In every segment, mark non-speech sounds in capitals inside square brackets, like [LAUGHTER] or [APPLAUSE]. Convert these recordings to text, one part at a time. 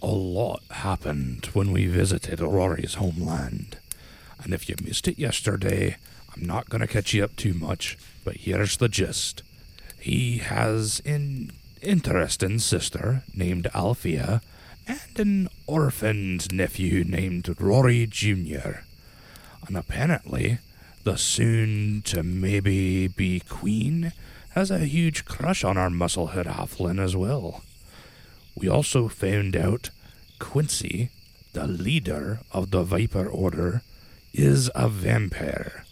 a lot happened when we visited Rory's homeland. And if you missed it yesterday, I'm not going to catch you up too much, but here's the gist. He has an interesting sister named Althea and an orphaned nephew named Rory Jr. And apparently, the soon to maybe be queen has a huge crush on our musclehead halfling as well. We also found out Quincy, the leader of the Viper Order, is a vampire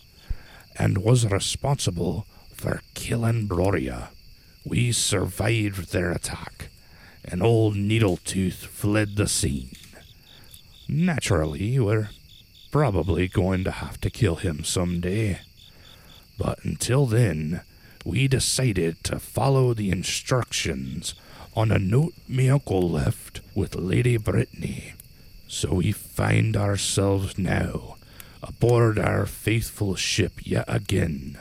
and was responsible for killing Gloria. We survived their attack, and old Needletooth fled the scene. Naturally, we're probably going to have to kill him someday. But until then, we decided to follow the instructions on a note me uncle left with Lady Brittany. So we find ourselves now aboard our faithful ship yet again,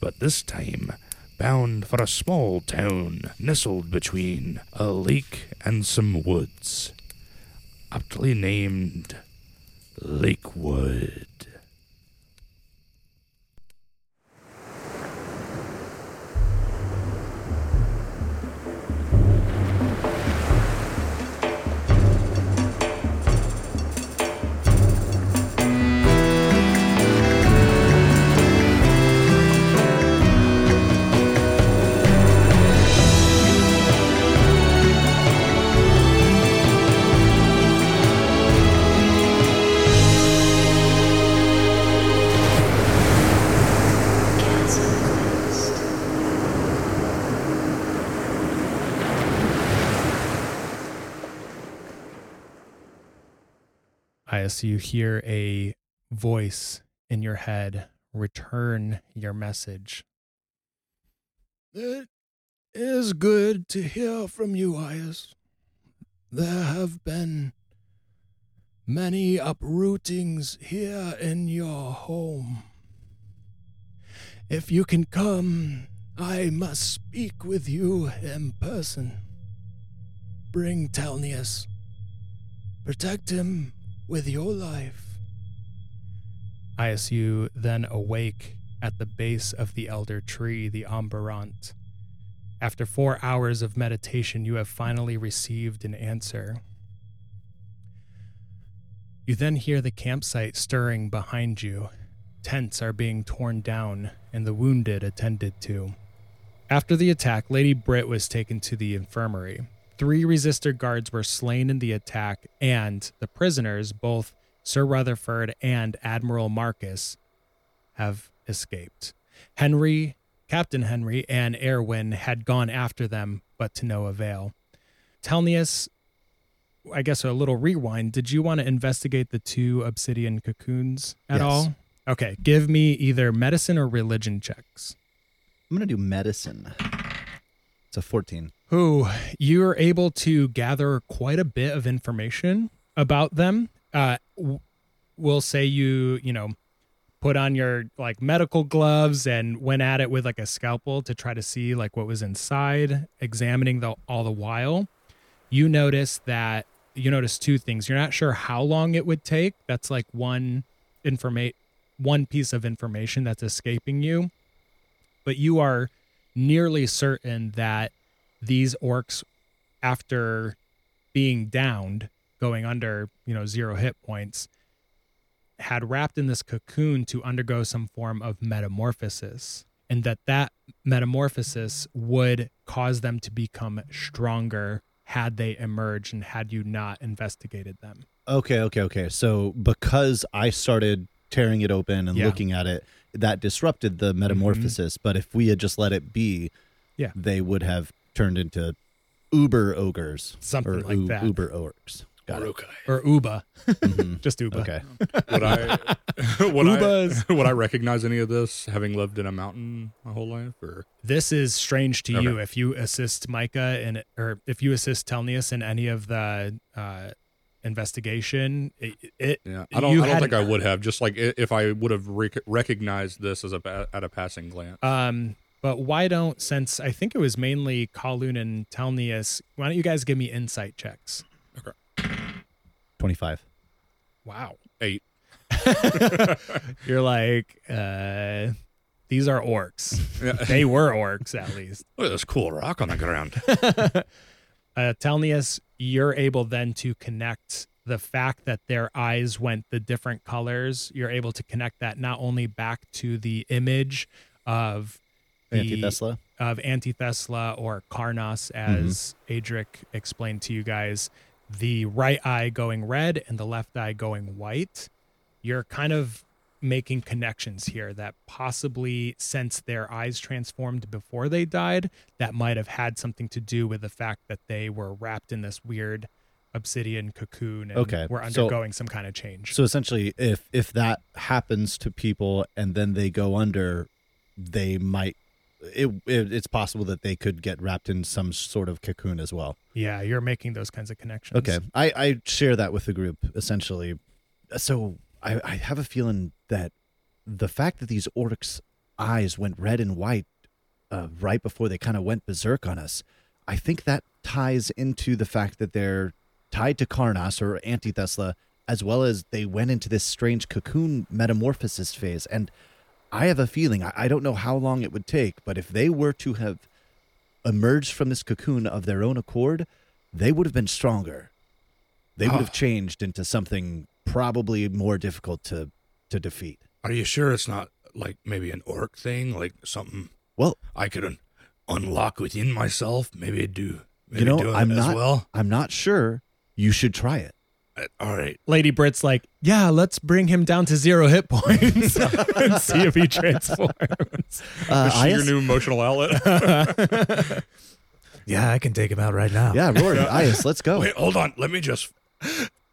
but this time bound for a small town nestled between a lake and some woods, aptly named Lakewood. As you hear a voice in your head return your message. It is good to hear from you, Ayas. There have been many uprootings here in your home. If you can come, I must speak with you in person. Bring Telnius. Protect him with your life. ISU then awake at the base of the elder tree, the Omberant. After four hours of meditation, you have finally received an answer. You then hear the campsite stirring behind you. Tents are being torn down and the wounded attended to. After the attack, Lady Britt was taken to the infirmary. Three resistor guards were slain in the attack, and the prisoners, both Sir Rutherford and Admiral Marcus, have escaped. Henry, Captain Henry, and Erwin had gone after them, but to no avail. Telnius, I guess a little rewind. Did you want to investigate the two obsidian cocoons at Yes. all? Okay, give me either medicine or religion checks. I'm gonna do medicine. It's a 14. who you're able to gather quite a bit of information about them. Uh, w- we'll say you, you know, put on your like medical gloves and went at it with like a scalpel to try to see like what was inside, examining the all the while. You notice that you notice two things. You're not sure how long it would take. That's like one informate one piece of information that's escaping you. But you are nearly certain that these orcs after being downed going under you know zero hit points had wrapped in this cocoon to undergo some form of metamorphosis and that that metamorphosis would cause them to become stronger had they emerged and had you not investigated them Okay, okay, okay. So because I started tearing it open and Yeah. Mm-hmm. looking at it, that disrupted the metamorphosis. But if we had just let it be, Yeah. they would have turned into uber ogres Something or like u- that. uber orcs. Got it. or uba [LAUGHS] Mhm. just uba Okay. Would I, [LAUGHS] would, Ubas. I, [LAUGHS] would I recognize any of this having lived in a mountain my whole life? Or this is strange to you Okay. if you assist Micah and or if you assist Telnius in any of the uh, investigation. It, it yeah, I don't. You I don't had- think I would have. Just like i- if I would have rec- recognized this as a pa- at a passing glance. um, but why don't since I think it was mainly Kalun and Telnius, why don't you guys give me insight checks? Okay. 25. Wow. Eight. [LAUGHS] You're like, uh, these are orcs. they were orcs, at least. Look at this cool rock on the ground. Uh, Telnius, you're able then to connect the fact that their eyes went the different colors. You're able to connect that not only back to the image of the- Anti Tesla. of Antithesla or Karnas, Mm-hmm. as Adric explained to you guys, the right eye going red and the left eye going white. You're kind of making connections here that possibly, since their eyes transformed before they died, that might have had something to do with the fact that they were wrapped in this weird obsidian cocoon and Okay, were so- undergoing some kind of change. So essentially, if if that happens to people and then they go under, they might. It, it it's possible that they could get wrapped in some sort of cocoon as well. yeah, you're making those kinds of connections. Okay, I I share that with the group essentially. So I I have a feeling that the fact that these orcs' eyes went red and white uh, right before they kind of went berserk on us, I think that ties into the fact that they're tied to Karnas or Antithesla, as well as they went into this strange cocoon metamorphosis phase. And I have a feeling I, I don't know how long it would take, but if they were to have emerged from this cocoon of their own accord, they would have been stronger. They would Ah. have changed into something probably more difficult to to defeat. [LAUGHS] Are you sure it's not like maybe an orc thing, like something Well, I could un- unlock within myself? Maybe do. Maybe know, do it I'm as not- well. I'm not sure. You should try [LAUGHS] it. Uh, All right. Lady Brit's like, yeah, let's bring him down to zero hit points [LAUGHS] and see [LAUGHS] if he transforms. Uh, Is she I your ass- new [LAUGHS] emotional outlet? Yeah, I can take him out right now. yeah, [LAUGHS] Rory, Ias, let's go. Wait, hold on. Let me just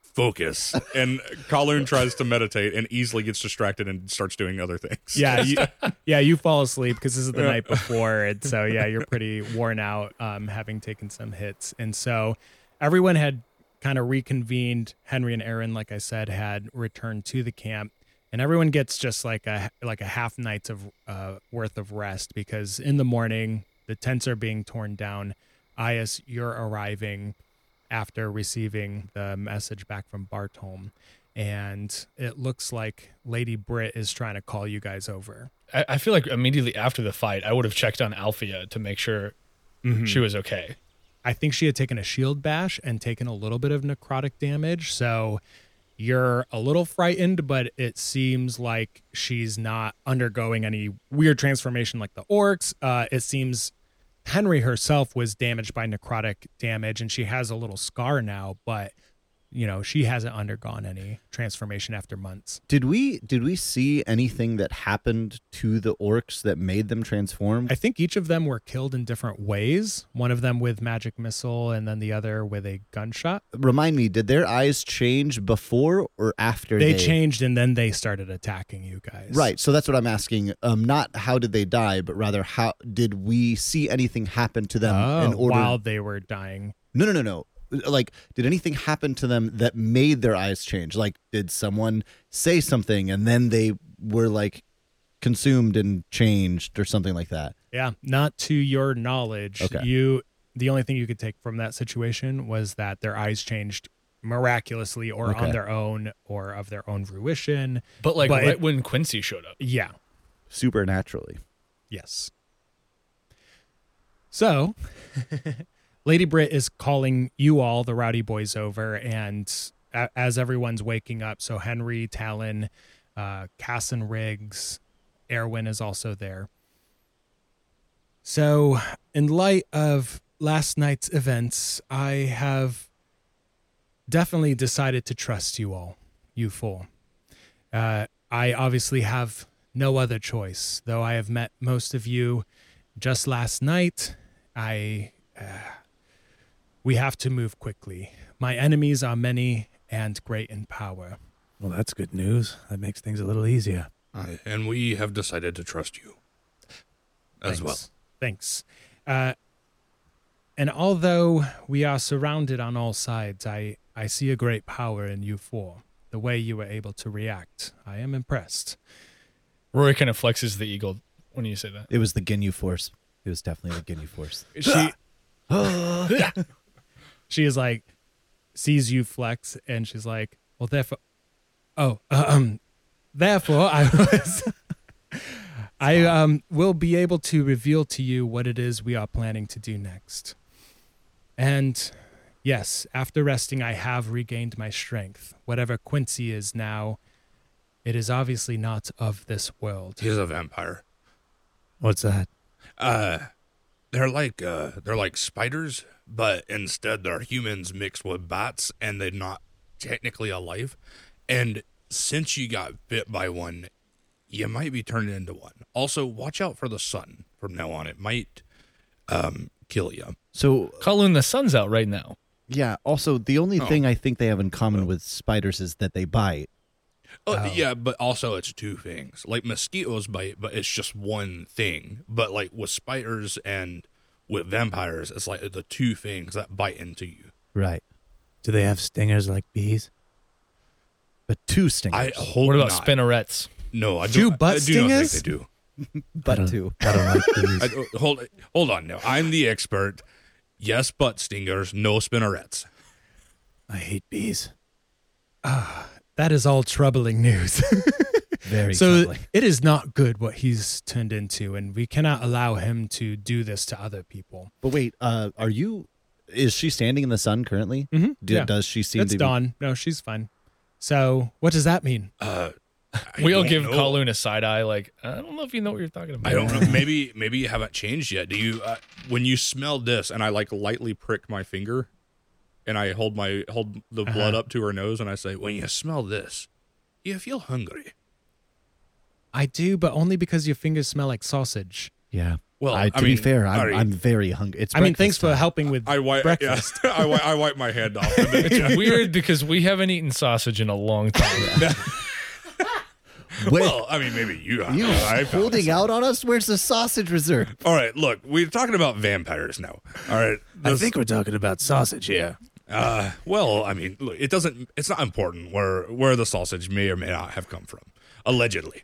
focus. and Kowloon tries to meditate and easily gets distracted and starts doing other things. Yeah, you, yeah, you fall asleep because this is the night before, and so yeah, you're pretty worn out, um, having taken some hits, and so everyone had kind of reconvened. Henry and Aaron, like I said, had returned to the camp, and everyone gets just like a like a half night's of uh, worth of rest because in the morning the tents are being torn down. Ayas, you're arriving after receiving the message back from Bartholm. And it looks like Lady Brit is trying to call you guys over. I, I feel like immediately after the fight, I would have checked on Althea to make sure Mm-hmm. she was okay. I think she had taken a shield bash and taken a little bit of necrotic damage. So you're a little frightened, but it seems like she's not undergoing any weird transformation like the orcs. Uh, it seems Henry herself was damaged by necrotic damage and she has a little scar now, but you know, she hasn't undergone any transformation after months. Did we did we see anything that happened to the orcs that made them transform? I think each of them were killed in different ways. One of them with magic missile, and then the other with a gunshot. Remind me, did their eyes change before or after They they, changed, and then they started attacking you guys. Right, so that's what I'm asking. Um, not how did they die, but rather how did we see anything happen to them Oh, um, in order? while they were dying. No, no, no, no. Uh, Like, did anything happen to them that made their eyes change? Like, did someone say something and then they were like consumed and changed or something like that? Yeah, not to your knowledge. Okay. You, the only thing you could take from that situation was that their eyes changed miraculously, or on Okay. their own, or of their own fruition. But like But right it- when Quincy showed up, Yeah. Supernaturally. Yes. So, Lady Brit is calling you all, the Rowdy Boys, over, and a- as everyone's waking up, so Henry, Talon, uh, Cass and Riggs, Erwin is also there. So, in light of last night's events, I have definitely decided to trust you all, you four. Uh, I obviously have no other choice, though I have met most of you just last night. I. Uh, we have to move quickly. My enemies are many and great in power. Well, that's good news. That makes things a little easier. Aye, and we have decided to trust you as well. Thanks. Uh, and although we are surrounded on all sides, I, I see a great power in you four. The way you were able to react, I am impressed. Rory kind of flexes the eagle when you say that. It was the Ginyu Force. It was definitely the Ginyu Force. She She is like, sees you flex, and she's like, "Well, therefore, oh, [CLEARS THROAT] um, therefore, I was, [LAUGHS] I um, will be able to reveal to you what it is we are planning to do next." And yes, after resting, I have regained my strength. Whatever Quincy is now, it is obviously not of this world. He's a vampire. What's that? Uh, they're like uh, they're like spiders, but instead they're humans mixed with bats, and they're not technically alive. And since you got bit by one, you might be turned into one. Also, watch out for the sun from now on; it might um kill you. So Kowloon, the sun's out right now. yeah. Also, the only thing I think they have in common with spiders is that they bite. Oh, yeah, but also it's two things. Like mosquitoes bite, but it's just one thing. But like with spiders and with vampires, it's like the two things that bite into you. Right. Do they have stingers like bees? But two I stingers. hope What about not. spinnerets? No, I do. Two butt I do not think stingers? they do. [LAUGHS] but two. I don't like bees. I, oh, hold, hold on now. I'm the expert. Yes, butt stingers. No spinnerets. I hate bees. That is all troubling news. [LAUGHS] Very so troubling. it is not good what he's turned into, and we cannot allow him to do this to other people. [LAUGHS] But wait, uh, are you? Is she standing in the sun currently? Mhm, Do- yeah. Does she seem That's to be? Dawn. No, she's fine. So what does that mean? Uh, I We'll don't give know. Kowloon a side eye. Like I don't know if you know what you're talking about. I don't know. Maybe maybe you haven't changed yet. Do you? Uh, when you smell this, and I like lightly prick my finger, and I hold my hold the blood up to her nose, and I say, "When you smell this, you feel hungry." I do, but only because your fingers smell like sausage. Yeah. Well, I, I to be mean, fair, I'm, Ari- I'm very hungry. It's I mean, breakfast thanks for time. helping with I wipe. Yeah, [LAUGHS] breakfast. I, wi- I wipe my hand off. And then, It's weird because we haven't eaten sausage in a [LAUGHS] long time. Wait, [LAUGHS] well, I mean, maybe you. Have, you I found holding out on us? Where's the sausage reserve? All right, look, we're talking about vampires now. All right, I this- think [LAUGHS] we're talking about sausage here. Uh, well, I mean, look, it doesn't. It's not important where where the sausage may or may not have come from. Allegedly,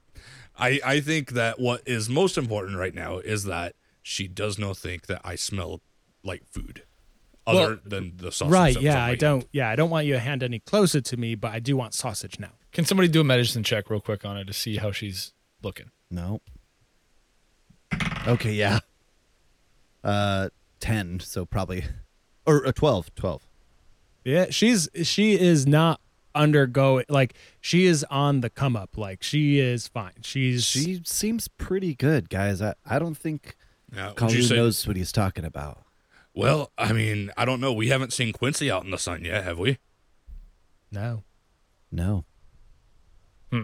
I I think that what is most important right now is that she does not think that I smell like food, other than the sausage. right? that was on Yeah, my I hand. don't. Yeah, I don't want your hand any closer to me, but I do want sausage now. Can somebody do a medicine check real quick on her to see how she's looking? No. Okay, yeah. Uh, ten. So probably, or, or twelve. Twelve. Yeah, she's she is not undergoing like she is on the come up. Like she is fine. She's She seems pretty good, guys. I, I don't think Yeah, Uh, would you Colleen say- knows what he's talking about. Well, I mean, I don't know. We haven't seen Quincy out in the sun yet, have we? no. No.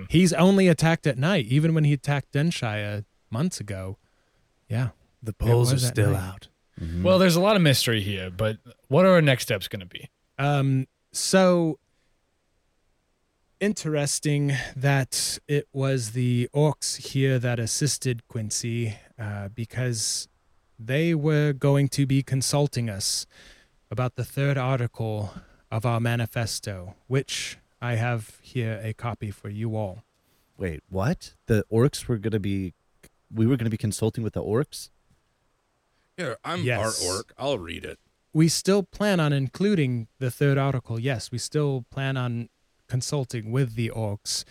He's only attacked at night. Even when he attacked Denshire months ago. Yeah. The poles are was at still night. out. Mm-hmm. Well, there's a lot of mystery here, but what are our next steps going to be? Um, so interesting that it was the orcs here that assisted Quincy uh, because they were going to be consulting us about the third article of our manifesto, which I have here a copy for you all. Wait, what? The orcs were gonna be, we were gonna be consulting with the orcs. Here, I'm Yes. part orc. I'll read it. We still plan on including the third article. Yes, we still plan on consulting with the orcs.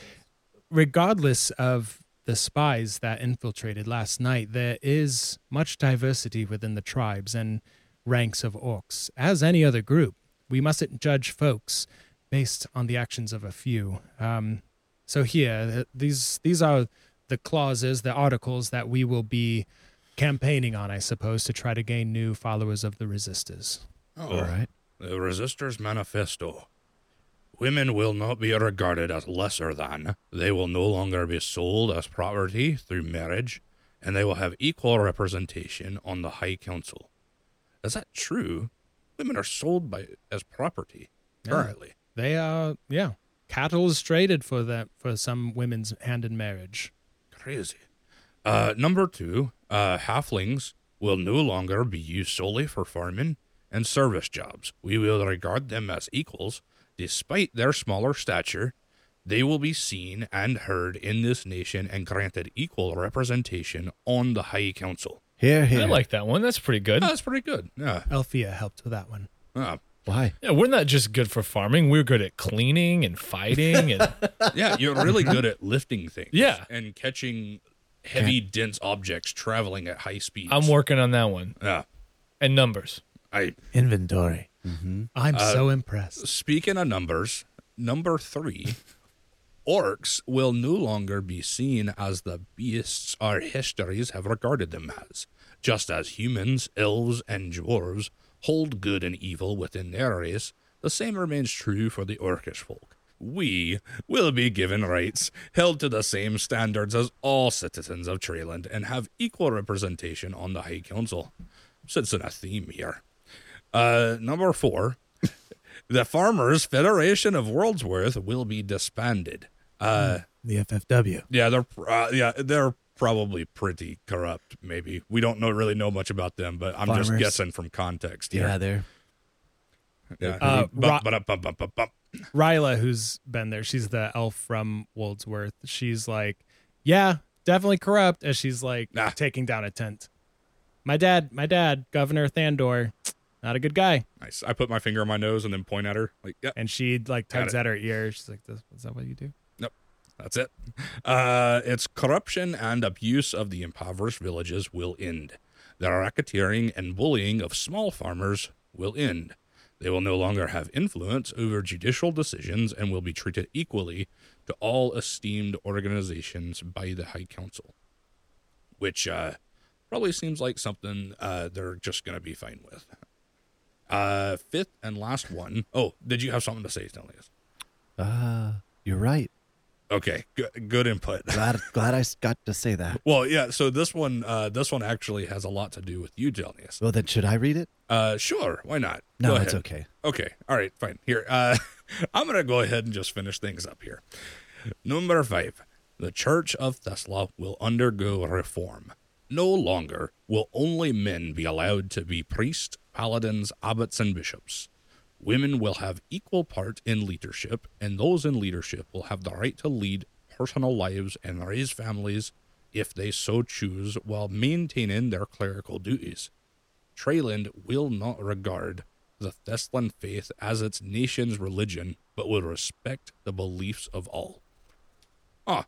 Regardless of the spies that infiltrated last night, there is much diversity within the tribes and ranks of orcs. As any other group, we mustn't judge folks based on the actions of a few. Um, so here, th- these these are the clauses, the articles that we will be campaigning on, I suppose, to try to gain new followers of the resistors. Oh, The Resistors Manifesto. Women will not be regarded as lesser than. They will no longer be sold as property through marriage, and they will have equal representation on the High Council. Is that true? Women are sold by as property Yeah. currently. They are, yeah, cattle is traded for that for some women's hand in marriage. Crazy. Uh, number two, uh, halflings will no longer be used solely for farming and service jobs. We will regard them as equals, despite their smaller stature. They will be seen and heard in this nation and granted equal representation on the High Council. Here, here. I like that one. That's pretty good. Oh, that's pretty good. Yeah. Elfia helped with that one. Ah, Why? Yeah, we're not just good for farming. We're good at cleaning and [LAUGHS] fighting and yeah, you're really good at lifting things. Yeah. and catching heavy, dense objects traveling at high speeds. I'm working on that one. Yeah, And numbers. I Inventory. Mm-hmm. I'm Uh, so impressed. speaking of numbers, number three, orcs will no longer be seen as the beasts our histories have regarded them as, just as humans, elves, and dwarves hold good and evil within their race. The same remains true for the orcish folk. We will be given rights held to the same standards as all citizens of Treeland and have equal representation on the High Council. Sensing a theme here. Uh, number four, the Farmers Federation of Worldsworth will be disbanded. Uh, The FFW. yeah, they're uh, yeah they're probably pretty corrupt. Maybe we don't know really know much about them, but I'm just Farmers. guessing from context. Yeah, Here. there. Yeah, Uh, Bump, ba-da, bump, bump, bump, bump. Ryla, who's been there, she's the elf from Woldsworth. She's like, yeah, definitely corrupt. As she's like Nah. taking down a tent. My dad, my dad, Governor Thandor, not a good guy. Nice. I put my finger on my nose and then point at her. Like, yeah, And she like Got tugs it. at her ear. She's like, "This- is that what you do? that's it. Uh, it's corruption and abuse of the impoverished villages will end. The racketeering and bullying of small farmers will end. They will no longer have influence over judicial decisions and will be treated equally to all esteemed organizations by the High Council, which uh, probably seems like something uh, they're just going to be fine with. Uh, fifth and last one. Oh, did you have something to say, Stanley? Uh, you're right. Okay, good, good input. [LAUGHS] Glad glad I s- got to say that. Well, yeah. So this one, uh, this one actually has a lot to do with you, Jelnius. Well, then should I read it? Uh, sure, why not? No, Go it's ahead. okay. Okay, all right, fine. Here, uh, [LAUGHS] I'm gonna go ahead and just finish things up here. Number five, the Church of Thesla will undergo reform. No longer will only men be allowed to be priests, paladins, abbots, and bishops. Women will have equal part in leadership, and those in leadership will have the right to lead personal lives and raise families if they so choose while maintaining their clerical duties. Treyland will not regard the Theslan faith as its nation's religion, but will respect the beliefs of all. Ah,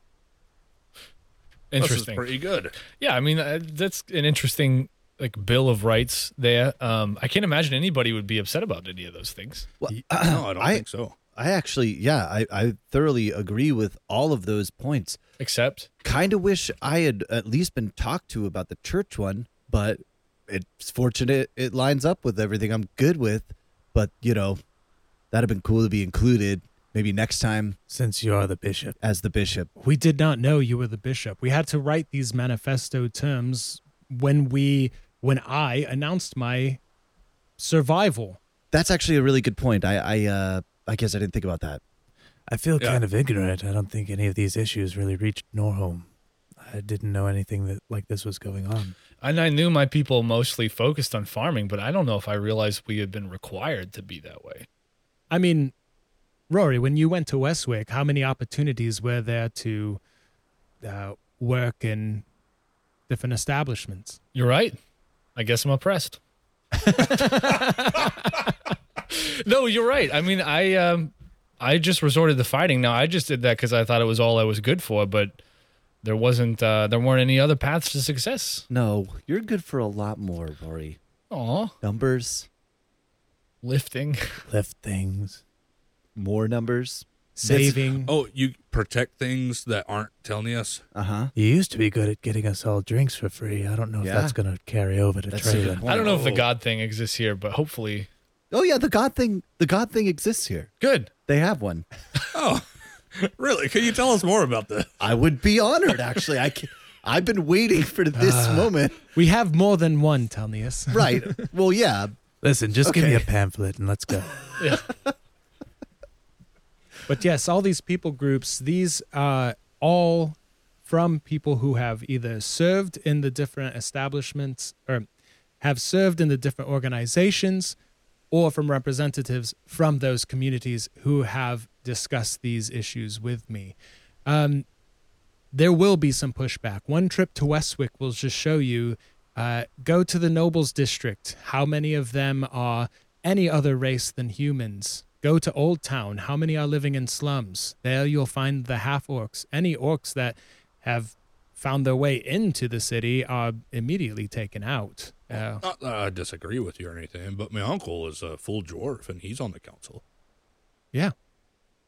Interesting. This is pretty good. yeah, I mean uh, that's an interesting like bill of rights there. Um, I can't imagine anybody would be upset about any of those things. Well, No, I don't I- think so. I actually, yeah, I, I thoroughly agree with all of those points. Except Kind of wish I had at least been talked to about the church one, but it's fortunate it lines up with everything I'm good with. But, you know, that'd have been cool to be included maybe next time Since you are the bishop. as the bishop. We did not know you were the bishop. We had to write these manifesto terms when we when I announced my survival. That's actually a really good point. I, I, uh, I guess I didn't think about that. I feel Yeah. kind of ignorant. I don't think any of these issues really reached Norholm. I didn't know anything that like this was going on. and I knew my people mostly focused on farming, but I don't know if I realized we had been required to be that way. I mean, Rory, when you went to Westwick, how many opportunities were there to uh, work in different establishments? You're right. I guess I'm oppressed. [LAUGHS] no, you're right. I mean, I um, I just resorted to fighting. Now, I just did that because I thought it was all I was good for, but there wasn't uh, there weren't any other paths to success. No, you're good for a lot more, Rory. Aw, Numbers, lifting. Left things. more numbers. Saving. Oh, you protect things that aren't telling us. Uh huh. You used to be good at getting us all drinks for free. I don't know if Yeah. that's going to carry over to That's a good Traylon. point. I don't know if the Oh. God thing exists here, but hopefully, Oh yeah, the God thing. The God thing exists here. good. They have one. Oh, really? Can you tell us more about this? I would be honored. Actually, I can, I've been waiting for this moment. we have more than one, Telnius. Right. Well, yeah. Listen, just give me a Okay. pamphlet and [LAUGHS] let's go. But yes, all these people groups, these uh, all from people who have either served in the different establishments or have served in the different organizations or from representatives from those communities who have discussed these issues with me. Um, there will be some pushback. One trip to Westwick will just show you uh, go to the nobles district, how many of them are any other race than humans. Go to Old Town. How many are living in slums? There you'll find the half orcs. Any orcs that have found their way into the city are immediately taken out. Uh, [LAUGHS] Not that I disagree with you or anything, but my uncle is a full dwarf and he's on the council.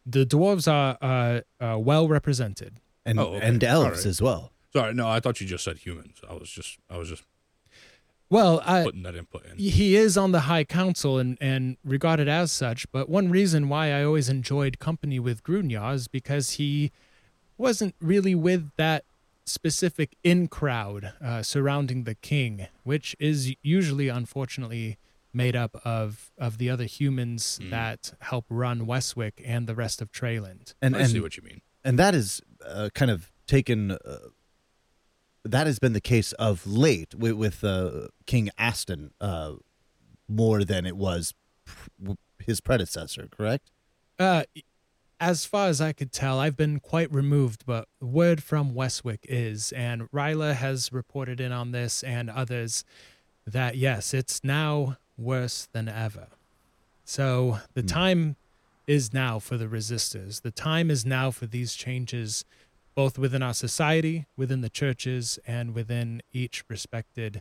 the dwarves are uh, uh, well represented. and Oh, okay. and All elves right. as well. Sorry, no, I thought you just said humans. I was just, I was just Well, I, putting that input in. he is on the High Council and, and regarded as such, but one reason why I always enjoyed company with Grunyar is because he wasn't really with that specific in crowd uh, surrounding the king, which is usually, unfortunately, made up of, of the other humans that help run Westwick and the rest of Treyland. And I and see what you mean. and that is uh, kind of taken. Uh, that has been the case of late with, with uh, King Aston uh, more than it was pr- w- his predecessor. Correct. Uh, as far as I could tell, I've been quite removed, but word from Westwick is, and Ryla has reported in on this and others, that yes, it's now worse than ever. So the time is now for the resistors. The time is now for these changes, both within our society, within the churches, and within each respected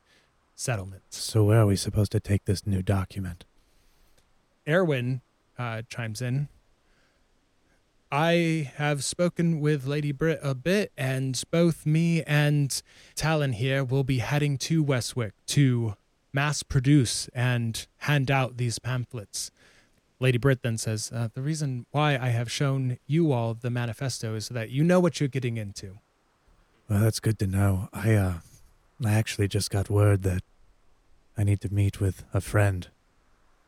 settlement. So where are we supposed to take this new document? Erwin uh, chimes in. I have spoken with Lady Britt a bit, and both me and Talon here will be heading to Westwick to mass produce and hand out these pamphlets. Lady Britt then says, uh, The reason why I have shown you all the manifesto is so that you know what you're getting into. Well, that's good to know. I uh, I actually just got word that I need to meet with a friend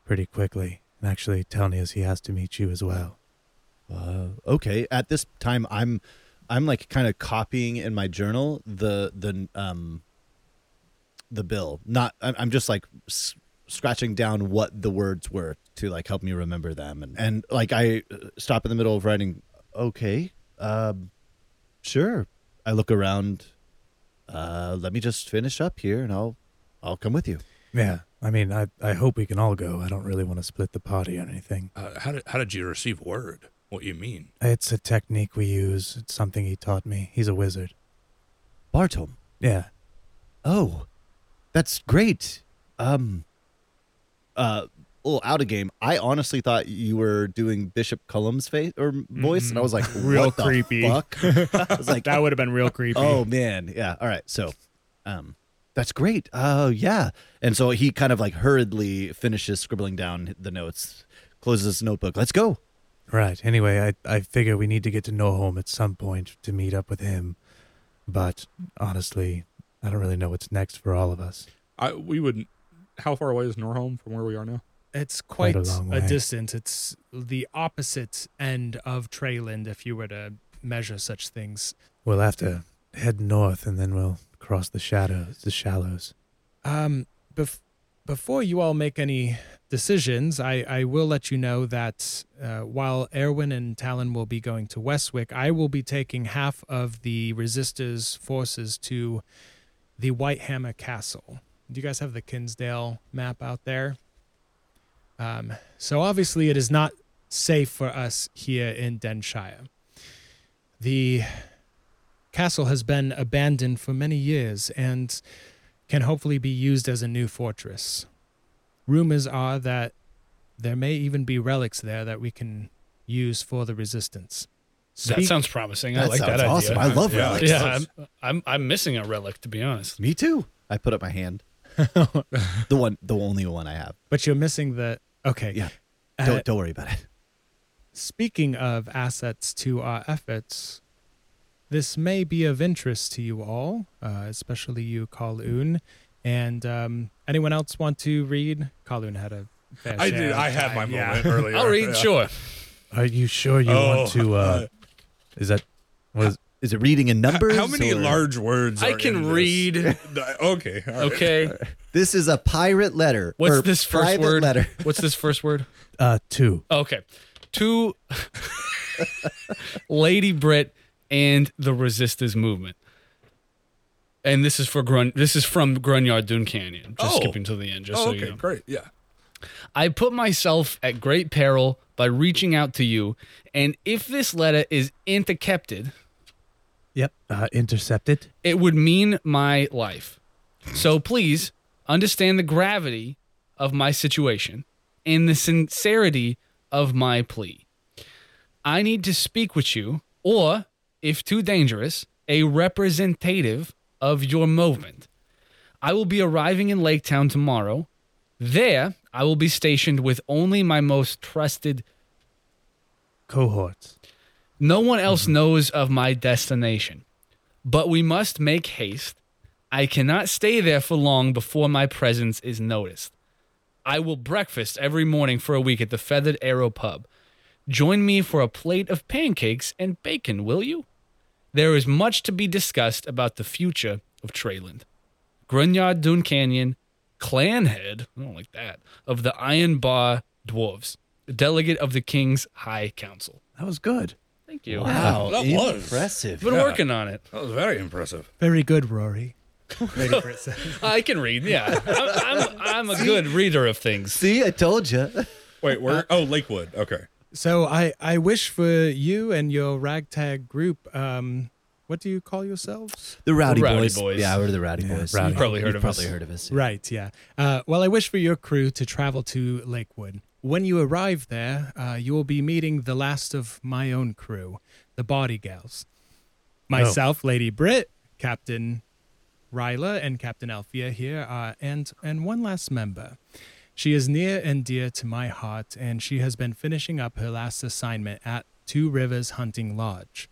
pretty quickly. And actually, Telnius, he has to meet you as well. Uh, okay. At this time, I'm I'm like kind of copying in my journal the the um the bill. Not I'm I'm just like s- scratching down what the words were to like help me remember them. And and like I uh, stop in the middle of writing. Okay. Um, sure. I look around. Uh, let me just finish up here, and I'll I'll come with you. Yeah, I mean, I I hope we can all go. I don't really want to split the party or anything. Uh, how did how did you receive word? What you mean? It's a technique we use. It's something he taught me. He's a wizard. Bartom. Yeah. Oh, that's great. Um, uh, well, out of game. I honestly thought you were doing Bishop Cullum's face or voice, and I was like, Real what the creepy. fuck? I was like, That would have been real creepy. oh man, yeah. All right, so, um, that's great. Oh yeah. And so he kind of like hurriedly finishes scribbling down the notes, closes his notebook. Let's go. Right. Anyway, I I figure we need to get to Noholm at some point to meet up with him. But honestly, I don't really know what's next for all of us. I we would. How far away is Norholm from where we are now? It's Quite quite a a, long way. distance. It's the opposite end of Treyland if you were to measure such things. We'll have to head north and then we'll cross the shadows, the shallows. Um, bef- before you all make any decisions, I, I will let you know that uh, while Erwin and Talon will be going to Westwick, I will be taking half of the Resistors' forces to the White Hammer Castle. Do you guys have the Kinsdale map out there? Um, so obviously, it is not safe for us here in Denshire. The castle has been abandoned for many years, and can hopefully be used as a new fortress. Rumors are that there may even be relics there that we can use for the resistance. That Speak- sounds promising. I That like sounds that awesome. I idea. love Yeah. relics. yeah, I'm, I'm I'm missing a relic to be honest. Me too. I put up my hand. the one, the only one I have. but you're missing the okay. Yeah. Uh, Don't don't worry about it. Speaking of assets to our efforts, this may be of interest to you all, uh, especially you, Kalun, and um, anyone else want to read? Kalun had a. fair I share did. of I had time. my Yeah. moment earlier. I'll read. Yeah. Sure. Are you sure you want Oh, to? uh Is that was Is it reading in numbers? How many or- large words? I are can in this? [LAUGHS] read. okay. all right. Okay. This is a pirate letter. What's or this first private word? Letter. What's this first word? uh two? Okay. To Lady Brit and the Resistors movement. And this is for Grun this is from Grunyard Dune Canyon. Just Oh. skipping to the end, just Oh, so okay. you know. Great. Yeah. I put myself at great peril by reaching out to you, and if this letter is intercepted, Yep. Uh, intercepted. it would mean my life. So please understand the gravity of my situation and the sincerity of my plea. I need to speak with you, or, if too dangerous, a representative of your movement. I will be arriving in Lake Town tomorrow. There, I will be stationed with only my most trusted Cohorts. no one else knows of my destination, but we must make haste. I cannot stay there for long before my presence is noticed. I will breakfast every morning for a week at the Feathered Arrow Pub. Join me for a plate of pancakes and bacon, will you? There is much to be discussed about the future of Treyland. Grunyard Dune Canyon, clan head, I don't like that, of the Iron Bar Dwarves, delegate of the King's High Council. That was good. Thank you. Wow, That was. impressive. Been working on it. That was very impressive. Very good, Rory. I can read. Yeah, I'm, I'm, I'm a good reader of things. See, I told you. Wait, where? Oh, Lakewood. Okay. So I I wish for you and your ragtag group. Um, what do you call yourselves? [LAUGHS] The Rowdy, Rowdy boys. Boys. Yeah, we're the Rowdy Boys. Rowdy. You've Probably heard you've of probably us. heard of us. Right. Yeah. Uh, well, I wish for your crew to travel to Lakewood. When you arrive there, uh, you will be meeting the last of my own crew, the Body Gals. Myself, Lady Britt, Captain Ryla, and Captain Alfia here, uh, and and one last member. She is near and dear to my heart, and she has been finishing up her last assignment at Two Rivers Hunting Lodge.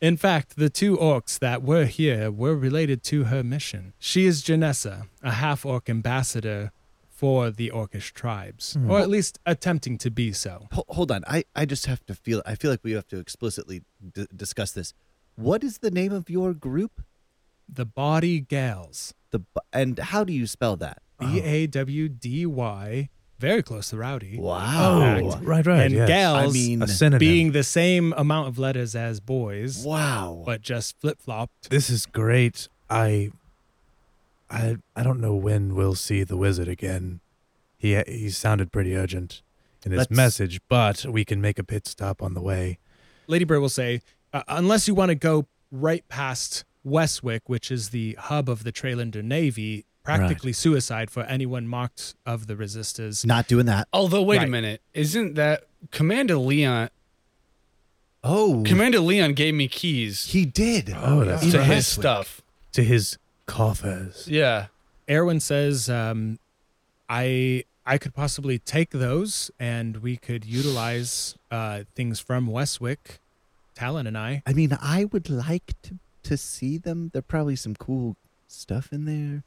In fact, the two orcs that were here were related to her mission. She is Janessa, a half orc ambassador for the orcish tribes, or at least attempting to be so. Ho- hold on. I, I just have to feel. I feel like we have to explicitly d- discuss this. What is the name of your group? The Body Gals, The bu- and how do you spell that? B A W D Y, very close to Rowdy. Wow. Correct. Right, right. and yes. gals I mean- a synonym. being the same amount of letters as boys, Wow. but just flip flopped. this is great. I, I, I don't know when we'll see the wizard again. He he sounded pretty urgent in his Let's- message, but we can make a pit stop on the way. Lady Bird will say, uh, unless you want to go right past Westwick, which is the hub of the Trailander Navy, practically suicide for anyone marked of the resistors. Not doing that. Although, wait Right. a minute, isn't that Commander Leon? Oh, Commander Leon gave me keys he did. Oh, that's to right. his stuff. To his coffers. Yeah, Erwin says, um, I I could possibly take those and we could utilize uh, things from Westwick, Talon and I. I mean, I would like to to see them. There are probably some cool stuff in there.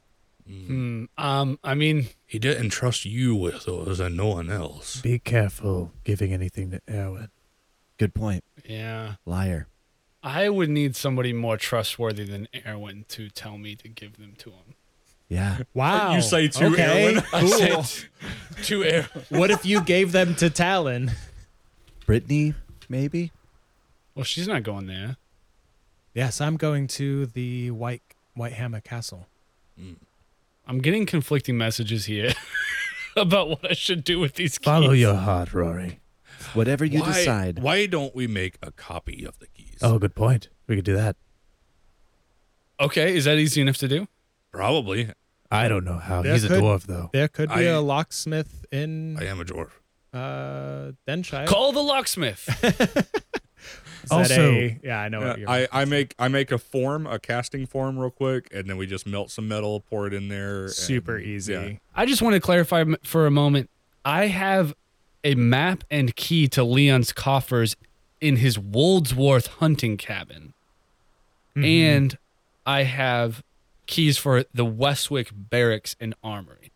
Hmm. um, I mean, He didn't trust you with those and no one else. Be careful giving anything to Erwin. Good point. yeah, Liar. I would need somebody more trustworthy than Erwin to tell me to give them to him. Yeah. Wow. You say to okay. Erwin. [LAUGHS] I said to Erwin. [LAUGHS] what if you gave them to Talon? Brittany, maybe. Well, she's not going there. Yes, I'm going to the White White Hammer Castle. I'm getting conflicting messages here [LAUGHS] about what I should do with these keys. Follow your heart, Rory. Whatever you why, decide. Why don't we make a copy of the keys? Oh, good point. We could do that. Okay, is that easy enough to do? Probably. I don't know how. There He's a could- dwarf, though. There could be I- a locksmith in I am a dwarf. uh Denshire. Call the locksmith. Is that Also- a- yeah, I know. what you're- I, I make I make a form, a casting form, real quick, and then we just melt some metal, pour it in there. super and- easy. yeah. I just want to clarify m- for a moment. I have a map and key to Leon's coffers in his Woldsworth hunting cabin. Mm-hmm. And I have keys for the Westwick barracks and armory.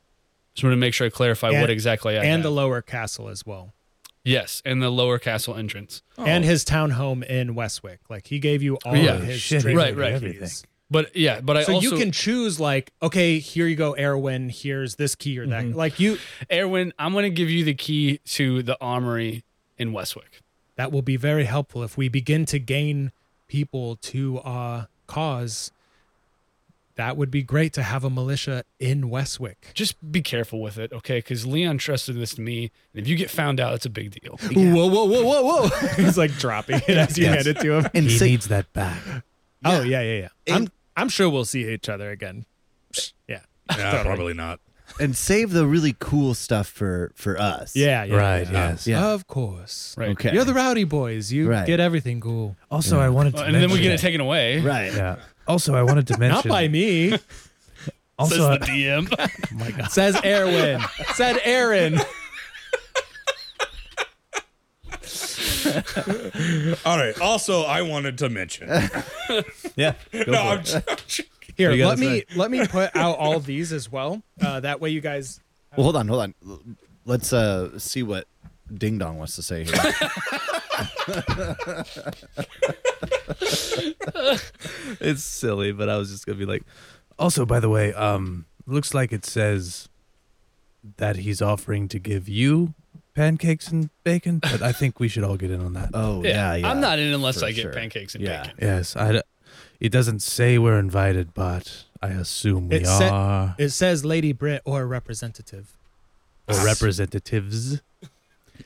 Just want to make sure I clarify And- what exactly I And the have. lower castle as well. yes, and the lower castle entrance. And his townhome in Westwick. Like he gave you all Yeah. of his Shit, training right, right. keys. But yeah, but I So also you can choose like, okay, here you go, Erwin, here's this key or that. Like you Erwin, I'm going to give you the key to the armory in Westwick. that will be very helpful if we begin to gain people to our cause That would be great to have a militia in Westwick. Just be careful with it, okay? Because Leon trusted this to me. And if you get found out, it's a big deal. Whoa, whoa, whoa, whoa, whoa. [LAUGHS] He's like dropping it as you Yes. hand it to him. And he sig- needs that back. Oh, yeah, yeah, yeah. I'm, And- I'm sure we'll see each other again. Yeah. Nah, probably not. and save the really cool stuff for for us. Yeah, yeah. right, yeah. yes. Yeah. Of course. Right. Okay. You're the rowdy boys. You Right. get everything cool. Also, I wanted to Uh, Oh, and then we mention- get it taken away. [LAUGHS] [LAUGHS] right. Yeah. Also, I wanted to Not mention. by me. also, [LAUGHS] The DM. Says Erwin. Said Aaron. All right. Also, I wanted to mention. Yeah. Go no, for I'm it. just, Here, you got let to me let me put out all these as well. Uh, that way, you guys. Well, hold on, hold on. L- Let's uh see what Ding Dong wants to say here. [LAUGHS] it's silly, but I was just gonna be like. Also, by the way, um, looks like it says that he's offering to give you pancakes and bacon, but I think we should all get in on that. Oh yeah, yeah. I'm not in unless for I get sure. pancakes and Yeah. bacon. Yes, I. d- It doesn't say we're invited, but I assume we It sa- are It says Lady Brit or representative. or representatives.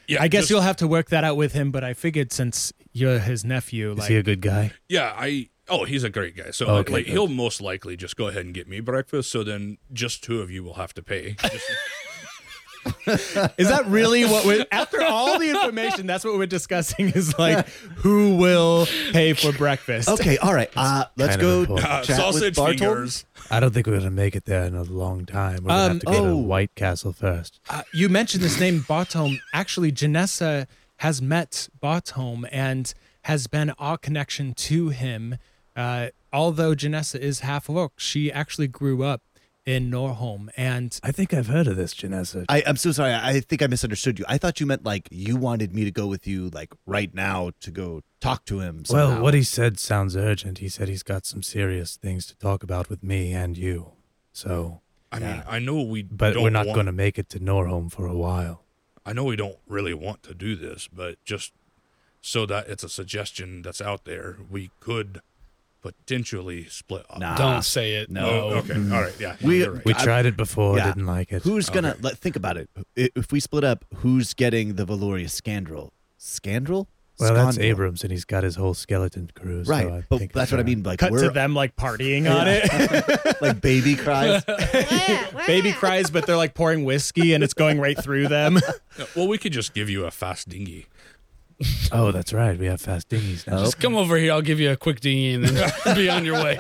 yeah, I guess just- you'll have to work that out with him, but I figured since you're his nephew, Is like he a good guy? Yeah, I. Oh, he's a great guy. So Okay, like, good. he'll most likely just go ahead and get me breakfast. So then, just two of you will have to [LAUGHS] pay. Just- is that really what [LAUGHS] we after all the information, that's what we're discussing is like who will pay for breakfast. Okay, all right. Uh, let's kind of go important. uh, chat with sausage Bartol. fingers. I don't think we're gonna make it there in a long time. We're gonna Um, have to go oh. to White Castle first. Uh, you mentioned this name Bartholm. Actually, Janessa has met Bartholm and has been our connection to him. Uh, although Janessa is half orc, she actually grew up in Norholm and I think I've heard of this, Janessa. I, I'm so sorry. I I think I misunderstood you. I thought you meant like you wanted me to go with you, like right now, to go talk to him. Well, somehow. what he said sounds urgent. He said he's got some serious things to talk about with me and you. So, I mean, I know we, but don't we're not want- going to make it to Norholm for a while. I know we don't really want to do this, but just so that it's a suggestion that's out there, we could potentially split up. Nah. Don't say it. Ah, No. Oh, okay. All right. Yeah. We- you're right. We I- tried it before, yeah. didn't like it. Who's gonna let think about it? I- If we split up, who's getting the Valoria scandal? Scandal? well, that's Scandal. Abrams, and he's got his whole skeleton crew. so Right, I but think uh, that's we're what I mean. Like cut to we're them like partying on [LAUGHS] it. like [LAUGHS] baby cries. Baby cries, but they're like pouring whiskey and it's going right through them. Yeah, Well, we could just give you a fast dinghy. Oh, that's right. We have fast dinghies now. Just come over here. I'll give you a quick dinghy [LAUGHS] and then be on your way.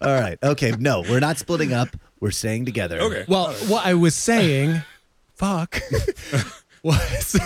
All right. Okay. No, we're not splitting up. We're staying together. Okay. Well, what I was saying, fuck, was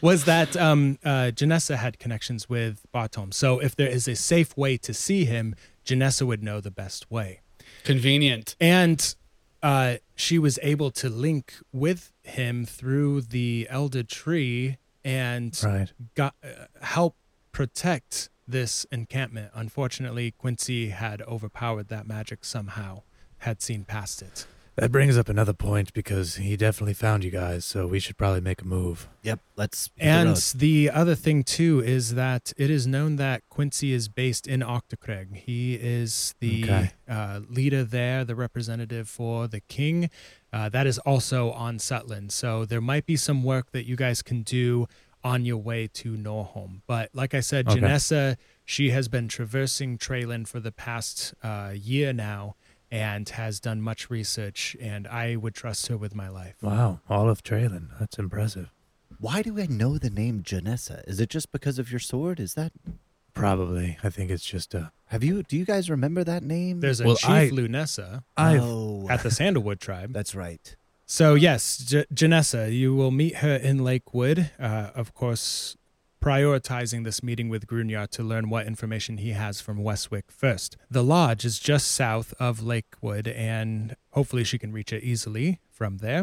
was that um, uh, Janessa had connections with Bartom. So if there is a safe way to see him, Janessa would know the best way. Convenient. And uh, she was able to link with him through the Elder Tree and Right. got uh, help protect this encampment. Unfortunately, Quincy had overpowered that magic somehow, had seen past it. That brings up another point because he definitely found you guys, so we should probably make a move. Yep. Let's. hit the And road. the other thing too is that it is known that Quincy is based in Octocreg. He is the Okay. uh, leader there, the representative for the king. Uh, that is also on Sutland, so there might be some work that you guys can do on your way to Norholm. But like I said, Okay. Janessa, she has been traversing Traylin for the past uh, year now. And has done much research, and I would trust her with my life. Wow, all of Traylon. That's impressive. Why do I know the name Janessa? Is it just because of your sword? Is that? Probably. I think it's just uh, a. Have you? Do you guys remember that name? There's a Well, chief I- Lunessa I've oh, at the Sandalwood tribe. that's right. [LAUGHS] So yes, J- Janessa, you will meet her in Lakewood. Uh, of course, prioritizing this meeting with Grunyar to learn what information he has from Westwick first. The lodge is just south of Lakewood, and hopefully she can reach it easily from there.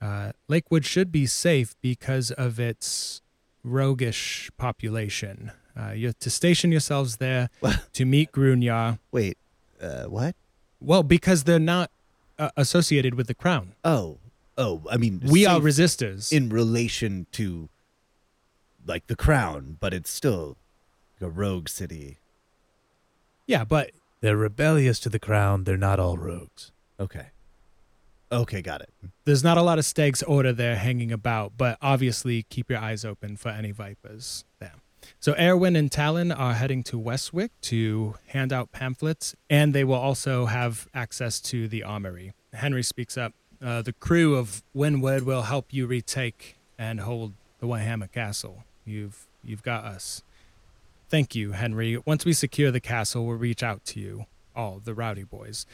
Uh, Lakewood should be safe because of its roguish population. Uh, you have to station yourselves there to meet Grunyar. Wait, uh, what? Well, because they're not uh, associated with the crown. Oh, oh. I mean, We are safe resistors. in relation to like the crown, but it's still a rogue city. Yeah, but They're rebellious to the crown. They're not all rogues. Okay. Okay, got it. there's not a lot of Steg's order there hanging about, but obviously keep your eyes open for any vipers there. So Erwin and Talon are heading to Westwick to hand out pamphlets, and they will also have access to the armory. Henry speaks up. Uh, the crew of Windward will help you retake and hold the Warhammer Castle. You've you've got us. Thank you, Henry. Once we secure the castle, we'll reach out to you, all the rowdy boys.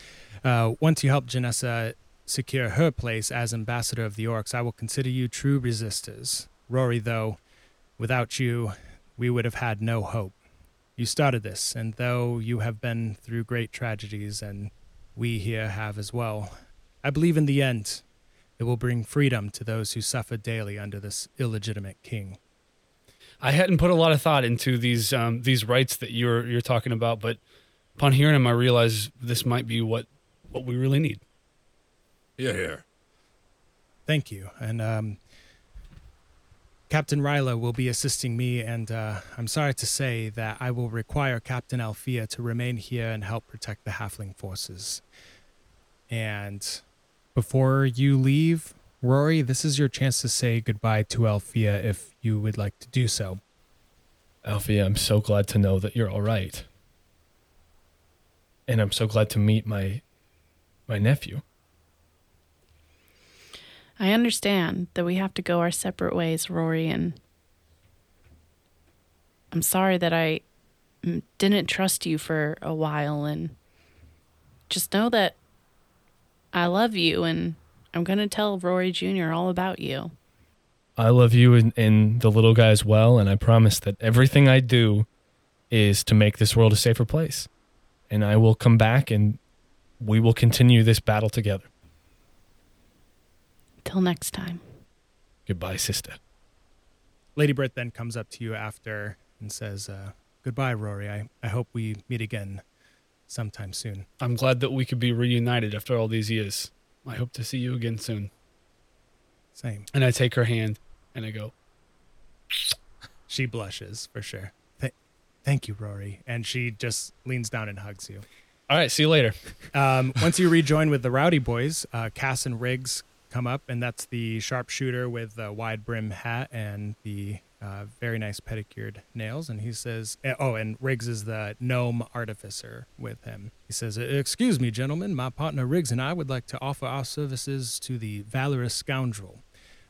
Uh, once you help Janessa secure her place as ambassador of the orcs, I will consider you true resistors. Rory, though, without you, we would have had no hope. You started this, and though you have been through great tragedies, and we here have as well, I believe in the end it will bring freedom to those who suffer daily under this illegitimate king. I hadn't put a lot of thought into these um, these rights that you're you're talking about, but upon hearing them, I realize this might be what what we really need. Yeah, here. Thank you. And um, Captain Ryla will be assisting me, and uh, I'm sorry to say that I will require Captain Alfia to remain here and help protect the halfling forces. And before you leave, Rory, this is your chance to say goodbye to Alfia if you would like to do so. Alfia, I'm so glad to know that you're all right. And I'm so glad to meet my my nephew. I understand that we have to go our separate ways, Rory, and I'm sorry that I mm, didn't trust you for a while. And just know that I love you, and I'm going to tell Rory Jr. all about you. I love you and, and the little guy as well, and I promise that everything I do is to make this world a safer place. And I will come back and we will continue this battle together. Till next time. Goodbye, sister. Lady Britt then comes up to you after and says, uh, Goodbye, Rory. I, I hope we meet again sometime soon. I'm glad that we could be reunited after all these years. I hope to see you again soon. Same. And I take her hand and I go, She blushes for sure. Th- thank you, Rory. And she just leans down and hugs you. "All right, see you later." Um, once you rejoin with the Rowdy Boys, uh, Cass and Riggs come up, and that's the sharpshooter with the wide brim hat and the uh, very nice pedicured nails. And he says, eh, "Oh, and Riggs is the gnome artificer with him." He says, "Uh, "Excuse me, gentlemen. My partner Riggs and I would like to offer our services to the valorous scoundrel."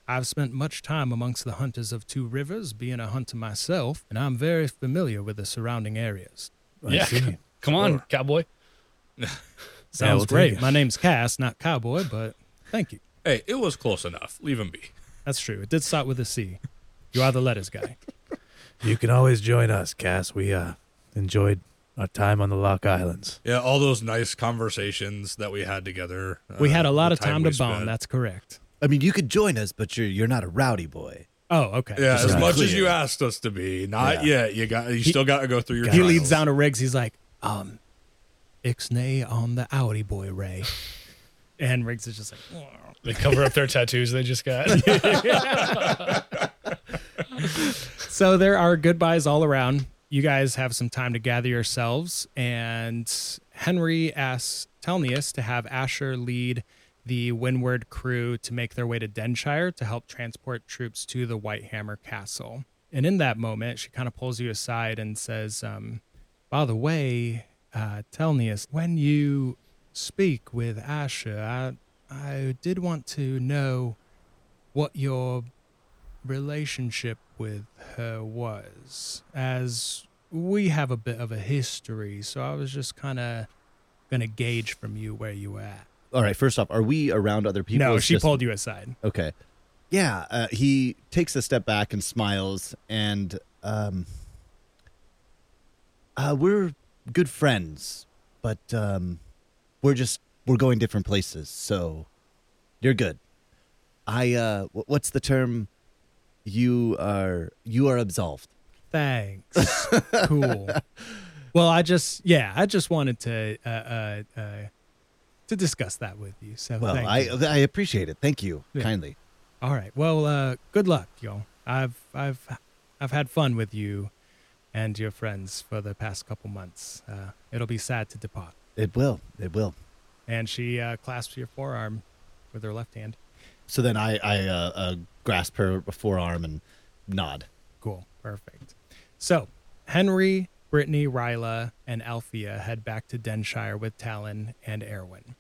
I've spent much time amongst the hunters of Two Rivers, being a hunter myself, and I'm very familiar with the surrounding areas. I Yeah. see. Come on, cowboy. Sounds we'll take great. it. My name's Cass, not Cowboy, but thank you. Hey, it was close enough. Leave him be. That's true. It did start with a C. You are the letters [LAUGHS] guy. You can always join us, Cass. We uh, enjoyed our time on the Lock Islands. Yeah, all those nice conversations that we had together. We uh, had a lot the of time, to we bond. spent. That's correct. I mean, you could join us, but you're you're not a rowdy boy. Oh, okay. Yeah, Just as not much as clear. you asked us to be. Not yet. You got. You He- still got to go through your. he leads trials. down to Riggs. He's like, um, Ixnay on the outie boy [LAUGHS] Ray. And Riggs is just like, "Whoa." They cover up their tattoos they just got. so there are goodbyes all around. You guys have some time to gather yourselves. And Henry asks Telnius to have Asher lead the Windward crew to make their way to Denshire to help transport troops to the Whitehammer Castle. And in that moment, she kind of pulls you aside and says, um, By the way, uh, Telnius, when you speak with Asher, I, I did want to know what your relationship with her was, as we have a bit of a history. So I was just kind of going to gauge from you where you were at. All right, first off, are we around other people? no, It's she just- pulled you aside. Okay. Yeah, uh, he takes a step back and smiles, and um, uh, we're good friends, but um, we're just we're going different places. So you're good. I uh, wh- what's the term? You are you are absolved. [LAUGHS] Thanks. cool. Well, I just, yeah, I just wanted to, uh, uh, uh, to discuss that with you. So, Well, thank I you. I appreciate it. Thank you Yeah. kindly. All right. Well, uh, good luck, y'all. I've I've I've had fun with you and your friends for the past couple months. Uh, it'll be sad to depart. It will. It will. And she uh, clasps your forearm with her left hand. So then I, I uh, uh, grasp her forearm and nod. Cool. Perfect. So, Henry, Brittany, Ryla, and Althea head back to Denshire with Talon and Erwin.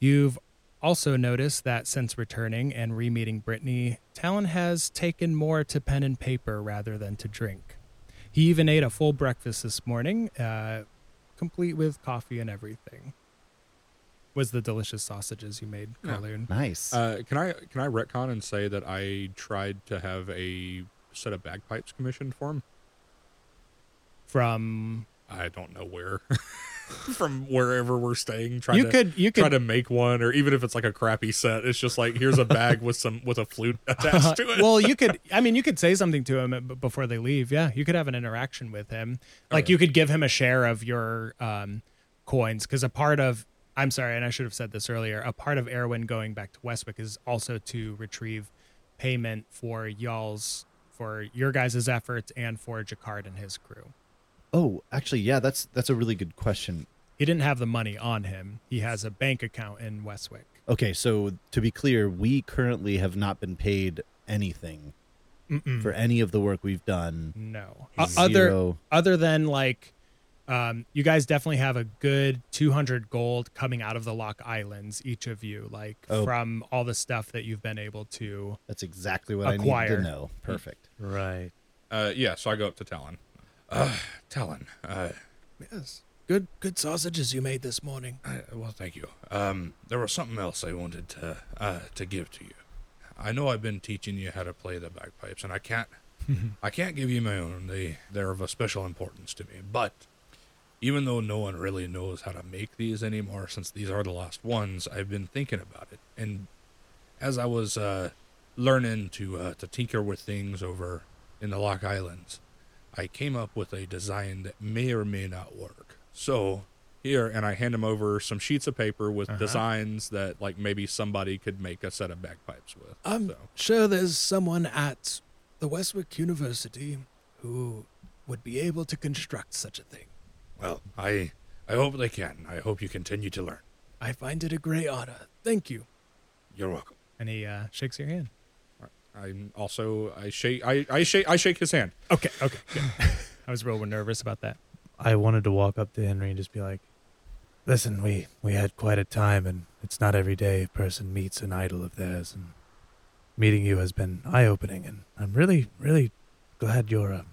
You've also noticed that since returning and re meeting Brittany, Talon has taken more to pen and paper rather than to drink. He even ate a full breakfast this morning, uh, complete with coffee and everything. Was the delicious sausages you made, Yeah. Carloon? Nice. Uh, can I can I retcon and say that I tried to have a set of bagpipes commissioned for him? From I don't know where, [LAUGHS] from wherever we're staying. Try you to could you try could to [LAUGHS] make one, or even if it's like a crappy set, it's just like here's a [LAUGHS] bag with some with a flute attached to it. Uh-huh. well, you could. I mean, you could say something to him uh, b- before they leave. Yeah, you could have an interaction with him. Like Okay. you could give him a share of your um, coins because a part of I'm sorry, and I should have said this earlier. A part of Erwin going back to Westwick is also to retrieve payment for y'all's for your guys' efforts and for Jacquard and his crew. oh, actually, yeah, that's that's a really good question. He didn't have the money on him. He has a bank account in Westwick. Okay, so to be clear, we currently have not been paid anything Mm-mm. for any of the work we've done. No. O- Uh, other Zero. other than like um, you guys definitely have a good 200 gold coming out of the lock islands each of you like Oh. from all the stuff that you've been able to That's exactly what I need Acquire. to know. Perfect. Right. Uh, yeah, so I go up to Talon. Uh, Talon, uh, Yes. Good good sausages you made this morning. I, well, thank you. Um, there was something else I wanted to uh, to give to you. I know I've been teaching you how to play the bagpipes, and I can't I can't give you my own. They they're of a special importance to me. But even though no one really knows how to make these anymore, since these are the last ones, I've been thinking about it. And as I was uh, learning to uh, to tinker with things over in the Lock Islands, I came up with a design that may or may not work. So here, and I hand him over some sheets of paper with designs that like maybe somebody could make a set of bagpipes with. I'm so. sure there's someone at the Westwick University who would be able to construct such a thing. Well, I I hope they can. I hope you continue to learn. I find it a great honor. Thank you. You're welcome. and he uh, shakes your hand I'm also I shake I, I shake I shake his hand. okay okay good. i was real nervous about that I wanted to walk up to Henry and just be like, "Listen, we we had quite a time, and it's not every day a person meets an idol of theirs. And meeting you has been eye-opening, and I'm really, really glad you're a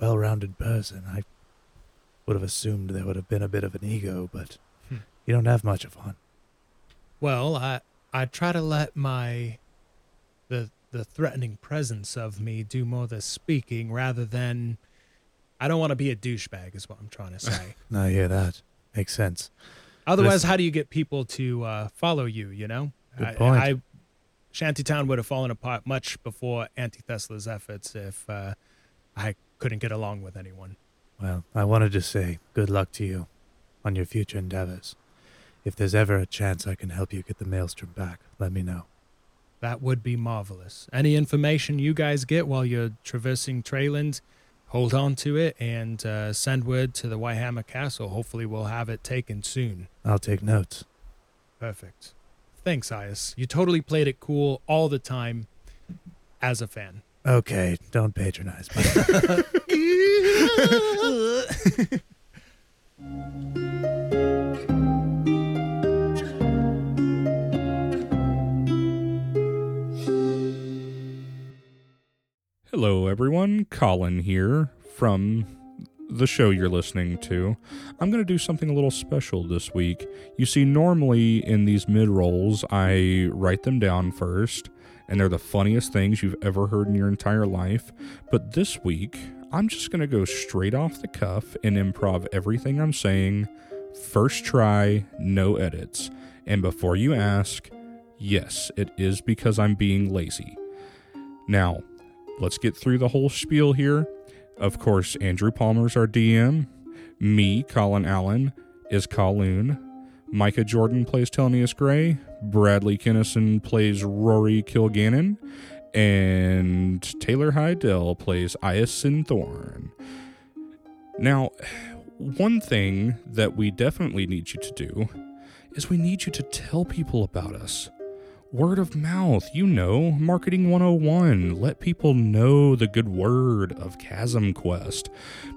well-rounded person. I would have assumed there would have been a bit of an ego, but Hmm. you don't have much of one. well i i try to let my the the threatening presence of me do more of the speaking rather than i don't want to be a douchebag is what i'm trying to [LAUGHS] say I hear that. Makes sense. Otherwise, Listen. how do you get people to uh, follow you? You know, Good I, point. I, Shantytown would have fallen apart much before Antithesla's efforts if uh, I couldn't get along with anyone. Well, I wanted to say good luck to you on your future endeavors. If there's ever a chance I can help you get the maelstrom back, let me know. That would be marvelous. Any information you guys get while you're traversing Treyland, hold on to it and uh, send word to the Whitehammer Castle. Hopefully, we'll have it taken soon. I'll take notes. Perfect. Thanks, Ayas. You totally played it cool all the time as a fan. Okay, don't patronize [LAUGHS] me. Hello everyone, Colin here from the show you're listening to. I'm going to do something a little special this week. You see, normally in these mid rolls, I write them down first, and they're the funniest things you've ever heard in your entire life. But this week, I'm just going to go straight off the cuff and improv everything I'm saying. First try, no edits. And before you ask, yes, it is because I'm being lazy. Now, let's get through the whole spiel here. Of course, Andrew Palmer's our DM. Me, Colin Allen, is Colloon. Micah Jordan plays Telnius Gray. Bradley Kinnison plays Rory Kilgannon. And Taylor Heidel plays Iacin Thorne. Now, one thing that we definitely need you to do is we need you to tell people about us. Word of mouth, you know, marketing 101. Let people know the good word of Chasm Quest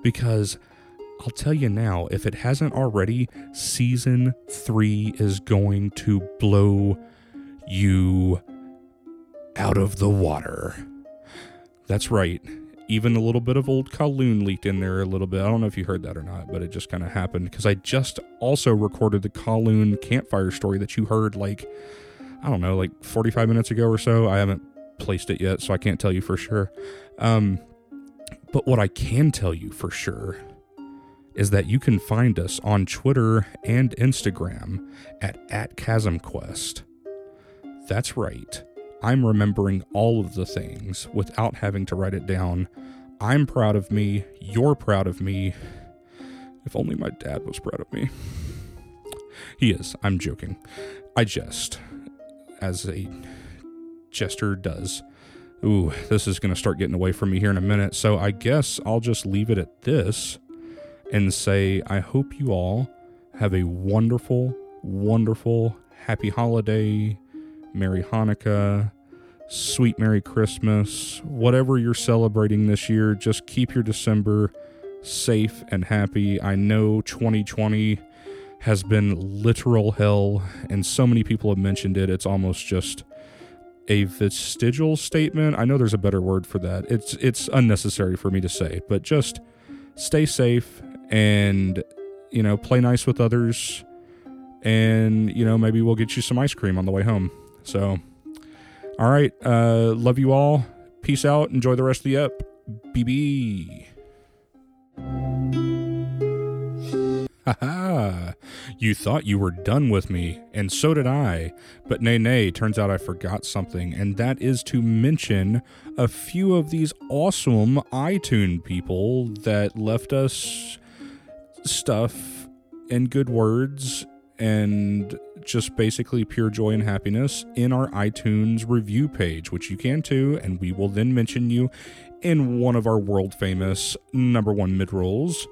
because I'll tell you now, if it hasn't already, season 3 is going to blow you out of the water. That's right even a little bit of old Kowloon leaked in there a little bit. I don't know if you heard that or not, but it just kind of happened because I just also recorded the Kowloon campfire story that you heard like, I don't know, like 45 minutes ago or so. I haven't placed it yet, so I can't tell you for sure. Um, but what I can tell you for sure is that you can find us on Twitter and Instagram at, at ChasmQuest. That's right. I'm remembering all of the things without having to write it down. I'm proud of me. You're proud of me. If only my dad was proud of me. [LAUGHS] He is. I'm joking. I jest, as a jester does. Ooh, this is going to start getting away from me here in a minute. So I guess I'll just leave it at this and say I hope you all have a wonderful, wonderful, happy holiday. Merry Hanukkah, Sweet Merry Christmas, whatever you're celebrating this year, just keep your December safe and happy. I know 2020 has been literal hell, and so many people have mentioned it. It's almost just a vestigial statement. I know there's a better word for that. It's it's unnecessary for me to say, but just stay safe and you know, play nice with others and you know, maybe we'll get you some ice cream on the way home. So, all right. Uh, love you all. Peace out. Enjoy the rest of the up. BB. Haha. You thought you were done with me, and so did I. But nay, nay, turns out I forgot something, and that is to mention a few of these awesome iTunes people that left us stuff and good words and just basically pure joy and happiness in our iTunes review page, which you can too, and we will then mention you in one of our world famous number one mid rolls.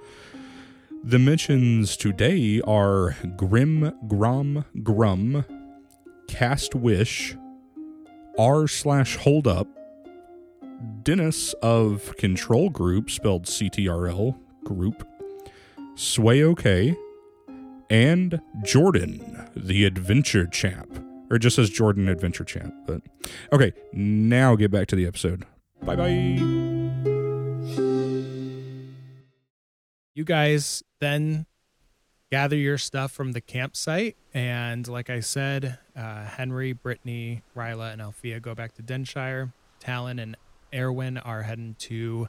The mentions today are Grim Grom Grum, Cast Wish, R slash Hold Up, Dennis of Control Group, spelled CTRL Group, Sway OK, and Jordan, the adventure champ. Or it just says Jordan Adventure Champ. But okay, now get back to the episode. Bye bye. you guys then gather your stuff from the campsite and like i said uh, henry brittany ryla and althea go back to denshire talon and erwin are heading to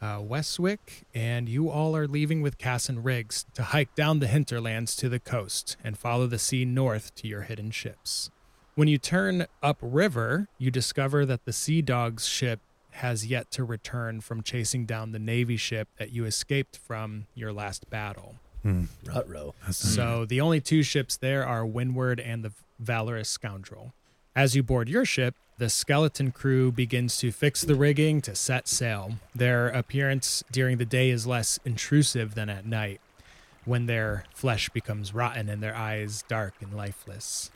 uh, westwick and you all are leaving with cass and riggs to hike down the hinterlands to the coast and follow the sea north to your hidden ships when you turn upriver you discover that the sea dog's ship has yet to return from chasing down the Navy ship that you escaped from your last battle. Rut row. So the only two ships there are Windward and the Valorous Scoundrel. As you board your ship, the skeleton crew begins to fix the rigging to set sail. Their appearance during the day is less intrusive than at night, when their flesh becomes rotten and their eyes dark and lifeless.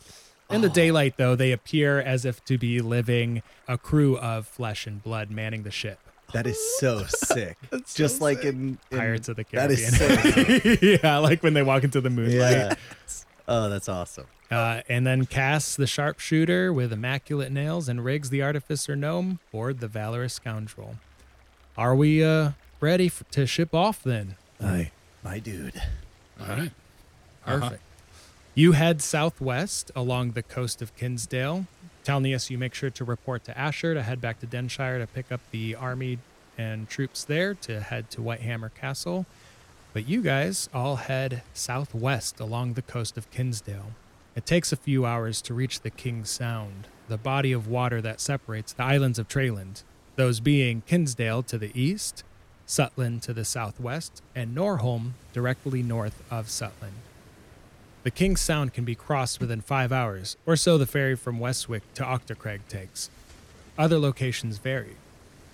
In Oh. the daylight, though, they appear as if to be living a crew of flesh and blood manning the ship. That is [LAUGHS] so sick. Just like in, in Pirates of the That Caribbean. is so sick. yeah, [LAUGHS] like when they walk into the moonlight. yeah. Oh, that's awesome. Uh, and then Cass, the sharpshooter with immaculate nails, and Riggs, the artificer gnome, board the valorous scoundrel. Are we uh, ready f to ship off then? Aye, my dude. All right. Perfect. You head southwest along the coast of Kinsdale. Talnius, you make sure to report to Asher to head back to Denshire to pick up the army and troops there to head to Whitehammer Castle. But you guys all head southwest along the coast of Kinsdale. It takes a few hours to reach the King's Sound, the body of water that separates the islands of Treyland, those being Kinsdale to the east, Sutland to the southwest, and Norholm directly north of Sutland. The King's Sound can be crossed within five hours, or so the ferry from Westwick to Octocrag takes. Other locations vary.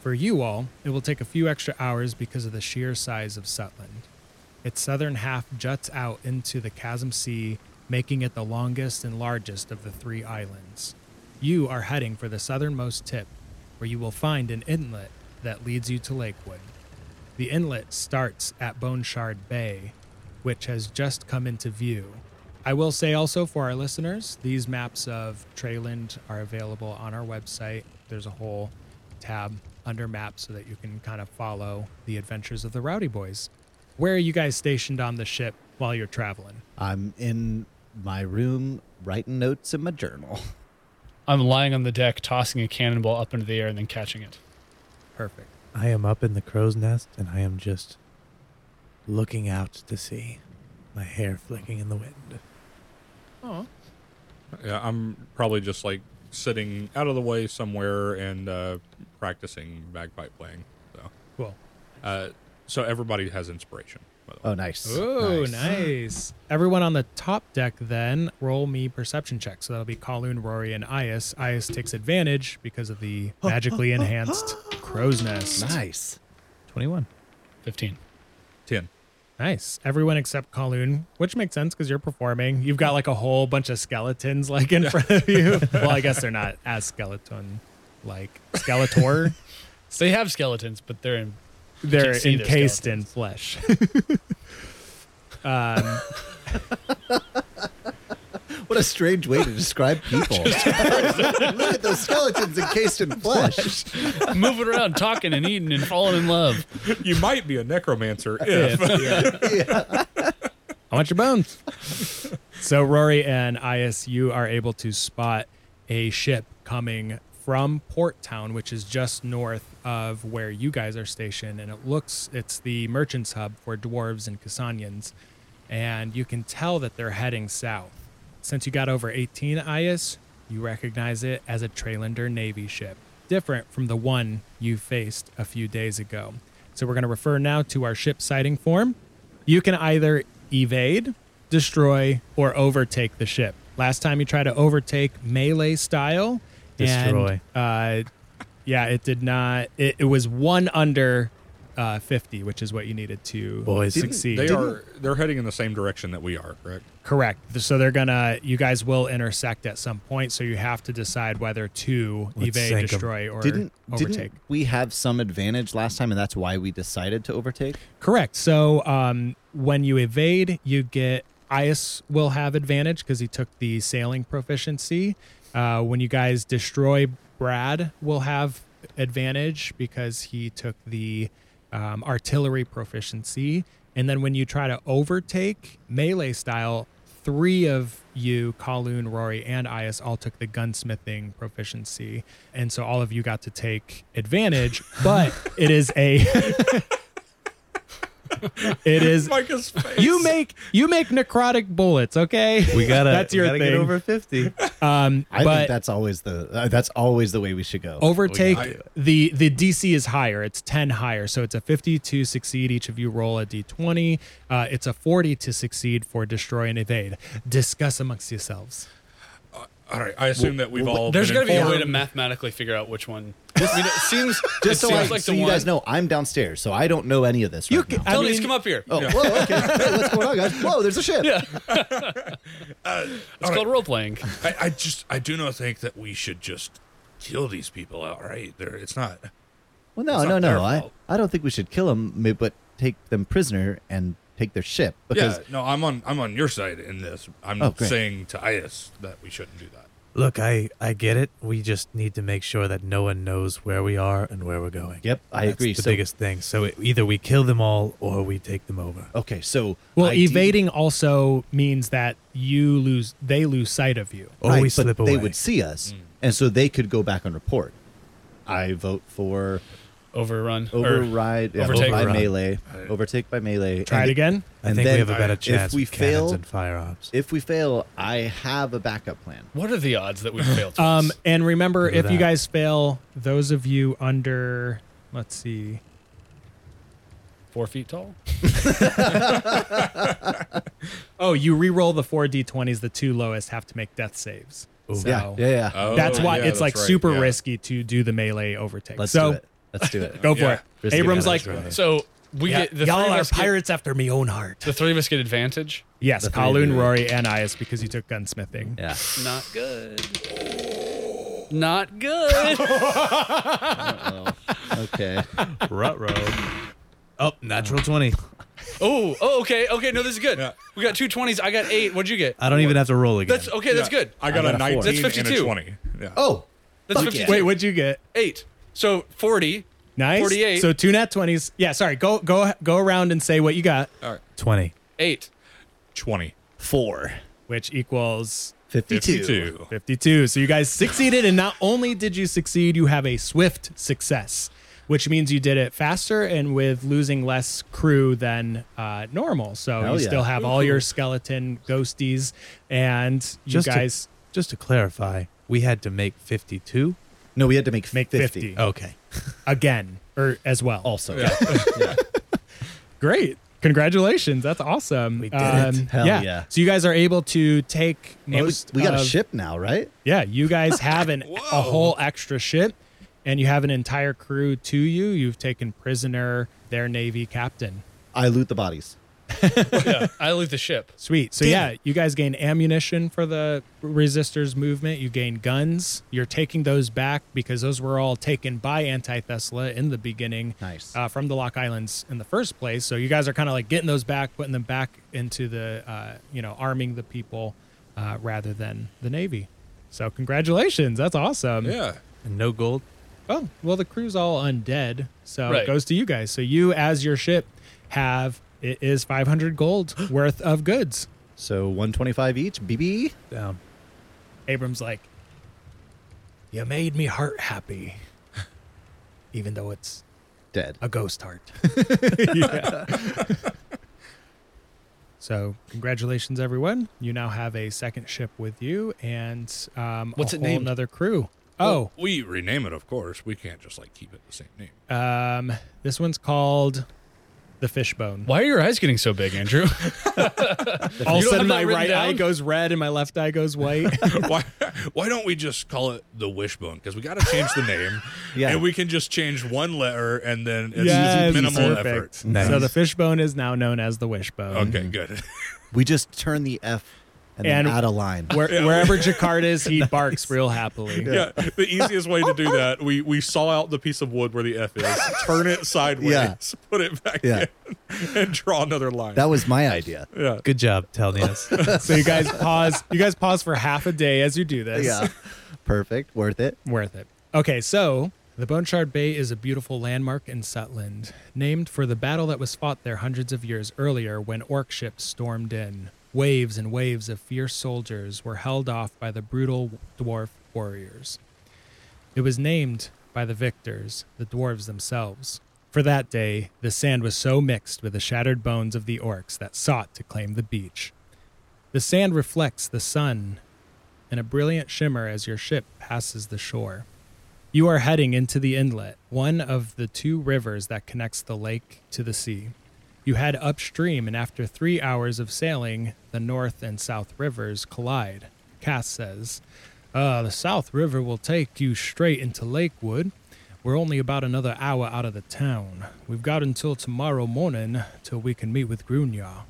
For you all, it will take a few extra hours because of the sheer size of Sutland. Its southern half juts out into the Chasm Sea, making it the longest and largest of the three islands. You are heading for the southernmost tip, where you will find an inlet that leads you to Lakewood. The inlet starts at Boneshard Bay, which has just come into view. I will say also for our listeners, these maps of Treyland are available on our website. There's a whole tab under maps so that you can kind of follow the adventures of the Rowdy Boys. Where are you guys stationed on the ship while you're traveling? I'm in my room writing notes in my journal. [LAUGHS] I'm lying on the deck, tossing a cannonball up into the air and then catching it. Perfect. I am up in the crow's nest and I am just looking out to sea, my hair flicking in the wind. Yeah, I'm probably just like sitting out of the way somewhere and uh, practicing bagpipe playing. So Cool. Uh, so everybody has inspiration. By the way. Oh, nice. Oh, nice. Everyone on the top deck then roll me perception check. So that'll be Kowloon, Rory, and Ayas. Ayas takes advantage because of the magically enhanced crow's nest. Nice. 21. 15. Ten. Nice. Everyone except Kowloon, which makes sense because you're performing. You've got like a whole bunch of skeletons like in front of you. well, I guess they're not as skeleton like. Skeletor. They have skeletons, but they're in. [LAUGHS] they're Can't see their encased in flesh. um, What a strange way [LAUGHS] to describe people. [LAUGHS] Look at those skeletons encased in flesh. moving around, talking and eating and falling in love. You might be a necromancer if I want your bones. so Rory and Ias, you are able to spot a ship coming from Port Town, which is just north of where you guys are stationed, and it looks it's the merchants hub for dwarves and Cassanians, and you can tell that they're heading south. Since you got over 18, Ias, you recognize it as a Trailander Navy ship, different from the one you faced a few days ago. So we're going to refer now to our ship sighting form. You can either evade, destroy, or overtake the ship. Last time you tried to overtake melee style, Destroy. And, uh, yeah, it did not. It, it was one under uh, fifty, which is what you needed to Boys. Didn't succeed. [LAUGHS] they are. They're heading in the same direction that we are. Correct. Correct. So they're gonna. You guys will intersect at some point. So you have to decide whether to Let's evade, sink 'em. destroy, or Didn't, overtake. didn't we have some advantage last time, and that's why we decided to overtake? Correct. So um, when you evade, you get Ias will have advantage because he took the sailing proficiency. Uh, when you guys destroy, Brad will have advantage because he took the um, artillery proficiency. And then when you try to overtake melee style, three of you, Kowloon, Rory, and Ias, all took the gunsmithing proficiency. And so all of you got to take advantage, but it is a. It is Micah's face. you make you make necrotic bullets, okay? We gotta, [LAUGHS] That's your we gotta get thing. over 50. Um, I but think that's always the uh, that's always the way we should go. overtake Oh, yeah. the the DC is higher. It's ten higher, so it's a fifty to succeed. Each of you roll a d20. Uh, it's a forty to succeed for destroy and evade. Discuss amongst yourselves. All right. I assume that we've all. There's been got to be a way to informed. mathematically figure out which one. I mean, it seems Just it so, I, seems like so the you one. guys know, I'm downstairs, so I don't know any of this. You right can- now. [LAUGHS] I Tell these mean- come up here. Oh, whoa, okay. Hey, what's going on, guys? Whoa, there's a ship. It's called role playing. I, I just. I do not think that we should just kill these people outright. There. It's not. Well, no, It's no, not their no. I, fault. I don't think we should kill them, but take them prisoner and take their ship because yeah. No. I'm on. I'm on your side in this. I'm Oh, great. saying to Ias that we shouldn't do that. Look, I, I get it. We just need to make sure that no one knows where we are and where we're going. Yep, I That's agree. The So- biggest thing. So it, either we kill them all or we take them over. okay, so Well, I de- evading also means that you lose. They lose sight of you. Or right, we but slip away. They would see us, Mm. and so they could go back and report. I vote for Overrun. or- override, yeah, overtake. by Overrun. melee, overtake by melee. Try and it again. I and think then we have a better if chance we with cannons fail- and firearms. If we fail, I have a backup plan. What are the odds that we [LAUGHS] failed? Um, and remember, Do if you that. guys fail, those of you under, let's see, four feet tall. Oh, you re-roll the four d20s. The two lowest have to make death saves. So yeah, yeah, yeah. Oh, that's why yeah, it's like right, super yeah. risky to do the melee overtake. Let's so do it. Let's do it. Go for Yeah. it. Just give Abram's it a like, try. So we Yeah, get the Y'all three of are us get- pirates after me own heart. the three of us get advantage. yes, The three of you, Kowloon, right? Rory, and I is because you took gunsmithing. [LAUGHS] yeah. Not good. Not good. [LAUGHS] Okay. [LAUGHS] Oh, natural 20. oh, oh, okay, okay. No, this is good. We got two twenties. I got eight. What'd you get? I don't even have to roll again. That's okay. That's Yeah. good. I got, got a a four. 19 That's and a 52. 20. Yeah. Oh, That's Fuck yeah. 52. Wait, what'd you get? eight. So forty. Nice. 48. So two nat twenties. Yeah, sorry. Go go go around and say what you got, 20. Eight. 20. four. which equals 52. 52. fifty-two. So you guys succeeded, and not only did you succeed, you have a swift success, which means you did it faster and with losing less crew than uh, normal. So Hell you yeah. still have all your skeleton ghosties, and you Just to- guys Just to clarify, we had to make 52. No, we had to make, Uh, Make 50. Okay. again or as well. Also. [LAUGHS] Great. Congratulations. That's awesome. Um, We did it. Hell yeah. So you guys are able to take And we, most we got a of- ship now, right? Yeah, you guys have an a whole extra ship and you have an entire crew to you. You've taken prisoner their navy captain. I loot the bodies. I loot the ship. Sweet. So yeah, you guys gain ammunition for the resistors movement. You gain guns. You're taking those back because those were all taken by Anti Thesla in the beginning. Nice. Uh, from the Lock Islands in the first place. So you guys are kind of like getting those back, putting them back into the uh, you know arming the people uh, rather than the navy. So congratulations, that's awesome. Yeah. And no gold. Oh, well, the crew's all undead, so Right. it goes to you guys. So you, as your ship, have it is 500 [GASPS] gold worth of goods. So 125 each, BB. Down. Abram's like, You made me heart [LAUGHS] happy, even though it's Dead. a ghost heart. [LAUGHS] [LAUGHS] so congratulations, everyone. You now have a second ship with you and um, What's a it whole named? Another crew. Oh, We rename it, of course. We can't just like keep it the same name. Um, this one's called the fishbone. Why are your eyes getting so [LAUGHS] big, Andrew? All of a You don't have sudden, that my written right eye down? goes red and my left eye goes [LAUGHS] white. [LAUGHS] why, why don't we just call it the wishbone? Because we got to change the name. [LAUGHS] Yeah. And we can just change one letter and then it's Yes, minimal perfect. effort. Mm-hmm. Nice. So the fishbone is now known as the wishbone. Okay, good. [LAUGHS] We just turn the F and, then And- add a line. Where, Wherever Jacquard [LAUGHS] is, he barks real happily. Yeah. The easiest way to do that, we we saw out the piece of wood where the F is, [LAUGHS] turn it sideways, Yeah. put it back Yeah. in, and draw another line. That was my [LAUGHS] idea. yeah. Good job telling us. So you guys pause. You guys pause for half a day as you do this. Yeah. Perfect. Worth it. Worth it. Okay, so the Bone Shard Bay is a beautiful landmark in Sutland, named for the battle that was fought there hundreds of years earlier when orc ships stormed in. Waves and waves of fierce soldiers were held off by the brutal dwarf warriors. It was named by the victors, the dwarves themselves. For that day, the sand was so mixed with the shattered bones of the orcs that sought to claim the beach. The sand reflects the sun in a brilliant shimmer as your ship passes the shore. You are heading into the inlet, one of the two rivers that connects the lake to the sea. You head upstream, and after three hours of sailing, the North and South Rivers collide. Cass says, uh, The South River will take you straight into Lakewood. We're only about another hour out of the town. We've got until tomorrow morning till we can meet with Grunyar.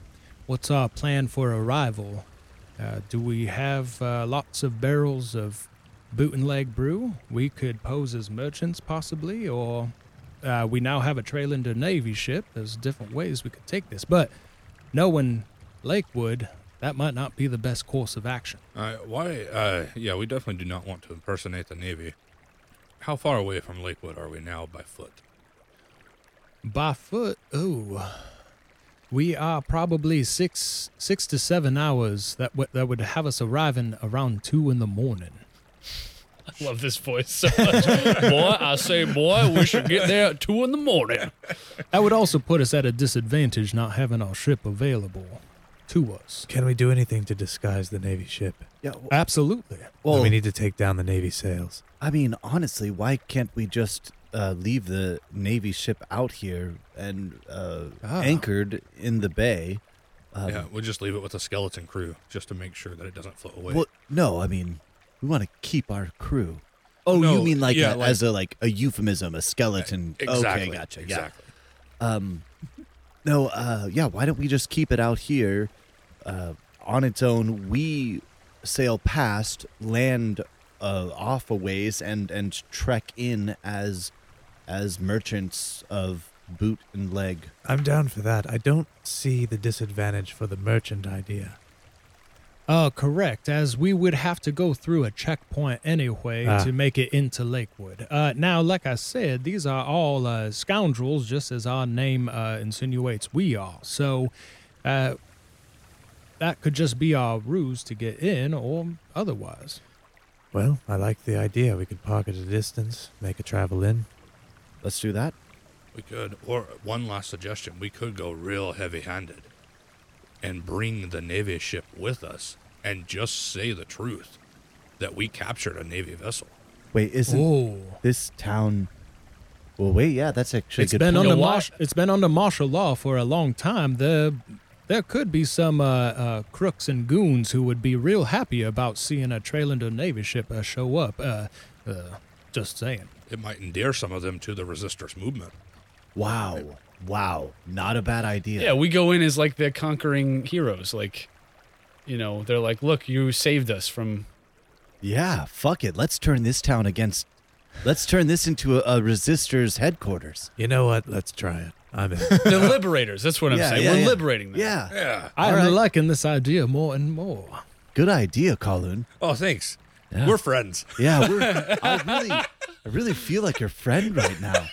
What's our plan for arrival? Uh, do we have uh, lots of barrels of boot and leg brew? We could pose as merchants, possibly, or uh, we now have a Trailander Navy ship. There's different ways we could take this, but knowing Lakewood, that might not be the best course of action. Uh, why? Uh, yeah, we definitely do not want to impersonate the Navy. How far away from Lakewood are we now by foot? By foot, ooh, we are probably six six to seven hours that w- that would have us arriving around two in the morning. I love this voice so much. boy, I say, boy, we should get there at two in the morning. That would also put us at a disadvantage not having our ship available to us. [LAUGHS] Can we do anything to disguise the Navy ship? Yeah. Absolutely. Well, we need to take down the Navy sails. I mean, honestly, why can't we just uh, leave the Navy ship out here and uh, Ah. anchored in the bay? Um, yeah, we'll just leave it with a skeleton crew just to make sure that it doesn't float away. Well, no, I mean, we want to keep our crew. Oh, you No, mean like, a, yeah, like- Eh, as a like a euphemism, a skeleton? Exactly. Okay, gotcha. Yeah. Exactly. Um, no, uh, yeah. Why don't we just keep it out here, uh, on its own? We sail past, land uh, off a ways, and and trek in as as merchants of boot and leg. I'm down for that. I don't see the disadvantage for the merchant idea. Oh, correct. As we would have to go through a checkpoint anyway Ah. to make it into Lakewood. Uh, now, like I said, these are all uh, scoundrels, just as our name uh, insinuates we are. So uh, that could just be our ruse to get in, or otherwise. Well, I like the idea. We could park at a distance, make a travel in. Let's do that. We could, or one last suggestion, we could go real heavy handed and bring the Navy ship with us and just say the truth that we captured a Navy vessel. Wait, isn't Oh, this town? Well, wait. Yeah, that's actually it's a good. been point. under You know what? martial. It's been under martial law for a long time. There, there could be some uh, uh, crooks and goons who would be real happy about seeing a Trailander Navy ship uh, show up. Uh, uh, just saying. It might endear some of them to the resistors movement. Wow, wow, not a bad idea. Yeah, we go in as like they're conquering heroes. Like, you know, they're like, look, you saved us [LAUGHS] from. Yeah, fuck it. Let's turn this town against. Let's turn this into a, a resistor's headquarters. You know what? Let's try it. I'm in. [LAUGHS] They're liberators. That's what I'm Yeah, saying. yeah, We're yeah. liberating them. Yeah, Yeah. I'm right. liking this idea more and more. good idea, Colin. Oh, thanks. We're friends. Yeah, [LAUGHS] we're, I really, I really feel like your friend right now.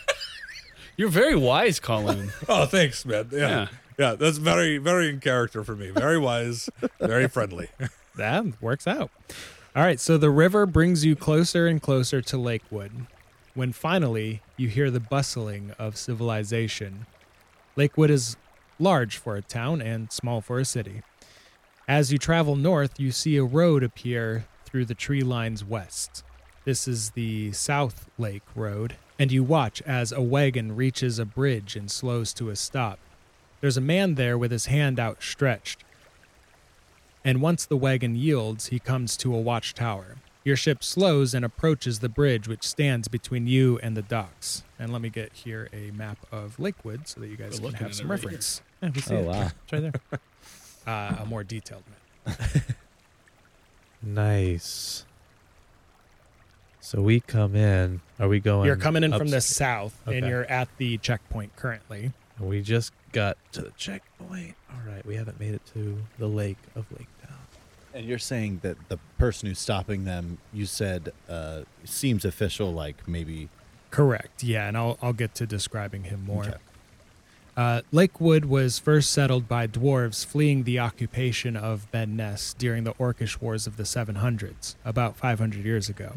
You're very wise, Colin. [LAUGHS] Oh, thanks, man. Yeah. Yeah. yeah. that's very, very in character for me. Very wise, very friendly. That works out. All right, so the river brings you closer and closer to Lakewood when finally you hear the bustling of civilization. Lakewood is large for a town and small for a city. As you travel north, you see a road appear through the tree lines west. This is the South Lake Road, and you watch as a wagon reaches a bridge and slows to a stop. There's a man there with his hand outstretched and once the wagon yields, he comes to a watchtower. Your ship slows and approaches the bridge which stands between you and the docks. And let me get here a map of Lakewood so that you guys We're can looking have at some it right reference. Yeah, we see Oh it. wow. It's right there. Uh, a more detailed map. Nice. So we come in. Are we going? You're coming in from the ups- south, and Okay. you're at the checkpoint currently. We just got to the checkpoint. All right, we haven't made it to the lake of Lake Town. And you're saying that the person who's stopping them, you said, uh, seems official. Like maybe. Correct. Yeah, and I'll I'll get to describing him more. Okay. Uh, Lakewood was first settled by dwarves fleeing the occupation of Ben Ness during the Orcish Wars of the 700s, about 500 years ago.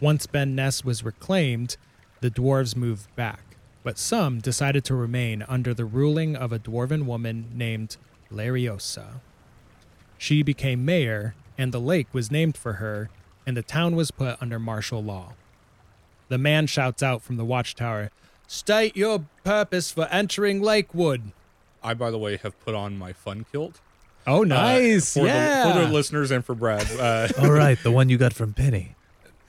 Once Ben Ness was reclaimed, the dwarves moved back, but some decided to remain under the ruling of a dwarven woman named Lariosa. She became mayor, and the lake was named for her, and the town was put under martial law. The man shouts out from the watchtower, State your purpose for entering Lakewood. I, by the way, have put on my fun kilt. Oh, uh, nice. for, yeah. the, for the listeners and for Brad. Uh, [LAUGHS] [LAUGHS] All right, the one you got from Penny.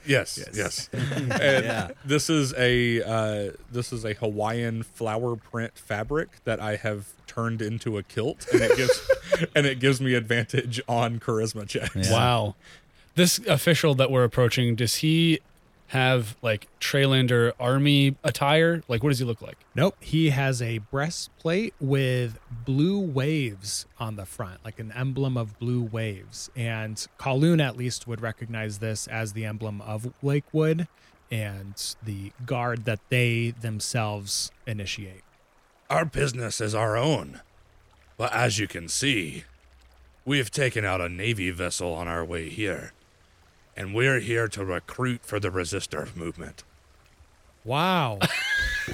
Yes, [LAUGHS] yes. and This is a uh, this is a Hawaiian flower print fabric that I have turned into a kilt, and it gives [LAUGHS] and it gives me advantage on charisma checks. Wow. This official that we're approaching, does he have like Trailander army attire? Like, what does he look like? nope. He has a breastplate with blue waves on the front, like an emblem of blue waves. And Kowloon at least would recognize this as the emblem of Lakewood and the guard that they themselves initiate. Our business is our own, but as you can see, we have taken out a navy vessel on our way here, and we're here to recruit for the resistor movement. Wow. [LAUGHS]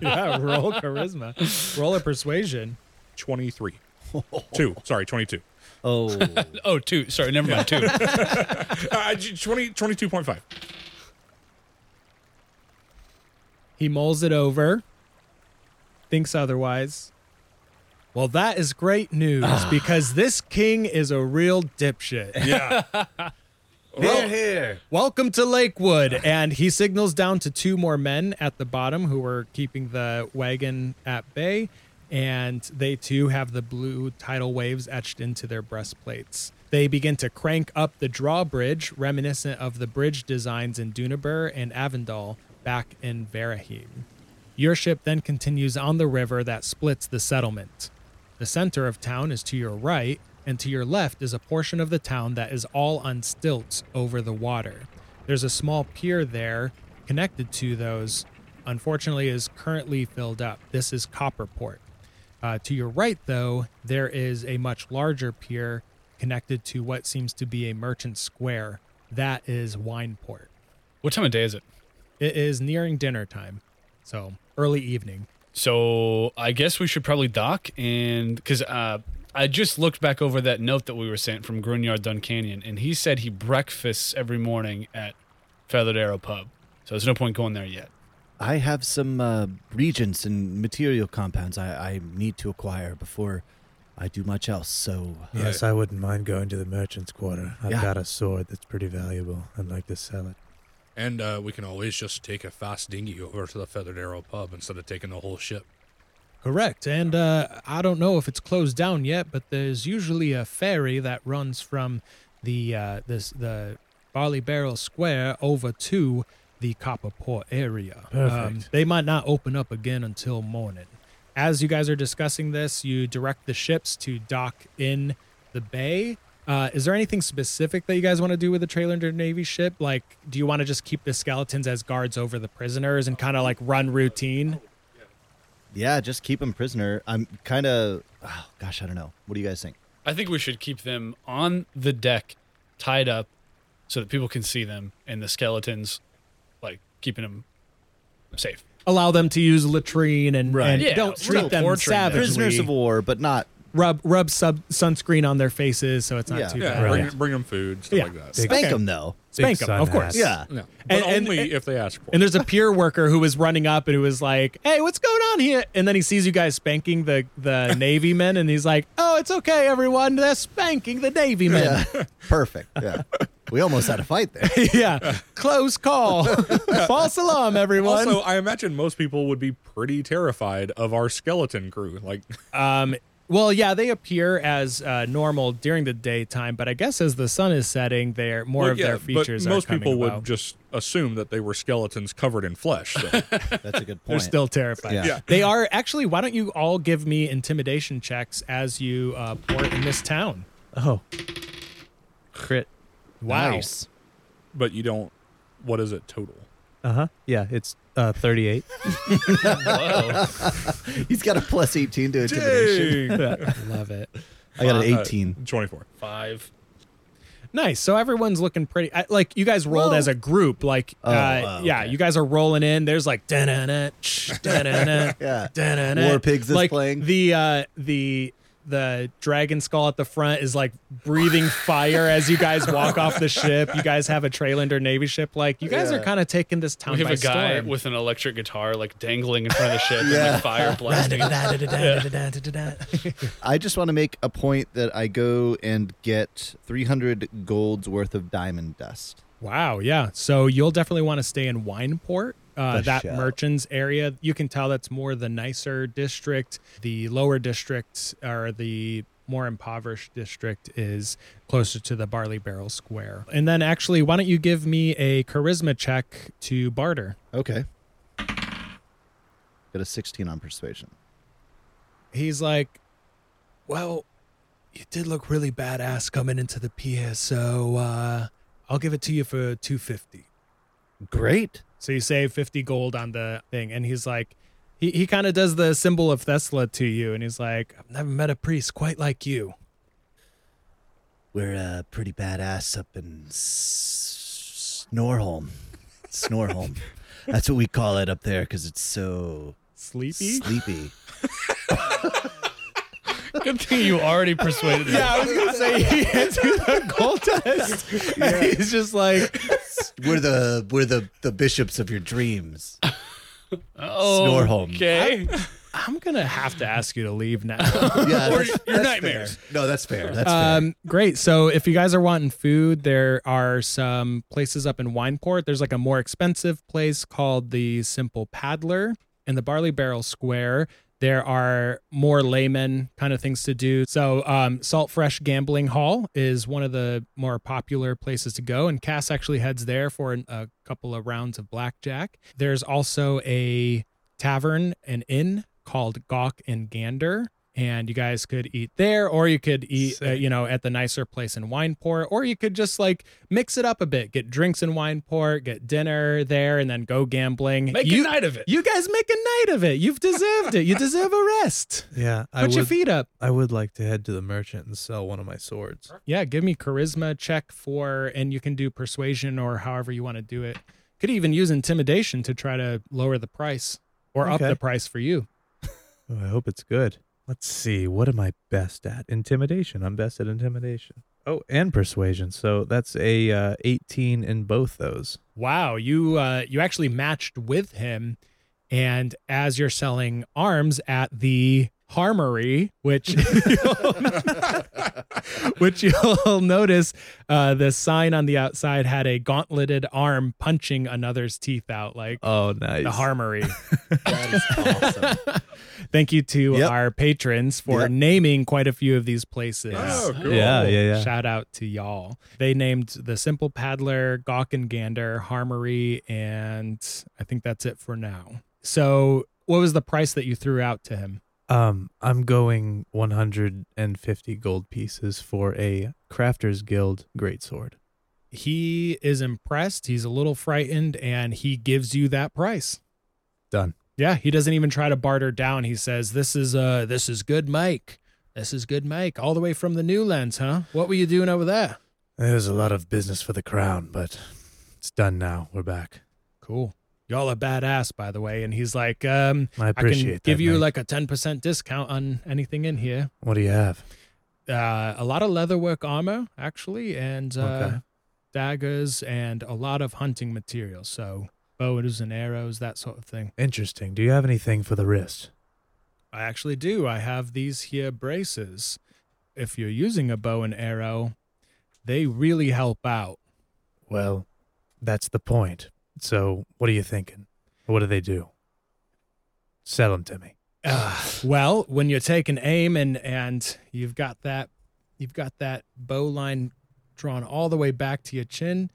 yeah, roll charisma. Roll a persuasion. Twenty [LAUGHS] three, two. Sorry, twenty two. Oh, Oh, two. Sorry, never mind. Two. Uh, 20, 22.5. He mulls it over, thinks otherwise. Well, that is [LAUGHS] great news because this king is a real dipshit. Yeah. They're here. Welcome to Lakewood. And he signals down to two more men at the bottom who were keeping the wagon at bay. And they too have the blue tidal waves etched into their breastplates. They begin to crank up the drawbridge, reminiscent of the bridge designs in Dunabur and Avondale back in Varahim. Your ship then continues on the river that splits the settlement. The center of town is to your right, and to your left is a portion of the town that is all on stilts over the water. There's a small pier there connected to those, unfortunately, is currently filled up. This is Copperport. Uh, to your right, though, there is a much larger pier connected to what seems to be a merchant square. That is Wineport. What time of day is it? It is nearing dinner time, so early evening. So I guess we should probably dock and because uh, I just looked back over that note that we were sent from Grunyard Dun Canyon, and he said he breakfasts every morning at Feathered Arrow Pub. So there's no point going there yet. I have some uh, regents and material compounds I, I need to acquire before I do much else. So uh, Yes, I wouldn't mind going to the merchant's quarter. I've Yeah. got a sword that's pretty valuable. I'd like to sell it. And uh, we can always just take a fast dinghy over to the Feathered Arrow pub instead of taking the whole ship. Correct. And uh, I don't know if it's closed down yet, but there's usually a ferry that runs from the uh, this the Barley Barrel Square over to the Copperport area. Um, Perfect. they might not open up again until morning. As you guys are discussing this, you direct the ships to dock in the bay. Uh, is there anything specific that you guys want to do with the trailer and navy ship? Like, do you want to just keep the skeletons as guards over the prisoners and kind of like run routine? yeah, just keep him prisoner. I'm kind of, oh, gosh, I don't know. What do you guys think? I think we should keep them on the deck, tied up, so that people can see them and the skeletons, like keeping them safe. allow them to use latrine and, Right. and Yeah, don't we're treat not them torturing them. savagely. Prisoners of war, but not. rub rub sub sunscreen on their faces so it's not Yeah. too Yeah, bad. bring, bring them food, stuff Yeah. like that. Big- Spank him, though. Spank Big them, of sun course. hats. [LAUGHS] Yeah. No, but And- and- only and- if they ask for And it. there's a pier worker who was running up and who was like, "Hey, what's going on here?" And then he sees you guys spanking the [LAUGHS] the navy men, and he's like, "Oh, it's okay, everyone. They're spanking the navy men. Yeah. [LAUGHS] Perfect. Yeah. we almost had a fight there. [LAUGHS] Yeah, close [LAUGHS] call. False alarm, everyone." Also, I imagine most people would be pretty terrified of our skeleton crew. Like, Um, well, yeah, they appear as uh, normal during the daytime, but I guess as the sun is setting, they're [LAUGHS] more well, of yeah, their features But are most coming people about. would just assume that they were skeletons covered in flesh. So. That's a good point. They're still terrified. Yeah. Yeah. They are actually. Why don't you all give me intimidation checks as you uh, port in this town? Oh, crit. Wow. Nice. but you don't. What is it total? uh huh. Yeah, it's uh, 38. Whoa. He's got a plus 18 to intimidation. [LAUGHS] Love it. I got an Uh, 18. Twenty-four. Five. Nice. So everyone's looking pretty. I, like you guys rolled Whoa. as a group. Like, Oh, uh, oh, yeah, okay. you guys are rolling in. There's like da-na-na, tsh, [LAUGHS] da-na-na, Yeah. da-na-na. War Pigs is like, playing. The uh, the the dragon skull at the front is like breathing fire as you guys walk off the ship. You guys have a Trailander Navy ship. Like you guys Yeah. are kind of taking this town We have by a guy storm. with an electric guitar like dangling in front of the ship and Yeah. like, fire [LAUGHS] blasting. I just want to make a point that I go and get 300 gold's worth of diamond dust. [LAUGHS] Wow, yeah. So you'll definitely want to stay in Wineport, uh, For that sure. merchants area. You can tell that's more the nicer district. The lower district or the more impoverished district is closer to the Barley Barrel Square. And then actually, why don't you give me a charisma check to barter? Okay. Got a 16 on persuasion. He's like, Well, you did look really badass coming into the pier, so uh, I'll give it to you for 250. Great. So you save 50 gold on the thing. And he's like, he, he kind of does the symbol of Thesla to you. And he's like, I've never met a priest quite like you. We're uh, pretty badass up in S- Snorholm. [LAUGHS] Snorholm. That's what we call it up there because it's so [LAUGHS] sleepy? sleepy. Good thing you already persuaded him. I was gonna say he [LAUGHS] hands you the gold test. And [LAUGHS] he's just like, we're the we're the, the bishops of your dreams. Oh, Snorholm. Okay. I'm gonna have to ask you to leave now. Yeah, [LAUGHS] Or that's- your that's nightmares. fair. No, that's fair. That's fair. um, great. So if you guys are wanting food, there are some places up in Wineport. There's like a more expensive place called the Simple Paddler in the Barley Barrel Square. There are more layman kind of things to do. So um, Salt Fresh Gambling Hall is one of the more popular places to go, and Cass actually heads there for an- a couple of rounds of blackjack. There's also a tavern and inn called Gawk and Gander. And you guys could eat there, or you could eat, uh, you know, at the nicer place in Wineport, or you could just like mix it up a bit, get drinks in Wineport, get dinner there, and then go gambling. Make You- a night of it. you guys make a night of it. You've deserved it. You deserve a rest. Yeah, I Put your would, feet up. I would like to head to the merchant and sell one of my swords. Yeah, give me charisma check for, and you can do persuasion or however you want to do it. Could even use intimidation to try to lower the price or up Okay. the price for you. Oh, I hope it's good. Let's see. What am I best at? Intimidation. I'm best at intimidation. Oh, and persuasion. So that's a uh, 18 in both those. Wow, you uh, you actually matched with him, and as you're selling arms at the harmory, which [LAUGHS] which you'll notice uh, the sign on the outside had a gauntleted arm punching another's teeth out, like Oh, nice. the harmory. [LAUGHS] that is awesome. Thank you to Yep. our patrons for Yep. Oh, naming quite a few of these places. Yeah, yeah, yeah. Shout out to y'all. They named the Simple Paddler, Gawk and Gander, Harmory, and I think that's it for now. So, what was the price that you threw out to him? Um, I'm going 150 gold pieces for a Crafters Guild greatsword. He is impressed. He's a little frightened, and he gives you that price. Done. Yeah, he doesn't even try to barter down. He says, "This is uh, this is good, Mike. This is good, Mike. All the way from the Newlands, huh? What were you doing over there?" There's a lot of business for the crown, but it's done now. We're back. Cool. Y'all are badass, by the way. And he's like, um, I I can appreciate that. give you mate. like a 10% discount on anything in here. what do you have? Uh, a lot of leatherwork armor, actually, and uh, Okay. daggers and a lot of hunting material. So bows and arrows, that sort of thing. Interesting. Do you have anything for the wrist? I actually do. I have these here braces. If you're using a bow and arrow, they really help out. Well, that's the point. So, what are you thinking? What do they do? Sell them to me. Uh, well, when you're taking aim and and you've got that you've got that bow line drawn all the way back to your chin,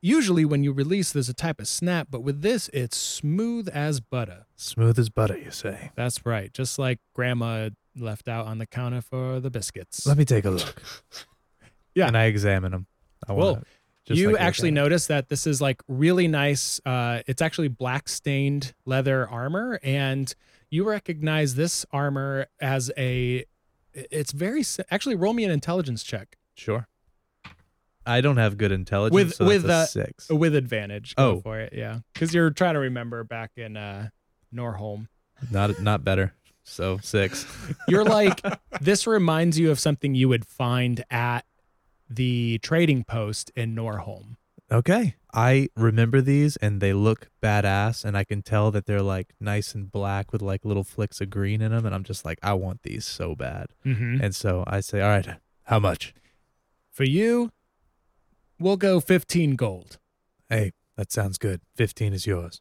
usually when you release there's a type of snap, but with this it's smooth as butter. Smooth as butter, you say. That's right, just like grandma left out on the counter for the biscuits. Let me take a look. Yeah. And I examine them. I Well, wanna just, you like, look actually at it. notice that this is like really nice. Uh, it's actually black stained leather armor, and you recognize this armor as a. It's very si- actually. Roll me an intelligence check Sure. I don't have good intelligence. With- so that's with, a uh, six. Uh, with advantage. Go Oh. for it, yeah, because you're trying to remember back in uh, Norholm. Not not better. So six. You're like, [LAUGHS] this reminds you of something you would find at the trading post in Norholm. Okay. I remember these and they look badass and I can tell that they're like nice and black with like little flicks of green in them and I'm just like I want these so bad. Mm-hmm. And so I say, "All right, how much?" For you, we'll go 15 gold. Hey, that sounds good. 15 is yours.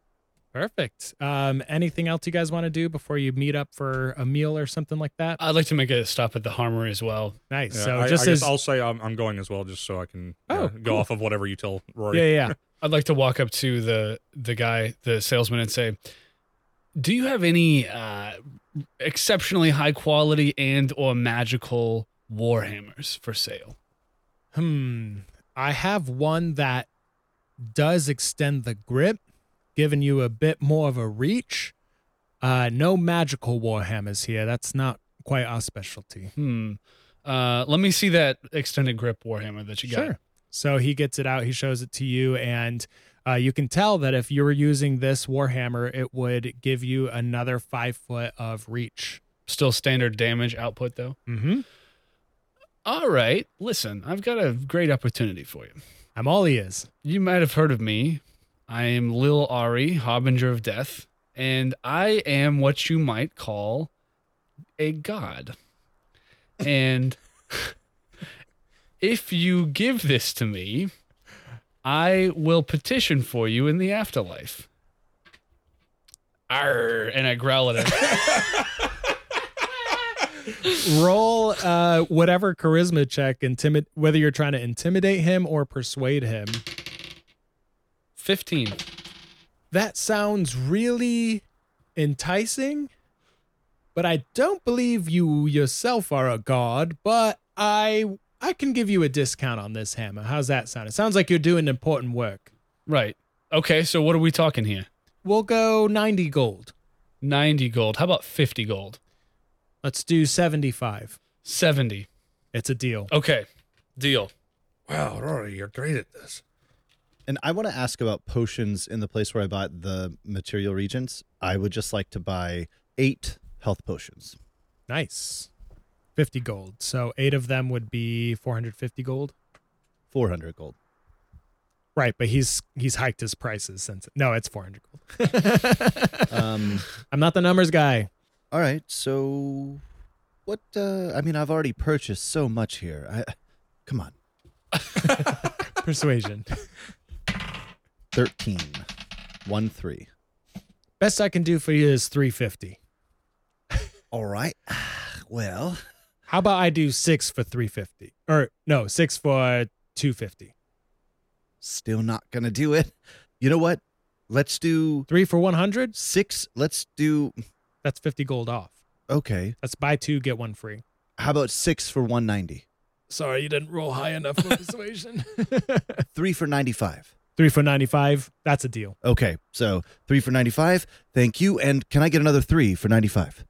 Perfect. Um, anything else you guys want to do before you meet up for a meal or something like that? I'd like to make a stop at the Harmory as well. nice. Yeah, so I, just I guess as I'll say I'm, I'm going as well, just so I can Oh, yeah, go off of whatever you tell Rory. yeah, yeah, yeah. I'd like to walk up to the the guy, the salesman, and say, "Do you have any uh, exceptionally high quality and or magical warhammers for sale?" Hmm. I have one that does extend the grip, giving you a bit more of a reach. Uh, no magical warhammers here. That's not quite our specialty. Hmm. Uh, let me see that extended grip warhammer that you got. So he gets it out. He shows it to you, and uh, you can tell that if you were using this warhammer, it would give you another five foot of reach. Still standard damage output though. Mm-hmm. All right, listen, I've got a great opportunity for you. I'm all ears. You might have heard of me. I am Lil Ari, Harbinger of Death. and I am what you might call a god. And if you give this to me, I will petition for you in the afterlife. Arr, and I growl at him. Roll uh, whatever charisma check, intimid- whether you're trying to intimidate him or persuade him. 15. That sounds really enticing, but I don't believe you yourself are a god, but I I can give you a discount on this hammer. How's that sound? It sounds like you're doing important work. Right. Okay, so what are we talking here? We'll go 90 gold. 90 gold. How about 50 gold? Let's do 75. 70. It's a deal. Okay, deal. Wow, Rory, you're great at this. And I want to ask about potions in the place where I bought the material regents. I would just like to buy eight health potions. Nice. 50 gold. So 8 of them would be 450 gold. 400 gold. Right, but he's he's hiked his prices since No, it's 400 gold. Um, I'm not the numbers guy. all right. So what? Uh, I mean, I've already purchased so much here. I, come on. Persuasion. [LAUGHS] 13. 1 3. Best I can do for you is 350. All right. [SIGHS] Well, How about I do 6 for 350? Or no, 6 for 250. still not going to do it. You know what? Let's do 3 for 100? six. Let's do. That's 50 gold off. Okay. That's buy 2 get 1 free. How about six for 190? Sorry, you didn't roll high enough for [LAUGHS] persuasion. Three for 95. 3 for 95. That's a deal. Okay. So three for 95. Thank you. And can I get another three for [LAUGHS] 95?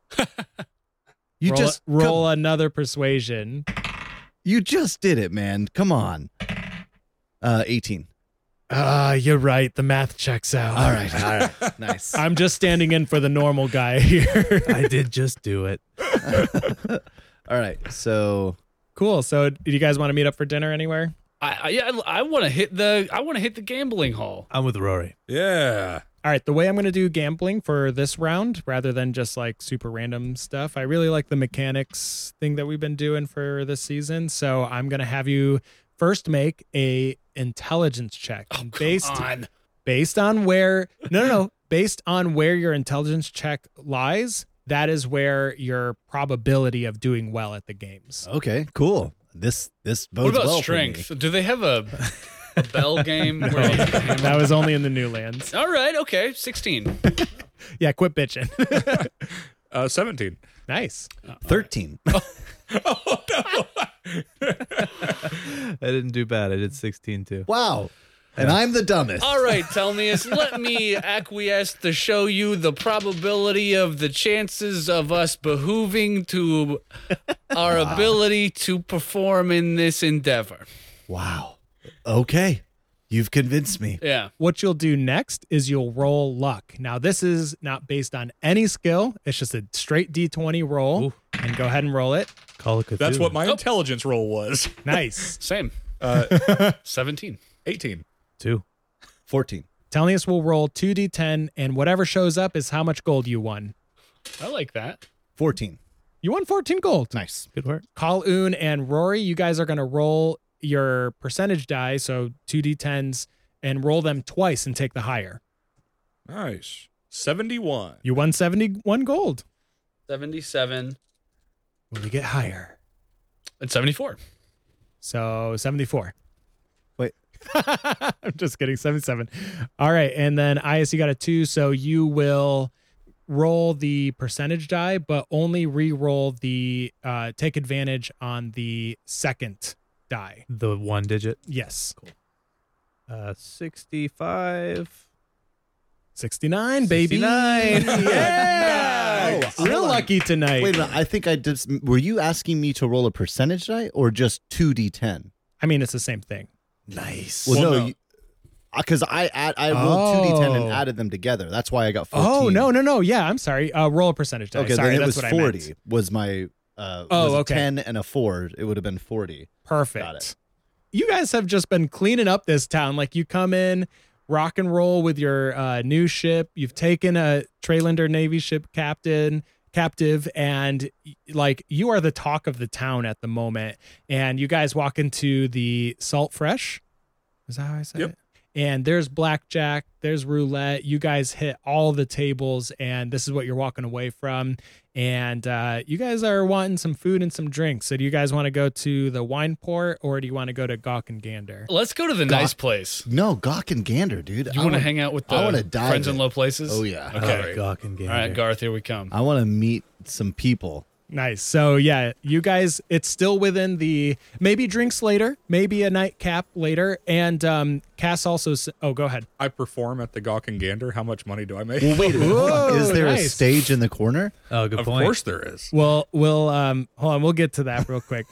You roll, just come- roll another persuasion. you just did it, man. Come on. Uh, 18. Ah, you're right. The math checks out. All right. All [LAUGHS] right. nice. I'm just standing in for the normal guy [LAUGHS] here. [LAUGHS] I did just do it. all right. So cool. So, do you guys want to meet up for dinner anywhere? [LAUGHS] I I, yeah, I, I want to hit the I want to hit the gambling hall. I'm with Rory. Yeah. All right. The way I'm going to do gambling for this round, rather than just like super random stuff, I really like the mechanics thing that we've been doing for this season. So, I'm going to have you first make a intelligence check Oh, And come based on. based on where no no no based on where your intelligence check lies. That is where your probability of doing well at the games. okay, cool. This this What bodes about well strength? for me. Do they have a, a bell game? where you hammer- [LAUGHS] that was only in the new lands. All right, okay, 16. Yeah, quit bitching. [LAUGHS] Uh, 17. Nice. [LAUGHS] Thirteen. I didn't do bad. I did 16 too. wow. And I'm the dumbest. Uh, All right, Telmius, let me acquiesce to show you the probability of the chances of us behooving to our ability to perform in this endeavor. Wow. Okay. You've convinced me. Yeah. What you'll do next is you'll roll luck. Now, this is not based on any skill, it's just a straight D20 roll. And go ahead and roll it. Call it Cthulhu. That's what my intelligence roll was. [LAUGHS] Nice. Same. [LAUGHS] 17. 18. too. Fourteen. Telling us we'll roll 2D10, and whatever shows up is how much gold you won. I like that. Fourteen. You won 14 gold. Nice. Good work. Kaloon and Rory, you guys are going to roll your percentage die, so 2D10s, and roll them twice and take the higher. Nice. 71. You won 71 gold. 77 Will you get higher? and 74. So 74. Wait. [LAUGHS] I'm just kidding. 77. All right. And then IS, you got a two. So you will roll the percentage die, but only re roll the uh, take advantage on the second die. The one digit. Yes. Uh, 65. 69, baby. 69. [LAUGHS] yeah. Nice. Real Hold on. lucky tonight. Wait a minute. I think I did. s- Were you asking me to roll a percentage die or just two d10? I mean, it's the same thing. Nice. Well, Well, no, no. you- uh, 'cause I add, I rolled two d10 Oh. and added them together. That's why I got fourteen. Oh, no, no, no. Yeah, I'm sorry. Uh, roll a percentage die. Okay, sorry, then it that's was what I meant. forty. Was my uh, Oh, was a okay. ten and a four? It would have been forty. Perfect. Got it. You guys have just been cleaning up this town. Like you come in, rock and roll with your uh, new ship. You've taken a Trailander Navy ship captain captive, and y- like you are the talk of the town at the moment. And you guys walk into the Salt Fresh. Is that how I say Yep. it? And there's blackjack, there's roulette. You guys hit all the tables, and this is what you're walking away from. And uh, you guys are wanting some food and some drinks. So, do you guys want to go to the wine port, or do you want to go to Gawk and Gander? Let's go to the nice place. No, Gawk and Gander, dude. You I want to wanna- hang out with I the wanna dive friends in in. low places? Oh yeah. Okay. Gawk and All Gander. right, Garth, here we come. I want to meet some people. Nice. So yeah, you guys, it's still within the maybe drinks later, maybe a nightcap later, and um, Cass also. s oh, go ahead. I perform at the Gawk and Gander. How much money do I make? Well, wait a minute. hold on. Whoa, Is there a nice. stage in the corner? Oh, good of point. course there is. Well, we'll um, hold on. We'll get to that real quick.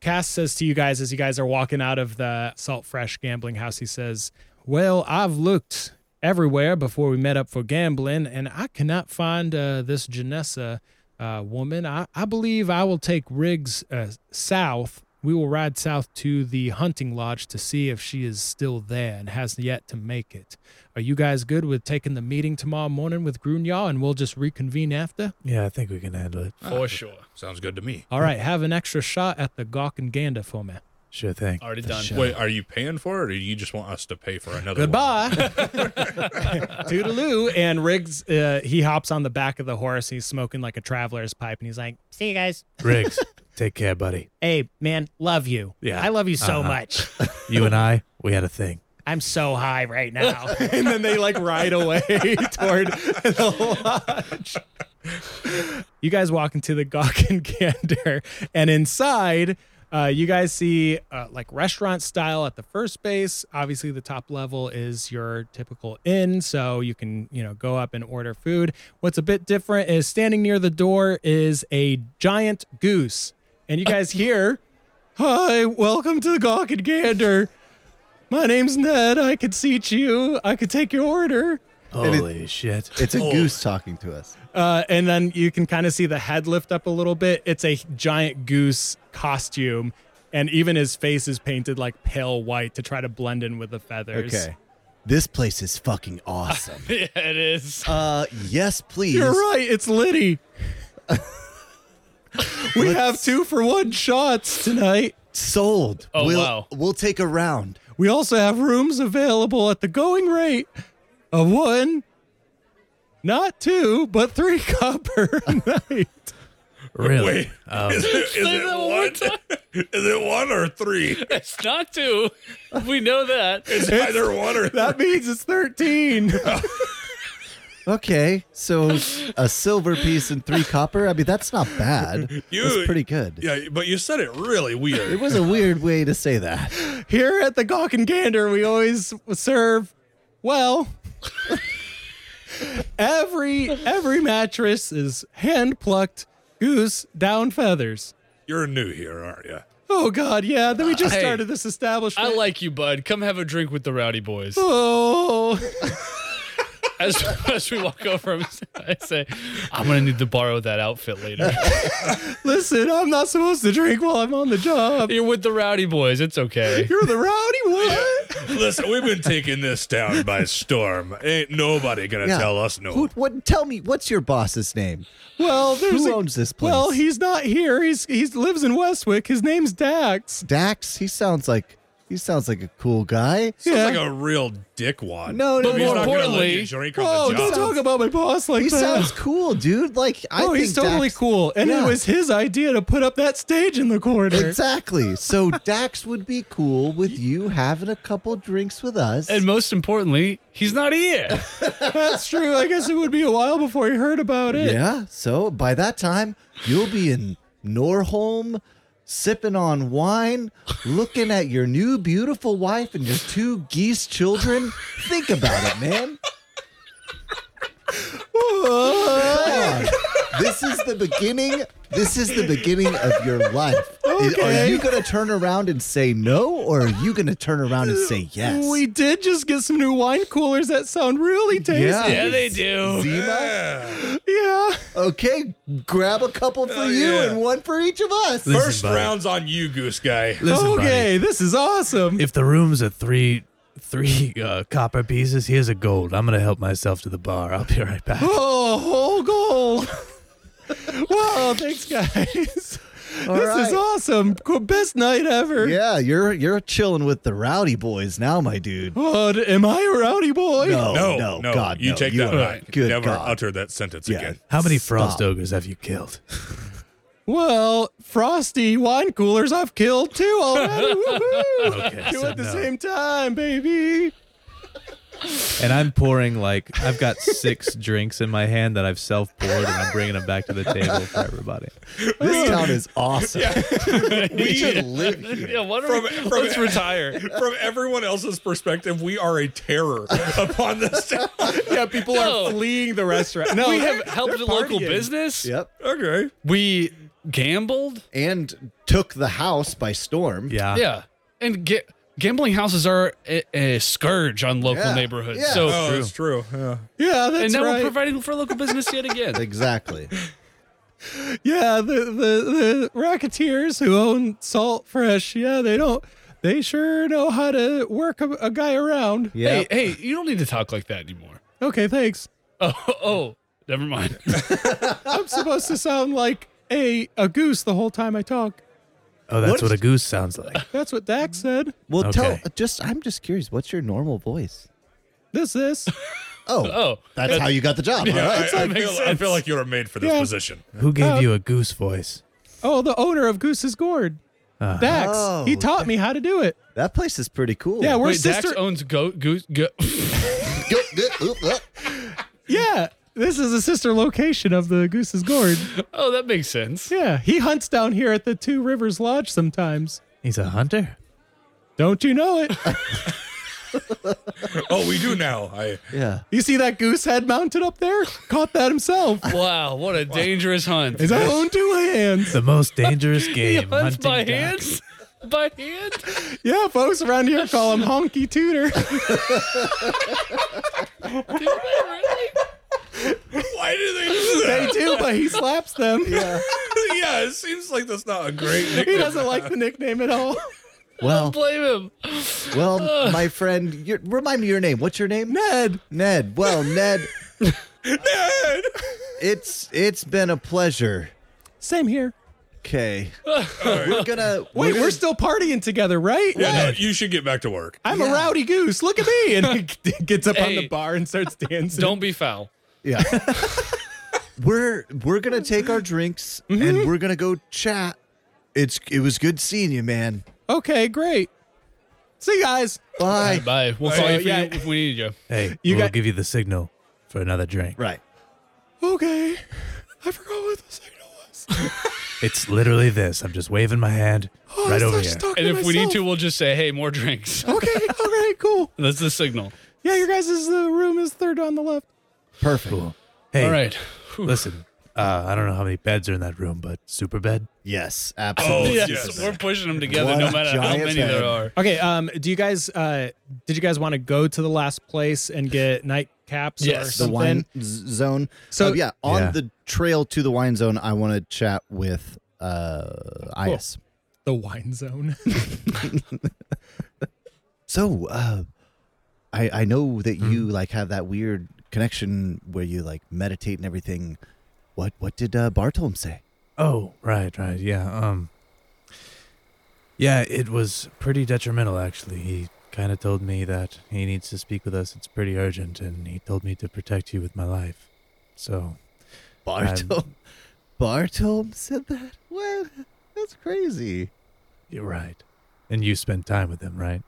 Cass says to you guys as you guys are walking out of the Salt Fresh gambling house, he says, "Well, I've looked everywhere before we met up for gambling, and I cannot find uh, this Janessa uh, woman. I, I believe I will take Riggs uh, south. We will ride south to the hunting lodge to see if she is still there and has yet to make it. Are you guys good with taking the meeting tomorrow morning with Grunyaw, and we'll just reconvene after?" Yeah, I think we can handle it. Ah, For sure. Sounds good to me. All right, have an extra shot at the Gawk and Gander for me. Sure thing. Already done. [LAUGHS] Wait, are you paying for it, or do you just want us to pay for another? one? Goodbye. [LAUGHS] Toodaloo. And Riggs, uh, he hops on the back of the horse. He's smoking like a traveler's pipe and he's like, See you guys. [LAUGHS] Riggs, take care, buddy. Hey, man, love you. Yeah. I love you so Uh-huh. much. You and I, we had a thing. I'm so high right now. [LAUGHS] and then they like ride away [LAUGHS] toward the lodge. You guys walk into the Gawk and [LAUGHS] Gander, and inside, uh, you guys see uh, like restaurant style at the first base. Obviously, the top level is your typical inn, so you can you know go up and order food. What's a bit different is standing near the door is a giant goose, and you [LAUGHS] guys hear, "Hi, welcome to the Gawk and Gander." My name's Ned. I could seat you. I could take your order. Holy shit. It's a goose talking to us. Uh, and then you can kind of see the head lift up a little bit. It's a giant goose costume. And even his face is painted like pale white to try to blend in with the feathers. [LAUGHS] Okay. This place is fucking awesome. yeah, it is. uh, yes, please. You're right. It's Liddy. we have two for one shots tonight. Sold. Oh, we'll, wow. We'll take a round. We also have rooms available at the going rate of one, not two, but three [LAUGHS] copper a night. Really? Wait, is it, is Say that one more it one? [LAUGHS] is it one or three? It's not two. We [LAUGHS] know that. It's either one or That means it's 13. Okay. So a silver piece and three copper. I mean, that's not bad. You- that's pretty good. Yeah, but you said it really It weird. was a weird way to say that. Here at the Gawk and Gander, we always serve well. every every mattress is hand plucked goose down feathers. You're new here, aren't you? Oh God, yeah. Then we just Hey, started this establishment. I like you, bud. Come have a drink with the [LAUGHS] rowdy boys. Oh, As, as we walk over, I'm- I say, I'm going to need to borrow that [LAUGHS] outfit later. listen, I'm not supposed to drink while I'm on the job. You're with the rowdy boys. It's okay. You're the rowdy what? Listen, we've been taking this town by storm. Ain't nobody gonna Yeah. tell us no. Who, what? Tell me, what's your boss's name? Well, there's Who a- owns this place? well, he's not here. He's he lives in Westwick. His name's Dax. Dax. He sounds like he sounds like a cool guy. Sounds yeah. like a real dickwad. No, no, But he's more not gonna let importantly- you drink on the Whoa, Oh, don't job. talk about my boss like He that. sounds cool, dude. Like I oh, think he's totally Dax- cool. And Yeah. it was his idea to put up that stage in the corner. Exactly. So Dax would be cool with [LAUGHS] you having a couple drinks with us. And most importantly, he's [LAUGHS] not here. That's true. I guess it would be a while before he heard about it. yeah. So by that time, you'll be in Norholm, sipping on wine, looking at your new beautiful wife and your two geese children. Think about [LAUGHS] it, man. Come on. This is the beginning. This is the beginning of your life. I- Are Okay. you going to turn around and say no, or are you going to turn around and say yes? We did just get some new wine coolers that sound really tasty. Yeah. Yeah, they do. Zima? Yeah. Okay, grab a couple for Oh, Hell you yeah. and one for each of us. Listen, First buddy. round's on you, Goose Guy. Listen, buddy. okay, this is awesome. If the rooms are three three uh, copper pieces. Here's a gold. I'm gonna help myself to the bar. I'll be right back. Oh, whole gold. Whoa, thanks, guys. All this right. is awesome. Cool- Best night ever. Yeah, you're you're chilling with the rowdy boys now, my dude. Oh, d- am I a rowdy boy? No, no, no, no, God, you no, take that are back. not. Good Never God. utter that sentence Yeah. [LAUGHS] again. How many frost Stop. ogres have you killed? Well, frosty wine coolers I've killed two already. [LAUGHS] Woohoo! Okay, Do so it at the no. same time, baby. And I'm pouring like I've [LAUGHS] got six drinks in my hand that I've self poured, and I'm bringing them back to the table [LAUGHS] for everybody. This town is awesome. [LAUGHS] we should live here. Yeah, what are From- we, from- let's retire. [LAUGHS] From everyone else's perspective, we are a terror upon this town. Yeah, people No. are fleeing the restaurant. No, we have helped they're the local partying. business. Yep. Okay. We gambled. And took the house by storm. Yeah. yeah, and ga- gambling houses are a, a scourge on local Yeah. neighborhoods. Yeah. So, Oh, that's true. Yeah. Yeah, and Oh, that's now right. we're providing for local business yet [LAUGHS] again. Exactly. yeah, the, the the racketeers who own Salt Fresh. Yeah, they don't. They sure know how to work a, a guy around. Yeah. Hey, hey, you don't need to talk like that anymore. [LAUGHS] Okay, thanks. Oh, oh, never mind. [LAUGHS] I'm supposed to sound like a a goose the whole time I talk. Oh, that's what a goose sounds like. That's what Dax said. Well, tell Okay. just I'm just curious. What's your normal voice? This this. Oh, Oh, that's how you got the [LAUGHS] job. All right. I, I makes feel, I sense. feel like you are made for this Yeah. position. Who gave Uh, you a goose voice? Oh, the owner of Goose's Gourd. Uh-huh. Dax. Oh, he taught me how to do it. That place is pretty cool. Yeah, we're wait, sister. Dax owns go- goose. Go- [LAUGHS] yeah, this is a sister location of the Goose's Gourd. oh, that makes sense. Yeah, he hunts down here at the Two Rivers Lodge sometimes. He's a hunter. Don't you know it? Oh, we do now. I yeah. You see that goose head mounted up there? Caught that himself. Wow, what a dangerous hunt. His own two hands. The [LAUGHS] most dangerous game. Hunts hunting by duck. hand? [LAUGHS] By hand? Yeah, folks around here call him Honky Tooter. Do they really? why do they do They that? do, but he slaps them. [LAUGHS] yeah, it seems like that's not a [LAUGHS] great He nickname. doesn't like the nickname at all. Well, Blame him. well, my friend, you remind me your name. What's your name? Ned. Ned. Well, Ned, Ned! it's it's been a pleasure. Same here. Okay. We're gonna Wait, gonna- we're still partying together, right? Yeah, no, you should get back to work. I'm a rowdy goose. Look at me. And he [LAUGHS] gets up on Hey. the bar and starts dancing. [LAUGHS] Don't be foul. Yeah. we're we're gonna take our drinks and we're gonna go chat. It's it was good seeing you, man. Okay, great. See you guys. Bye. Bye. We'll call Hey, you if, yeah. you if we need [LAUGHS] you. Hey, You we'll got- give you the signal for another drink. Right. Okay. I forgot what the signal was. It's literally this. I'm just waving my hand [GASPS] Oh, right I over started here. talking And to if we need myself. to, we'll just say, hey, more [LAUGHS] drinks. [LAUGHS] Okay, all right, cool. That's the signal. Yeah, your guys' is the room is third on the left. Perfect. Hey, All right. Whew. listen. Uh, I don't know how many beds are in that room, but super bed. Yes, Oh, absolutely. [LAUGHS] Yes, yes. we're pushing them together no One matter how giant many bed. there are. Okay, um, do you guys uh did you guys want to go to the last place and get nightcaps Yes. or The something? wine z- zone. So- So yeah, on Yeah. the trail to the wine zone, I want to chat with uh Ayas. The wine zone. So uh I I know that Mm. you like have that weird connection where you like meditate and everything. What what did uh, Bartolom say? Oh, right, right, yeah. Um, yeah, it was pretty detrimental, actually. He kind of told me that he needs to speak with us. It's pretty urgent, and he told me to protect you with my life. So, Bartol Bartol Um, said that? What? That's crazy. you're right. And you spent time with him, right?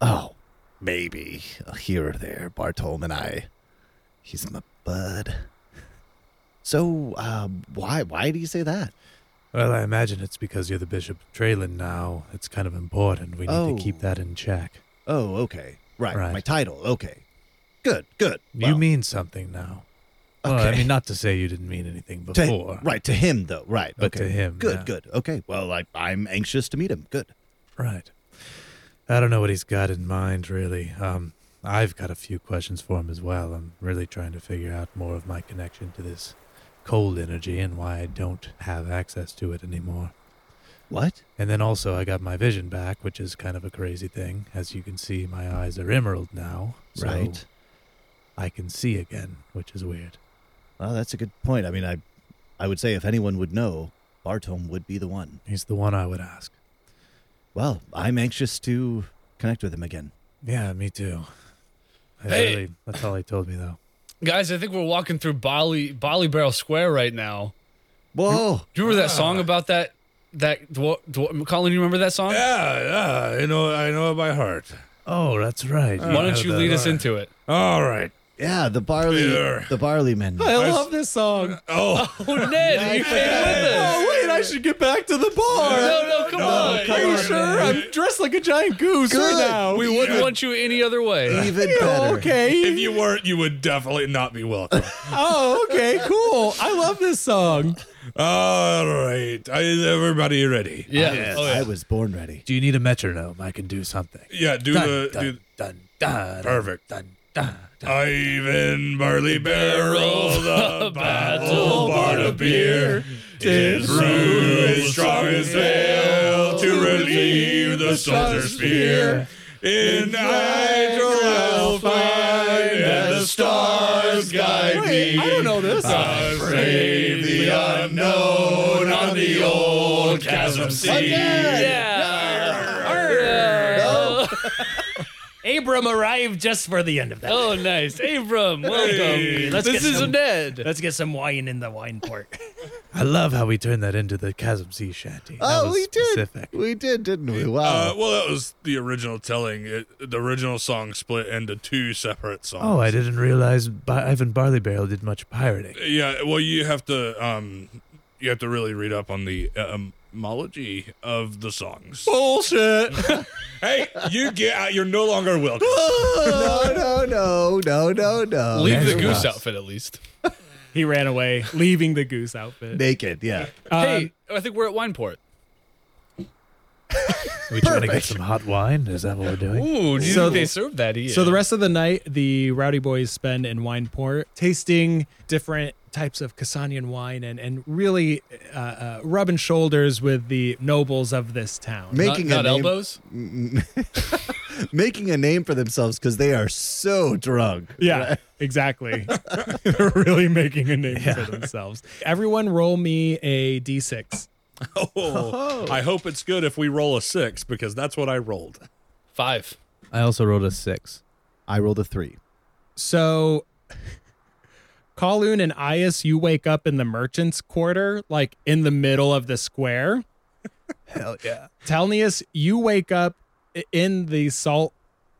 Oh, maybe here or there, Bartolom and I. He's my bud. So, uh, why why do you say that? Well, I imagine it's because you're the Bishop of Traylon now. It's kind of important. We need Oh. to keep that in check. Oh, okay, right, Right. my title. Okay, good, good. you Well, mean something now. Well, I Okay. mean, not to say you didn't mean anything to- before. right to him though, right? But okay. to him, good, yeah. good. Okay, well, I, I'm anxious to meet him. Good. Right. I don't know what he's got in mind, really. Um, I've got a few questions for him as well. I'm really trying to figure out more of my connection to this cold energy and why I don't have access to it anymore. What? And then also I got my vision back, which is kind of a crazy thing. As you can see, my eyes are emerald now. so Right. I can see again, which is weird. Well, that's a good point. I mean, I, I would say if anyone would know, Bartome would be the one. He's the one I would ask. Well, I'm anxious to connect with him again. Yeah, me too. I Hey. really- that's all he told me though. Guys, I think we're walking through Bali Bali Barrel Square right now. Whoa! Do you remember that song about that that dwar- dwar- Colin, you remember that song? Yeah, yeah, you know, Ah, I know it by heart. Oh, that's right. Why don't you lead us into it? All right. Yeah, the barley, Beer. the barley men. [LAUGHS] I love this song. Oh, [LAUGHS] Oh, Ned, you came with us. Oh wait, I should get back to the bar. No, no, come on. Are you sure? I'm dressed like a giant goose Good. right now. We wouldn't want you any other way. Even better. if okay. you weren't, you would definitely not be [LAUGHS] welcome. Oh, okay. Cool. I love this song. All right. Is everybody ready? Yeah. Oh, I yeah. was born ready. Do you need a metronome? I can do something. Yeah, do the. do, dun, dun, Perfect. Dun, dun, dun. Ivan Barley Barrel, [LAUGHS] the battle bard of beer. Tis brewed with strongest ale to relieve the soldier's fear. In nitro I'll find and the stars guide me. I don't know this. I brave the unknown on the old chasm sea. [LAUGHS] Yeah. Abram arrived just for the end of that. Oh, nice. Abram, welcome. Hey, let's this get is some- Ned. Let's get some wine in the wine port. I love how we turned that into the Chasm Sea Shanty. That Oh, was we did. specific. We did, didn't we? Uh, Oh. Wow. well, that was the original telling. It, the original song split into two separate songs. Oh, I didn't realize Bi- Ivan Barley Barrel did much pirating. Yeah, well, you have to um, you have to really read up on the um, etymology of the songs. Bullshit. [LAUGHS] hey, you get out. You're no longer [LAUGHS] welcome. Oh. no, no, no, no, no, no. Uh, Leave the Never goose mind. outfit at least. [LAUGHS] He ran away, leaving the goose outfit. Naked, yeah. Uh, hey, I think we're at Wineport. We trying to get some hot wine? Is that what [LAUGHS] we're doing? Ooh, do you So- think they serve that here? So the rest of the night, the rowdy boys spend in Wineport, tasting different types of Cassanian wine and and really uh, uh, rubbing shoulders with the nobles of this town. not, Making not a name, elbows? making a name for themselves because they are so drunk. Yeah, exactly. [LAUGHS] They're really making a name for themselves. Everyone, roll me a d6. Oh, I hope it's good if we roll a six because that's what I rolled. Five. I also rolled a six. I rolled a three. So, Kowloon and Ayas, you wake up in the merchants' quarter, like in the middle of the square. Hell yeah. Telnius, you wake up i- in the salt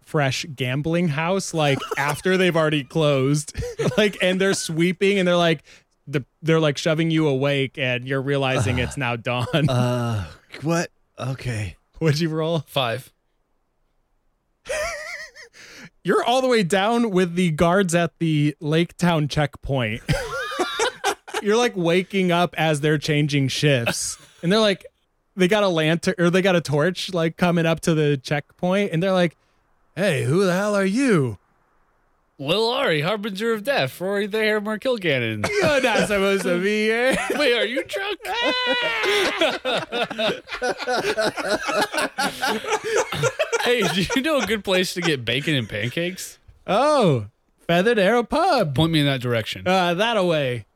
fresh gambling house, like after they've already closed, [LAUGHS] like, and they're sweeping and they're like, the, they're like shoving you awake, and you're realizing it's now dawn. [LAUGHS] Uh, what? Okay. What'd you roll? Five. You're all the way down with the guards at the Lake Town checkpoint. [LAUGHS] You're like waking up as they're changing shifts. And they're like, they got a lantern or they got a torch like coming up to the checkpoint. And they're like, hey, who the hell are you? Lil Ari, Harbinger of Death, Rory the Hammer [LAUGHS] Kilgannon. You're not "Oh, supposed to be here. Wait, are you drunk? [LAUGHS] hey, do you know a good place to get bacon and pancakes? Oh, Feathered Arrow Pub. Point me in that direction. Uh, that away.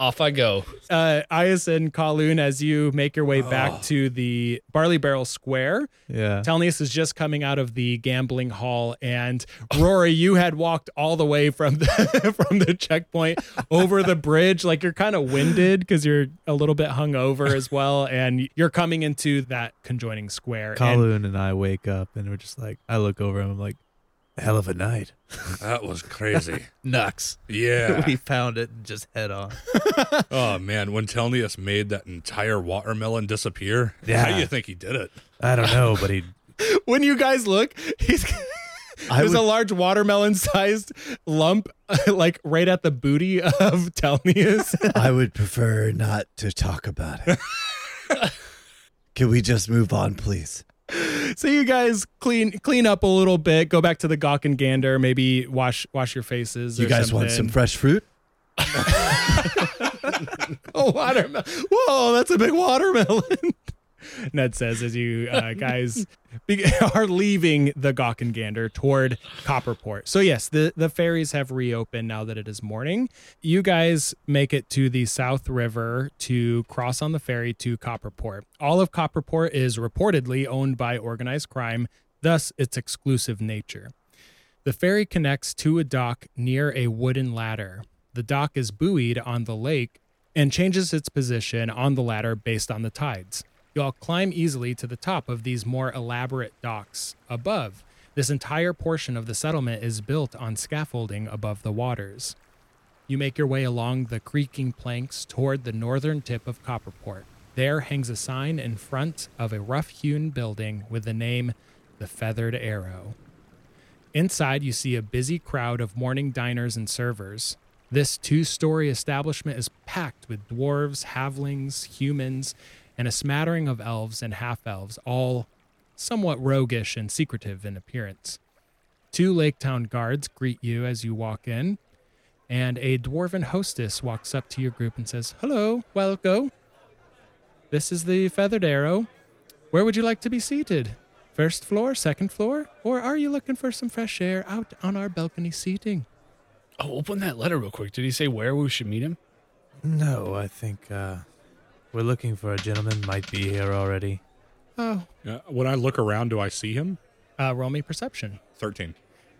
Off I go. Uh, Ayas and Kowloon, as you make your way back to the Barley Barrel Square, Yeah. Telnius is just coming out of the gambling hall, and Rory, you had walked all the way from the [LAUGHS] from the checkpoint over the bridge. Like you're kind of winded because you're a little bit hungover as well, and you're coming into that conjoining square. And Kowloon and I wake up and we're just like, I look over and I'm like, hell of a night. That was crazy. Nux. Yeah. [LAUGHS] We found it and just head on. oh man, when Telnius made that entire watermelon disappear, how Yeah. do you think he did it? I don't know, but he. when you guys look, he's I there's would, a large watermelon-sized lump, [LAUGHS] like right at the booty of Telnius. [LAUGHS] [LAUGHS] I would prefer not to talk about it. Can we just move on, please? so you guys clean clean up a little bit, go back to the gawk and gander, maybe wash wash your faces. You or guys want some something. fresh fruit? [LAUGHS] a watermelon. [LAUGHS] Whoa, that's a big watermelon. Ned says as you uh, guys be- [LAUGHS] are leaving the Gawkengander toward Copperport. So yes, the the ferries have reopened now that it is morning. You guys make it to the South River to cross on the ferry to Copperport. All of Copperport is reportedly owned by organized crime, thus its exclusive nature. The ferry connects to a dock near a wooden ladder. The dock is buoyed on the lake and changes its position on the ladder based on the tides. Y'all climb easily to the top of these more elaborate docks above. This entire portion of the settlement is built on scaffolding above the waters. You make your way along the creaking planks toward the northern tip of Copperport. There hangs a sign in front of a rough hewn building with the name The Feathered Arrow. Inside, you see a busy crowd of morning diners and servers. This two story establishment is packed with dwarves, halflings, humans, and a smattering of elves and half elves, all somewhat roguish and secretive in appearance. Two Lake Town guards greet you as you walk in, and a dwarven hostess walks up to your group and says, Hello, welcome. This is the Feathered Arrow. Where would you like to be seated? First floor, second floor, or are you looking for some fresh air out on our balcony seating? Oh, open that letter real quick. Did he say where we should meet him? No, I think uh, we're looking for a gentleman. Might be here already. Oh, Uh, when I look around, do I see him? uh, roll me perception. 13.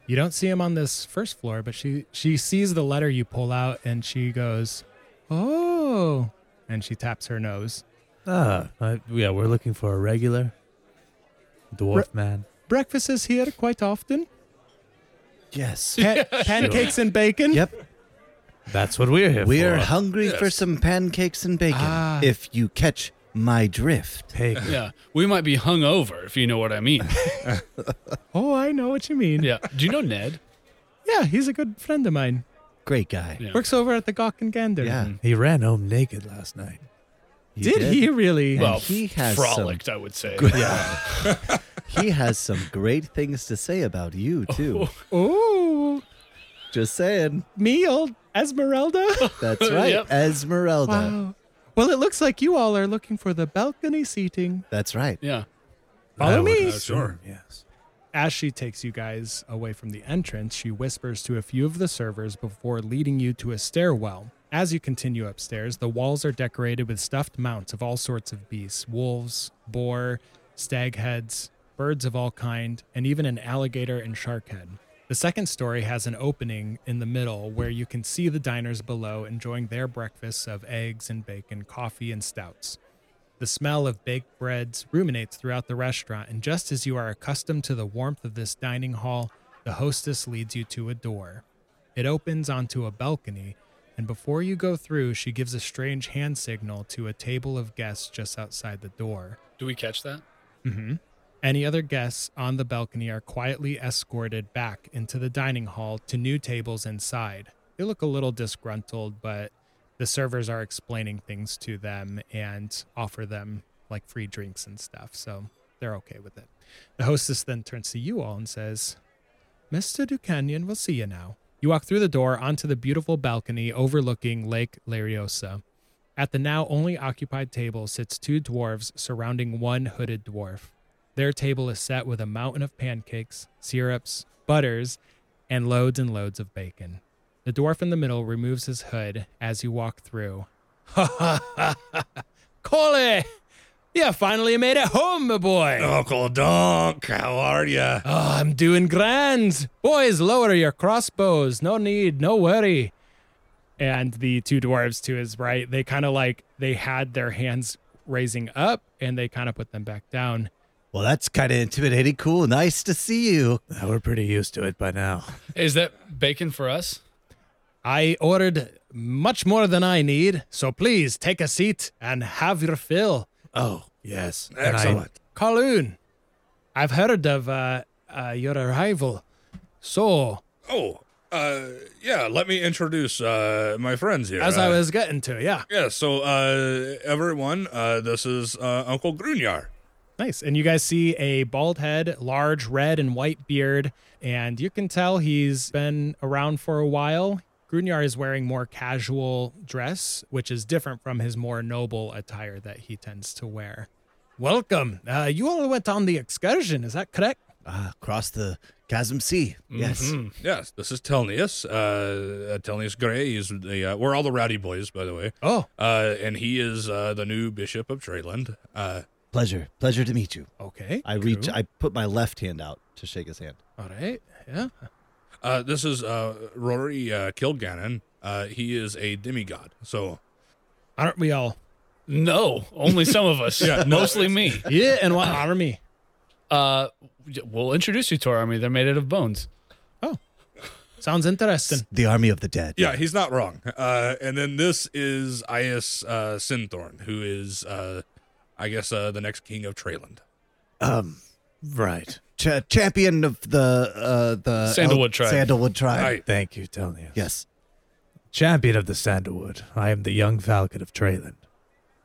You don't see him on this first floor, but she she sees the letter you pull out and she goes, "Oh!" and she taps her nose. Ah, I, yeah, we're looking for a regular dwarf man. Breakfast is here quite often. Yes. Pa- pancakes and bacon. Yep. That's what we're here We're for. hungry for some pancakes and bacon. Ah. If you catch my drift. Pig. Yeah, we might be hung over if you know what I mean. [LAUGHS] Oh, I know what you mean. yeah. Do you know Ned? Yeah, he's a good friend of mine. Great guy. Yeah. Works over at the Gawk and Gander. Yeah. He ran home naked last night. you Did, he really? And Well, he has some- frolicked, I would say. He has some great things to say about [LAUGHS] you, too. Oh, Just saying. me, old Esmeralda. [LAUGHS] That's right. Yep. Esmeralda. wow. Well, it looks like you all are looking for the balcony seating. That's right. Yeah. Follow I would me. assume, Sure. Yes. As she takes you guys away from the entrance, she whispers to a few of the servers before leading you to a stairwell. As you continue upstairs, the walls are decorated with stuffed mounts of all sorts of beasts wolves, boar, stag heads, birds of all kind, and even an alligator and shark head. The second story has an opening in the middle where you can see the diners below enjoying their breakfasts of eggs and bacon, coffee and stouts. The smell of baked breads ruminates throughout the restaurant, and just as you are accustomed to the warmth of this dining hall, the hostess leads you to a door. It opens onto a balcony, and before you go through, she gives a strange hand signal to a table of guests just outside the door. Do we catch that? Mm-hmm. Any other guests on the balcony are quietly escorted back into the dining hall to new tables inside. They look a little disgruntled, but the servers are explaining things to them and offer them like free drinks and stuff. So they're okay with it. The hostess then turns to you all and says, Mr. Ducanyon will see you now. You walk through the door onto the beautiful balcony overlooking Lake Lariosa. At the now only occupied table sits two dwarves surrounding one hooded dwarf. Their table is set with a mountain of pancakes, syrups, butters, and loads and loads of bacon. The dwarf in the middle removes his hood as you walk through. [LAUGHS] Ha ha ha ha! Coley! You finally made it home, my boy! Uncle Donk, how are you? Oh, I'm doing grand. Boys, lower your crossbows. No need, no worry. And the two dwarves to his right, they kind of like they had their hands raising up and they kind of put them back down. Well, that's kind of intimidating. Cool. Nice to see you. Now we're pretty used to it by now. Is that bacon for us? I ordered much more than I need, so please take a seat and have your fill. Oh, yes. And I- Excellent. Colloon, I've heard of uh, uh, your arrival. So, Oh, uh, yeah, let me introduce uh, my friends here. as I Uh, was getting to, yeah. Yeah, so uh, everyone, uh, this is uh, Uncle Grunyar. Nice. And you guys see a bald head, large red and white beard, and you can tell he's been around for a while. Grunyar is wearing more casual dress, which is different from his more noble attire that he tends to wear. Welcome. Uh, you all went on the excursion, is that correct? Ah, across the chasm sea. Yes. Mhm. Yes, this is Telnius. Uh, uh, Telnius Gray is the uh, we're all the rowdy boys, by the way. Oh, Uh, and he is uh, the new bishop of Tradeland. Uh, Pleasure. Pleasure to meet you. okay. I reach. I put my left hand out to shake his hand. All right. Yeah. uh, this is uh, Rory uh, Kilgannon. Uh, he is a demigod. So Aren't we all? [LAUGHS] No, only some of [LAUGHS] us. yeah, mostly me. Yeah, and what army? Uh, we'll introduce you to our army. They're made out of bones. Sounds interesting. The army of the dead. yeah, he's not wrong. Uh, and then this is Ias uh, Sinthorn, who is uh, I guess uh, the next king of Tradeland. Um. Right. Ch- champion of the uh the Sandalwood tribe. Sandalwood tribe. Right. Thank you, Telnius. Yes. Champion of the Sandalwood. I am the young falcon of Trayland.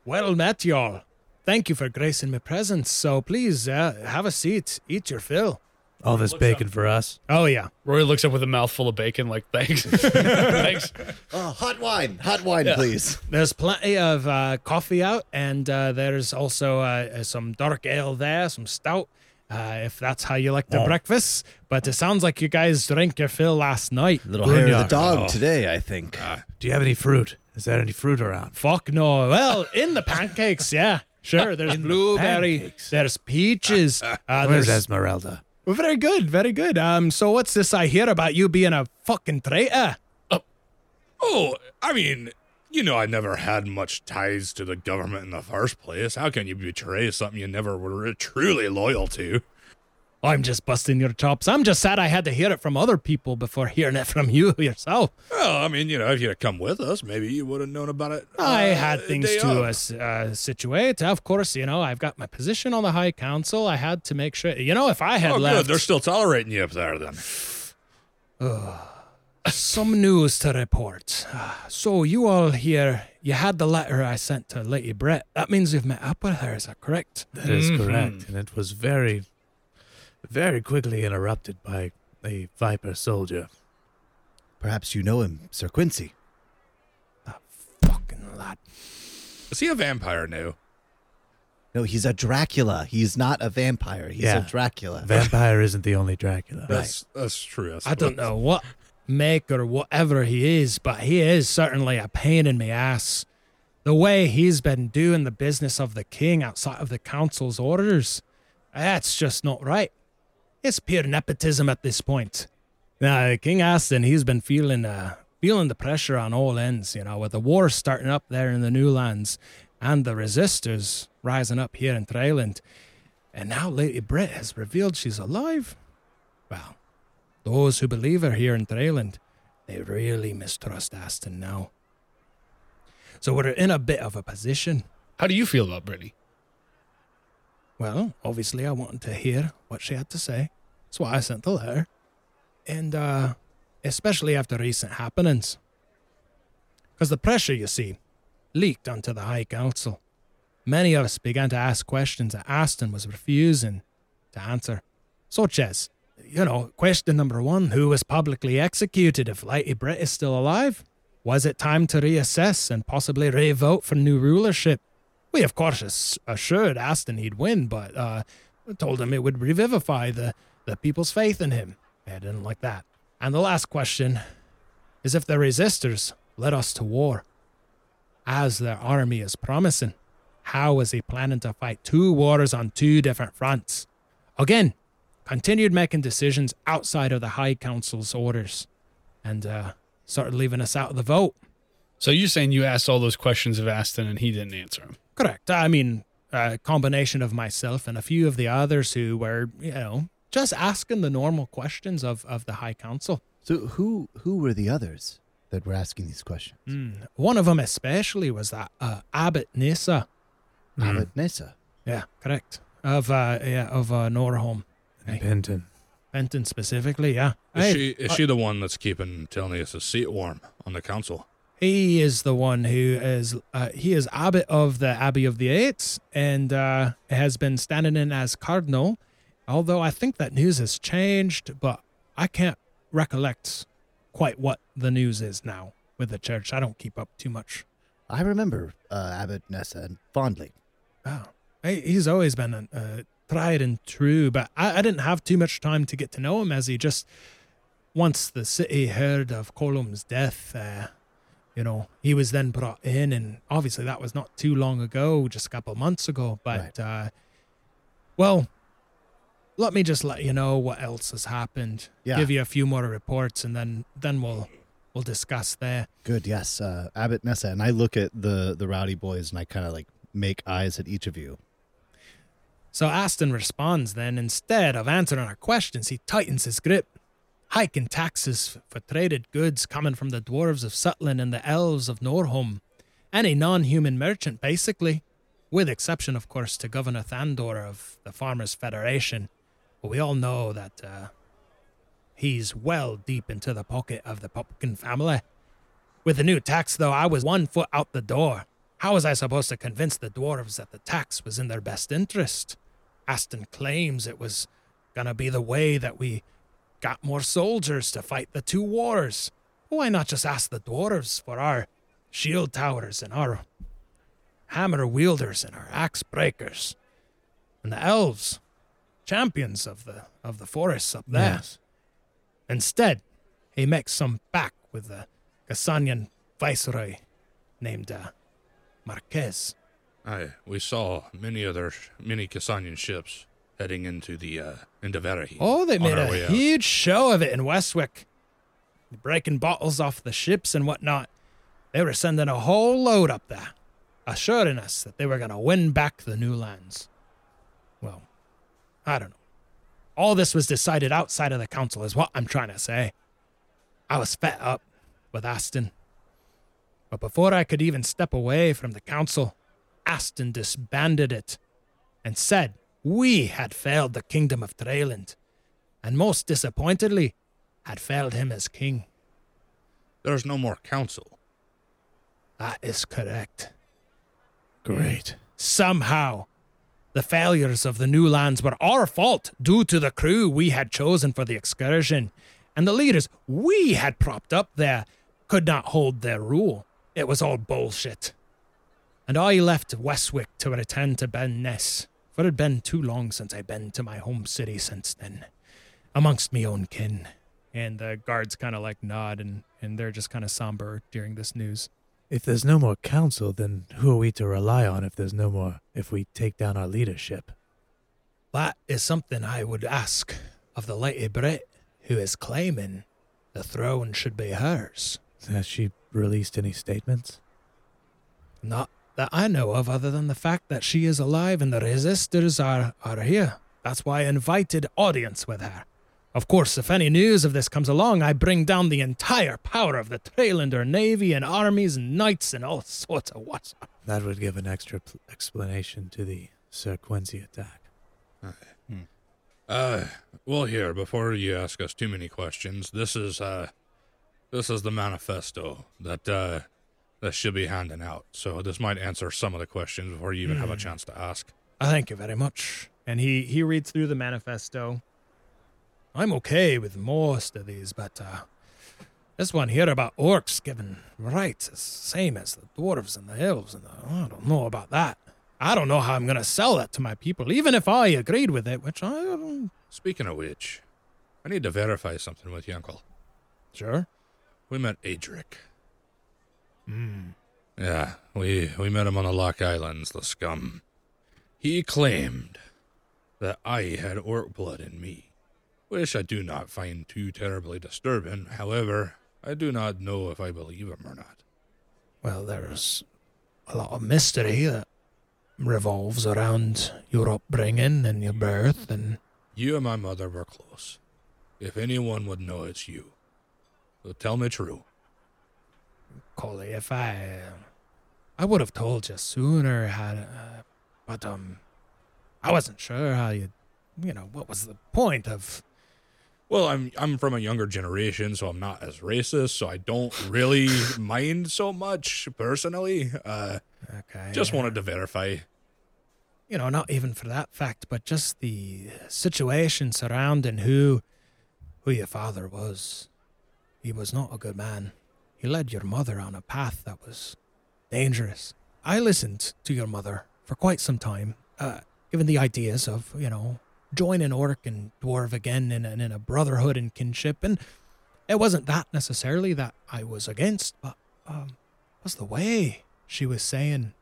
Well met, y'all. Thank you for gracing my presence. So please uh, have a seat, eat your fill. All this bacon for us. Oh yeah. Rory looks up with a mouthful of bacon, like [LAUGHS] thanks, thanks. Oh, hot wine, hot wine, please. There's plenty of uh, coffee out, and uh, there's also uh, some dark ale there, some stout, uh, if that's how you like the breakfast. But it sounds like you guys drank your fill last night. Little Where hair of you the are. dog today, I think. Do you have any fruit? Is there any fruit around? Fuck no. Well, in the pancakes, yeah. Sure, there's blueberry, pancakes. there's [LAUGHS] peaches. Uh, Where's there's, Esmeralda? very good, very good. Um, so what's this I hear about you being a fucking traitor? Oh, I mean, you know, I never had much ties to the government in the first place. How can you betray something you never were truly loyal to? I'm just busting your chops. I'm just sad I had to hear it from other people before hearing it from you [LAUGHS] yourself. Well, I mean, you know, if you'd have come with us, maybe you would have known about it. I uh, had things day to of. uh, s- uh, situate. Of course, you know, I've got my position on the High Council. I had to make sure, you know, if I had Oh, left, good. [LAUGHS] They're still tolerating you up there, then. some news to report. [SIGHS] Ah, So you all here, you had the letter I sent to Lady Brett. That means you've met up with her, is that correct? That is correct. And it was very, very quickly interrupted by a Viper soldier. Perhaps you know him, Sir Quincy. Fucking lad. Is he a vampire now? No, he's a Dracula. He's not a vampire. He's Yeah. a Dracula. Vampire isn't the only Dracula. That's that's true. That's I don't know what make or whatever he is, but he is certainly a pain in my ass. The way he's been doing the business of the king outside of the council's orders, that's just not right. It's pure nepotism at this point. Now, King Aston, he's been feeling uh, feeling the pressure on all ends, you know, with the war starting up there in the New Lands and the resistors rising up here in Thailand. And now Lady Brett has revealed she's alive. Well, those who believe her here in Thailand, they really mistrust Aston now. So we're in a bit of a position. How do you feel about Brittany? Well, obviously, I wanted to hear what she had to say. That's why I sent the letter. And, uh, especially after recent happenings. Because the pressure, you see, leaked onto the High Council. Many of us began to ask questions that Aston was refusing to answer, such as, you know, question number one who was publicly executed if Lady Britt is still alive? Was it time to reassess and possibly re vote for new rulership? We, of course, ass- assured Aston he'd win, but uh, told him it would revivify the, the people's faith in him. I didn't like that. And the last question is if the resistors led us to war, as their army is promising, how is he planning to fight two wars on two different fronts? Again, continued making decisions outside of the High Council's orders and uh, started leaving us out of the vote. So you're saying you asked all those questions of Aston and he didn't answer them? Correct. I mean, a combination of myself and a few of the others who were, you know, just asking the normal questions of, of the High Council. So who who were the others that were asking these questions? Hmm. One of them, especially, was that uh, Abbot Nissa. Ahmed Nessa. Yeah, correct. Of uh, yeah, of uh, Norholm, And Penton. Benton specifically. Yeah, Is Hey, she is she the one that's keeping Telnius' seat warm on the council? he is the one who is uh, he is abbot of the Abbey of the Eights and uh, has been standing in as cardinal. Although I think that news has changed, but I can't recollect quite what the news is now with the church. I don't keep up too much. I remember uh, Abbot Nessa fondly. Oh, Hey, he's always been a uh, tried and true, but I, I didn't have too much time to get to know him as he just, once the city heard of Column's death, uh, you know, he was then brought in, and obviously that was not too long ago, just a couple months ago. But, uh, well, let me just let you know what else has happened. Yeah. Give you a few more reports, and then then we'll we'll discuss there. Good, yes. Uh, Abbot Nessa. And I look at the, the rowdy boys and I kind of like make eyes at each of you. So Aston responds then. Instead of answering our questions, he tightens his grip. Hike in taxes for traded goods coming from the dwarves of Sutland and the elves of Norholm. Any non human merchant, basically. With exception, of course, to Governor Thandor of the Farmers' Federation. But we all know that uh, he's well deep into the pocket of the Popkin family. With the new tax, though, I was one foot out the door. How was I supposed to convince the dwarves that the tax was in their best interest? Aston claims it was gonna be the way that we got more soldiers to fight the two wars. Why not just ask the dwarves for our shield towers and our hammer wielders and our axe breakers? And the elves, champions of the of the forests up there. Instead, he makes some pact with the Gasanian viceroy named uh, Marquez. Aye, we saw many other many Cassanian ships heading into the uh, into Verahi. Oh, they on made our a way out. huge show of it in Westwick. Breaking bottles off the ships and whatnot. They were sending a whole load up there, assuring us that they were going to win back the new lands. Well, I don't know. All this was decided outside of the council, is what I'm trying to say. I was fed up with Aston. But before I could even step away from the council, Aston disbanded it and said we had failed the kingdom of Treyland, and most disappointedly, had failed him as king. There's no more council. That is correct. Great. Somehow, the failures of the new lands were our fault due to the crew we had chosen for the excursion, and the leaders we had propped up there could not hold their rule. It was all bullshit. And I left Westwick to return to Ben Ness, for it had been too long since I'd been to my home city since then, amongst me own kin. And the guards kind of like nod, and, and they're just kind of somber during this news. If there's no more council, then who are we to rely on if there's no more, if we take down our leadership? That is something I would ask of the lady Brit who is claiming the throne should be hers. Has she released any statements? Not that I know of, other than the fact that she is alive and the resistors are, are here. That's why I invited audience with her. Of course, if any news of this comes along, I bring down the entire power of the Trailander Navy and armies and knights and all sorts of what. That would give an extra pl- explanation to the Sir Quincy attack. Uh, well, here before you ask us too many questions, this is uh, this is the manifesto that uh, that should be handing out. So this might answer some of the questions before you even have a chance to ask. I thank you very much. And he he reads through the manifesto. I'm okay with most of these, but uh, this one here about orcs given rights is same as the dwarves and the elves, and the, I don't know about that. I don't know how I'm gonna sell that to my people, even if I agreed with it, which I um, don't. Speaking of which, I need to verify something with you, Uncle. Sure. We met Adric. Hmm. Yeah, we we met him on the Lock Islands, the scum. He claimed that I had orc blood in me, which I do not find too terribly disturbing. However, I do not know if I believe him or not. Well, there's a lot of mystery that revolves around your upbringing and your birth, and You and my mother were close. If anyone would know, it's you. So tell me true. Coley, if I, uh, I would have told you sooner had, uh, but um, I wasn't sure how you, you know, what was the point of? Well, I'm I'm from a younger generation, so I'm not as racist, so I don't really mind so much personally. Uh, Okay, just wanted to verify. you know, not even for that fact, but just the situation surrounding who, who your father was. He was not a good man. He led your mother on a path that was dangerous. I listened to your mother for quite some time, uh, given the ideas of you know joining Orc and Dwarf again in, in, in a brotherhood and kinship, and it wasn't that necessarily that I was against, but um, it was the way she was saying,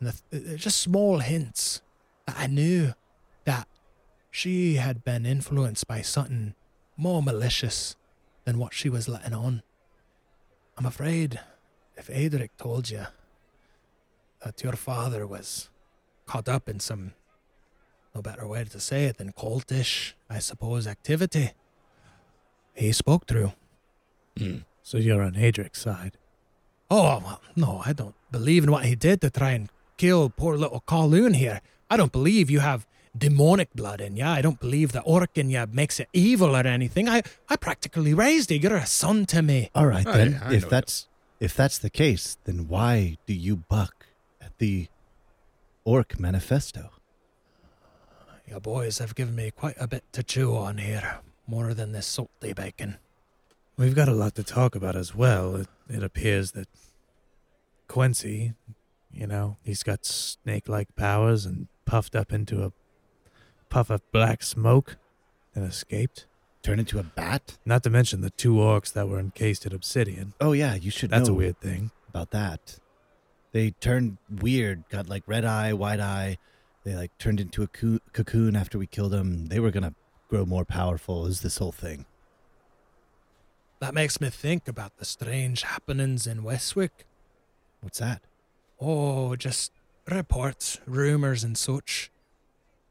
and the, th- uh, just small hints that I knew that she had been influenced by something more malicious than what she was letting on. I'm afraid if Adric told you that your father was caught up in some, no better way to say it than cultish, I suppose, activity, he spoke through. Hmm. So you're on Hadric's side. Oh, well, no, I don't believe in what he did to try and kill poor little Kowloon here. I don't believe you have demonic blood in you. I don't believe the orc in you makes it evil or anything. I, I practically raised you. You're a son to me. All right I- then. I know if that. that's if that's the case, then why do you buck at the orc manifesto? Your boys have given me quite a bit to chew on here, more than this salty bacon. We've got a lot to talk about as well. It, it appears that Quincy, you know, he's got snake like powers and puffed up into a puff of black smoke and escaped. Turn into a bat? Not to mention the two orcs that were encased in obsidian. Oh yeah, you should That's know a weird thing. about that. They turned weird, got like red eye, wide eye. They like turned into a coo- cocoon after we killed them. They were gonna grow more powerful. Is this whole thing? That makes me think about the strange happenings in Westwick. What's that? Oh, just reports, rumors, and such.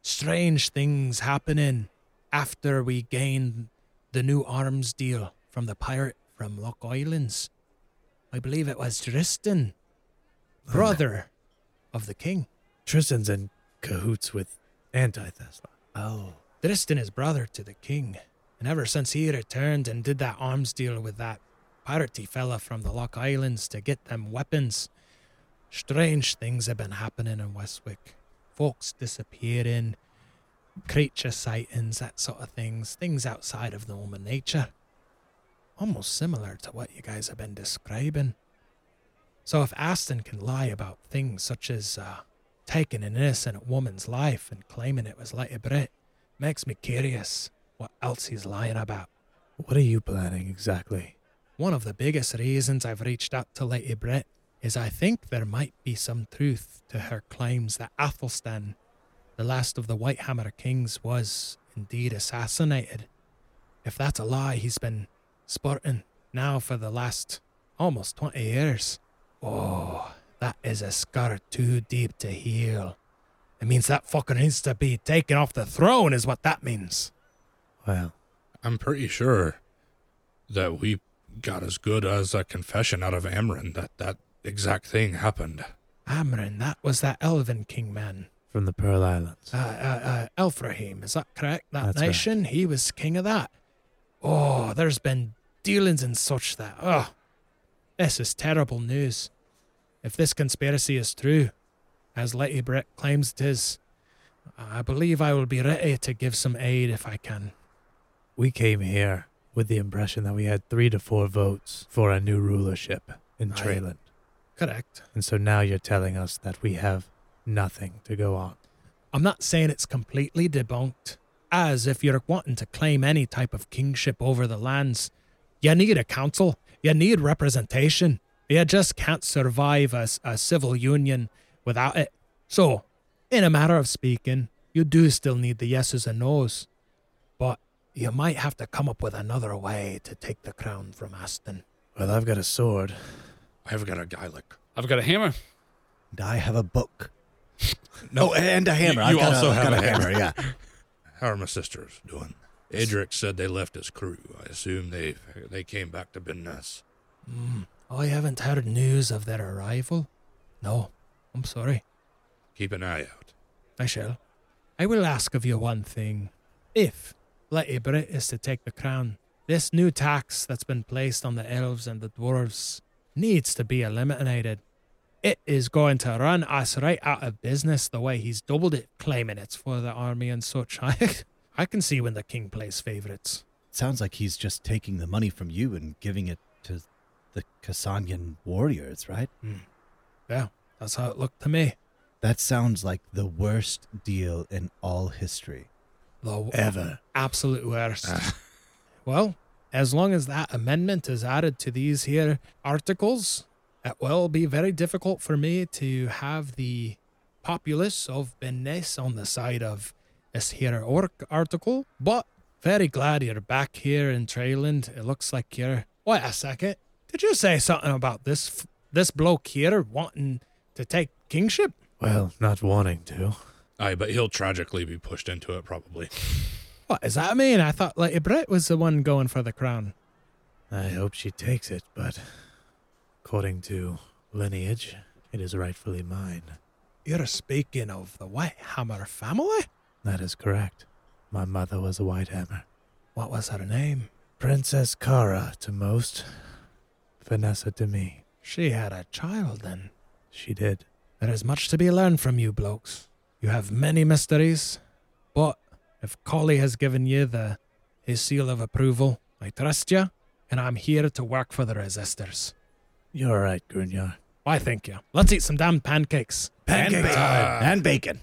Strange things happening after we gained the new arms deal from the pirate from Lock Islands. I believe it was Tristan, brother of the king. Tristan's in cahoots with Anti Thesla. Oh, Tristan is brother to the king, and ever since he returned and did that arms deal with that piratey fella from the Lock Islands to get them weapons, strange things have been happening in Westwick. Folks disappearing, creature sightings, that sort of things, things outside of normal nature. Almost similar to what you guys have been describing. So if Aston can lie about things such as uh, taking an innocent woman's life and claiming it was Lady Brit, Makes me curious what else he's lying about. What are you planning exactly? One of the biggest reasons I've reached out to Lady Brett is I think there might be some truth to her claims that Athelstan, the last of the White Hammer Kings, was indeed assassinated. If that's a lie he's been sporting now for the last almost 20 years, oh, that is a scar too deep to heal. It means that fucker needs to be taken off the throne, is what that means. Well, I'm pretty sure that we got as good as a confession out of Amryn that that exact thing happened. Amrin, that was that Elven King man. from the Pearl Islands. Uh, uh, uh, Elfrahim, is that correct? That That's right. nation? He was king of that. Oh, there's been dealings and such that. Oh, this is terrible news. If this conspiracy is true, as Letty Brett claims it is, I believe I will be ready to give some aid if I can. We came here with the impression that we had three to four votes for a new rulership in Aye. Trayland. Correct. And so now you're telling us that we have nothing to go on. I'm not saying it's completely debunked, as if you're wanting to claim any type of kingship over the lands. You need a council, you need representation. You just can't survive a, s- a civil union without it. So, in a matter of speaking, you do still need the yeses and nos, but you might have to come up with another way to take the crown from Aston. Well, I've got a sword. I've got a Gaelic. I've got a hammer. and I have [LAUGHS] a book. No, and a hammer. You- I've you got also a, have got a hammer. Yeah. [LAUGHS] How are my sisters doing? Adric said they left his crew. I assume they they came back to Binness. I Oh, haven't heard news of their arrival. No, I'm sorry. Keep an eye out. I shall. I will ask of you one thing. If Letty Britt is to take the crown, this new tax that's been placed on the elves and the dwarves needs to be eliminated. It is going to run us right out of business the way he's doubled it, claiming it's for the army and such. [LAUGHS] I, I can see when the king plays favorites. Sounds like he's just taking the money from you and giving it to the Kasanian warriors, right? That's how it looked to me. That sounds like the worst deal in all history. The Ever. absolute worst. [LAUGHS] well, as long as that amendment is added to these here articles, it will be very difficult for me to have the populace of Benes on the side of this here orc article. But very glad you're back here in Trailand. It looks like you're. Wait a second. Did you say something about this f- this bloke here wanting to take kingship? Well, not wanting to. Aye, but he'll tragically be pushed into it probably. What does that mean? I thought Lady Brett was the one going for the crown. I hope she takes it, but according to lineage, it is rightfully mine. You're speaking of the White Hammer family? That is correct. My mother was a white hammer. What was her name? Princess Kara to most, Vanessa to me. She had a child then. She did. There is much to be learned from you blokes. You have many mysteries, but if Collie has given you the his seal of approval, I trust you, and I'm here to work for the resistors. You're right, Grunyar. Why, thank you. Let's eat some damn pancakes. Pancake time and bacon.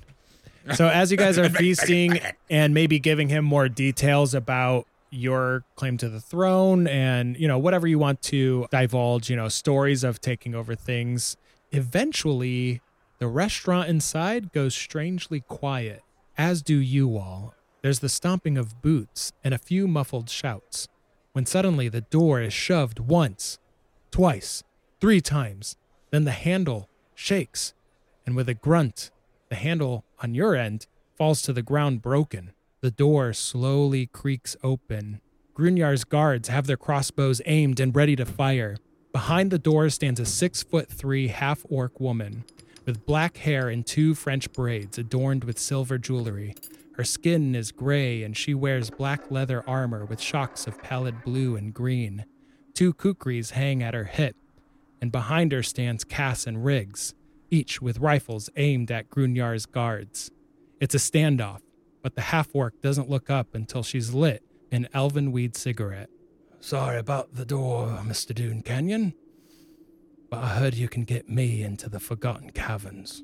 So as you guys are feasting and maybe giving him more details about your claim to the throne and you know whatever you want to divulge, you know, stories of taking over things, eventually the restaurant inside goes strangely quiet, as do you all. There's the stomping of boots and a few muffled shouts when suddenly the door is shoved once, twice, three times. Then the handle shakes, and with a grunt, the handle on your end falls to the ground broken. The door slowly creaks open. Grunyar's guards have their crossbows aimed and ready to fire. Behind the door stands a six foot three half orc woman with black hair and two French braids adorned with silver jewelry. Her skin is gray and she wears black leather armor with shocks of pallid blue and green. Two kukris hang at her hip, and behind her stands Cass and Riggs, each with rifles aimed at Grunyar's guards. It's a standoff, but the half orc doesn't look up until she's lit an elven weed cigarette. Sorry about the door, Mr. Dune Canyon, but I heard you can get me into the Forgotten Caverns.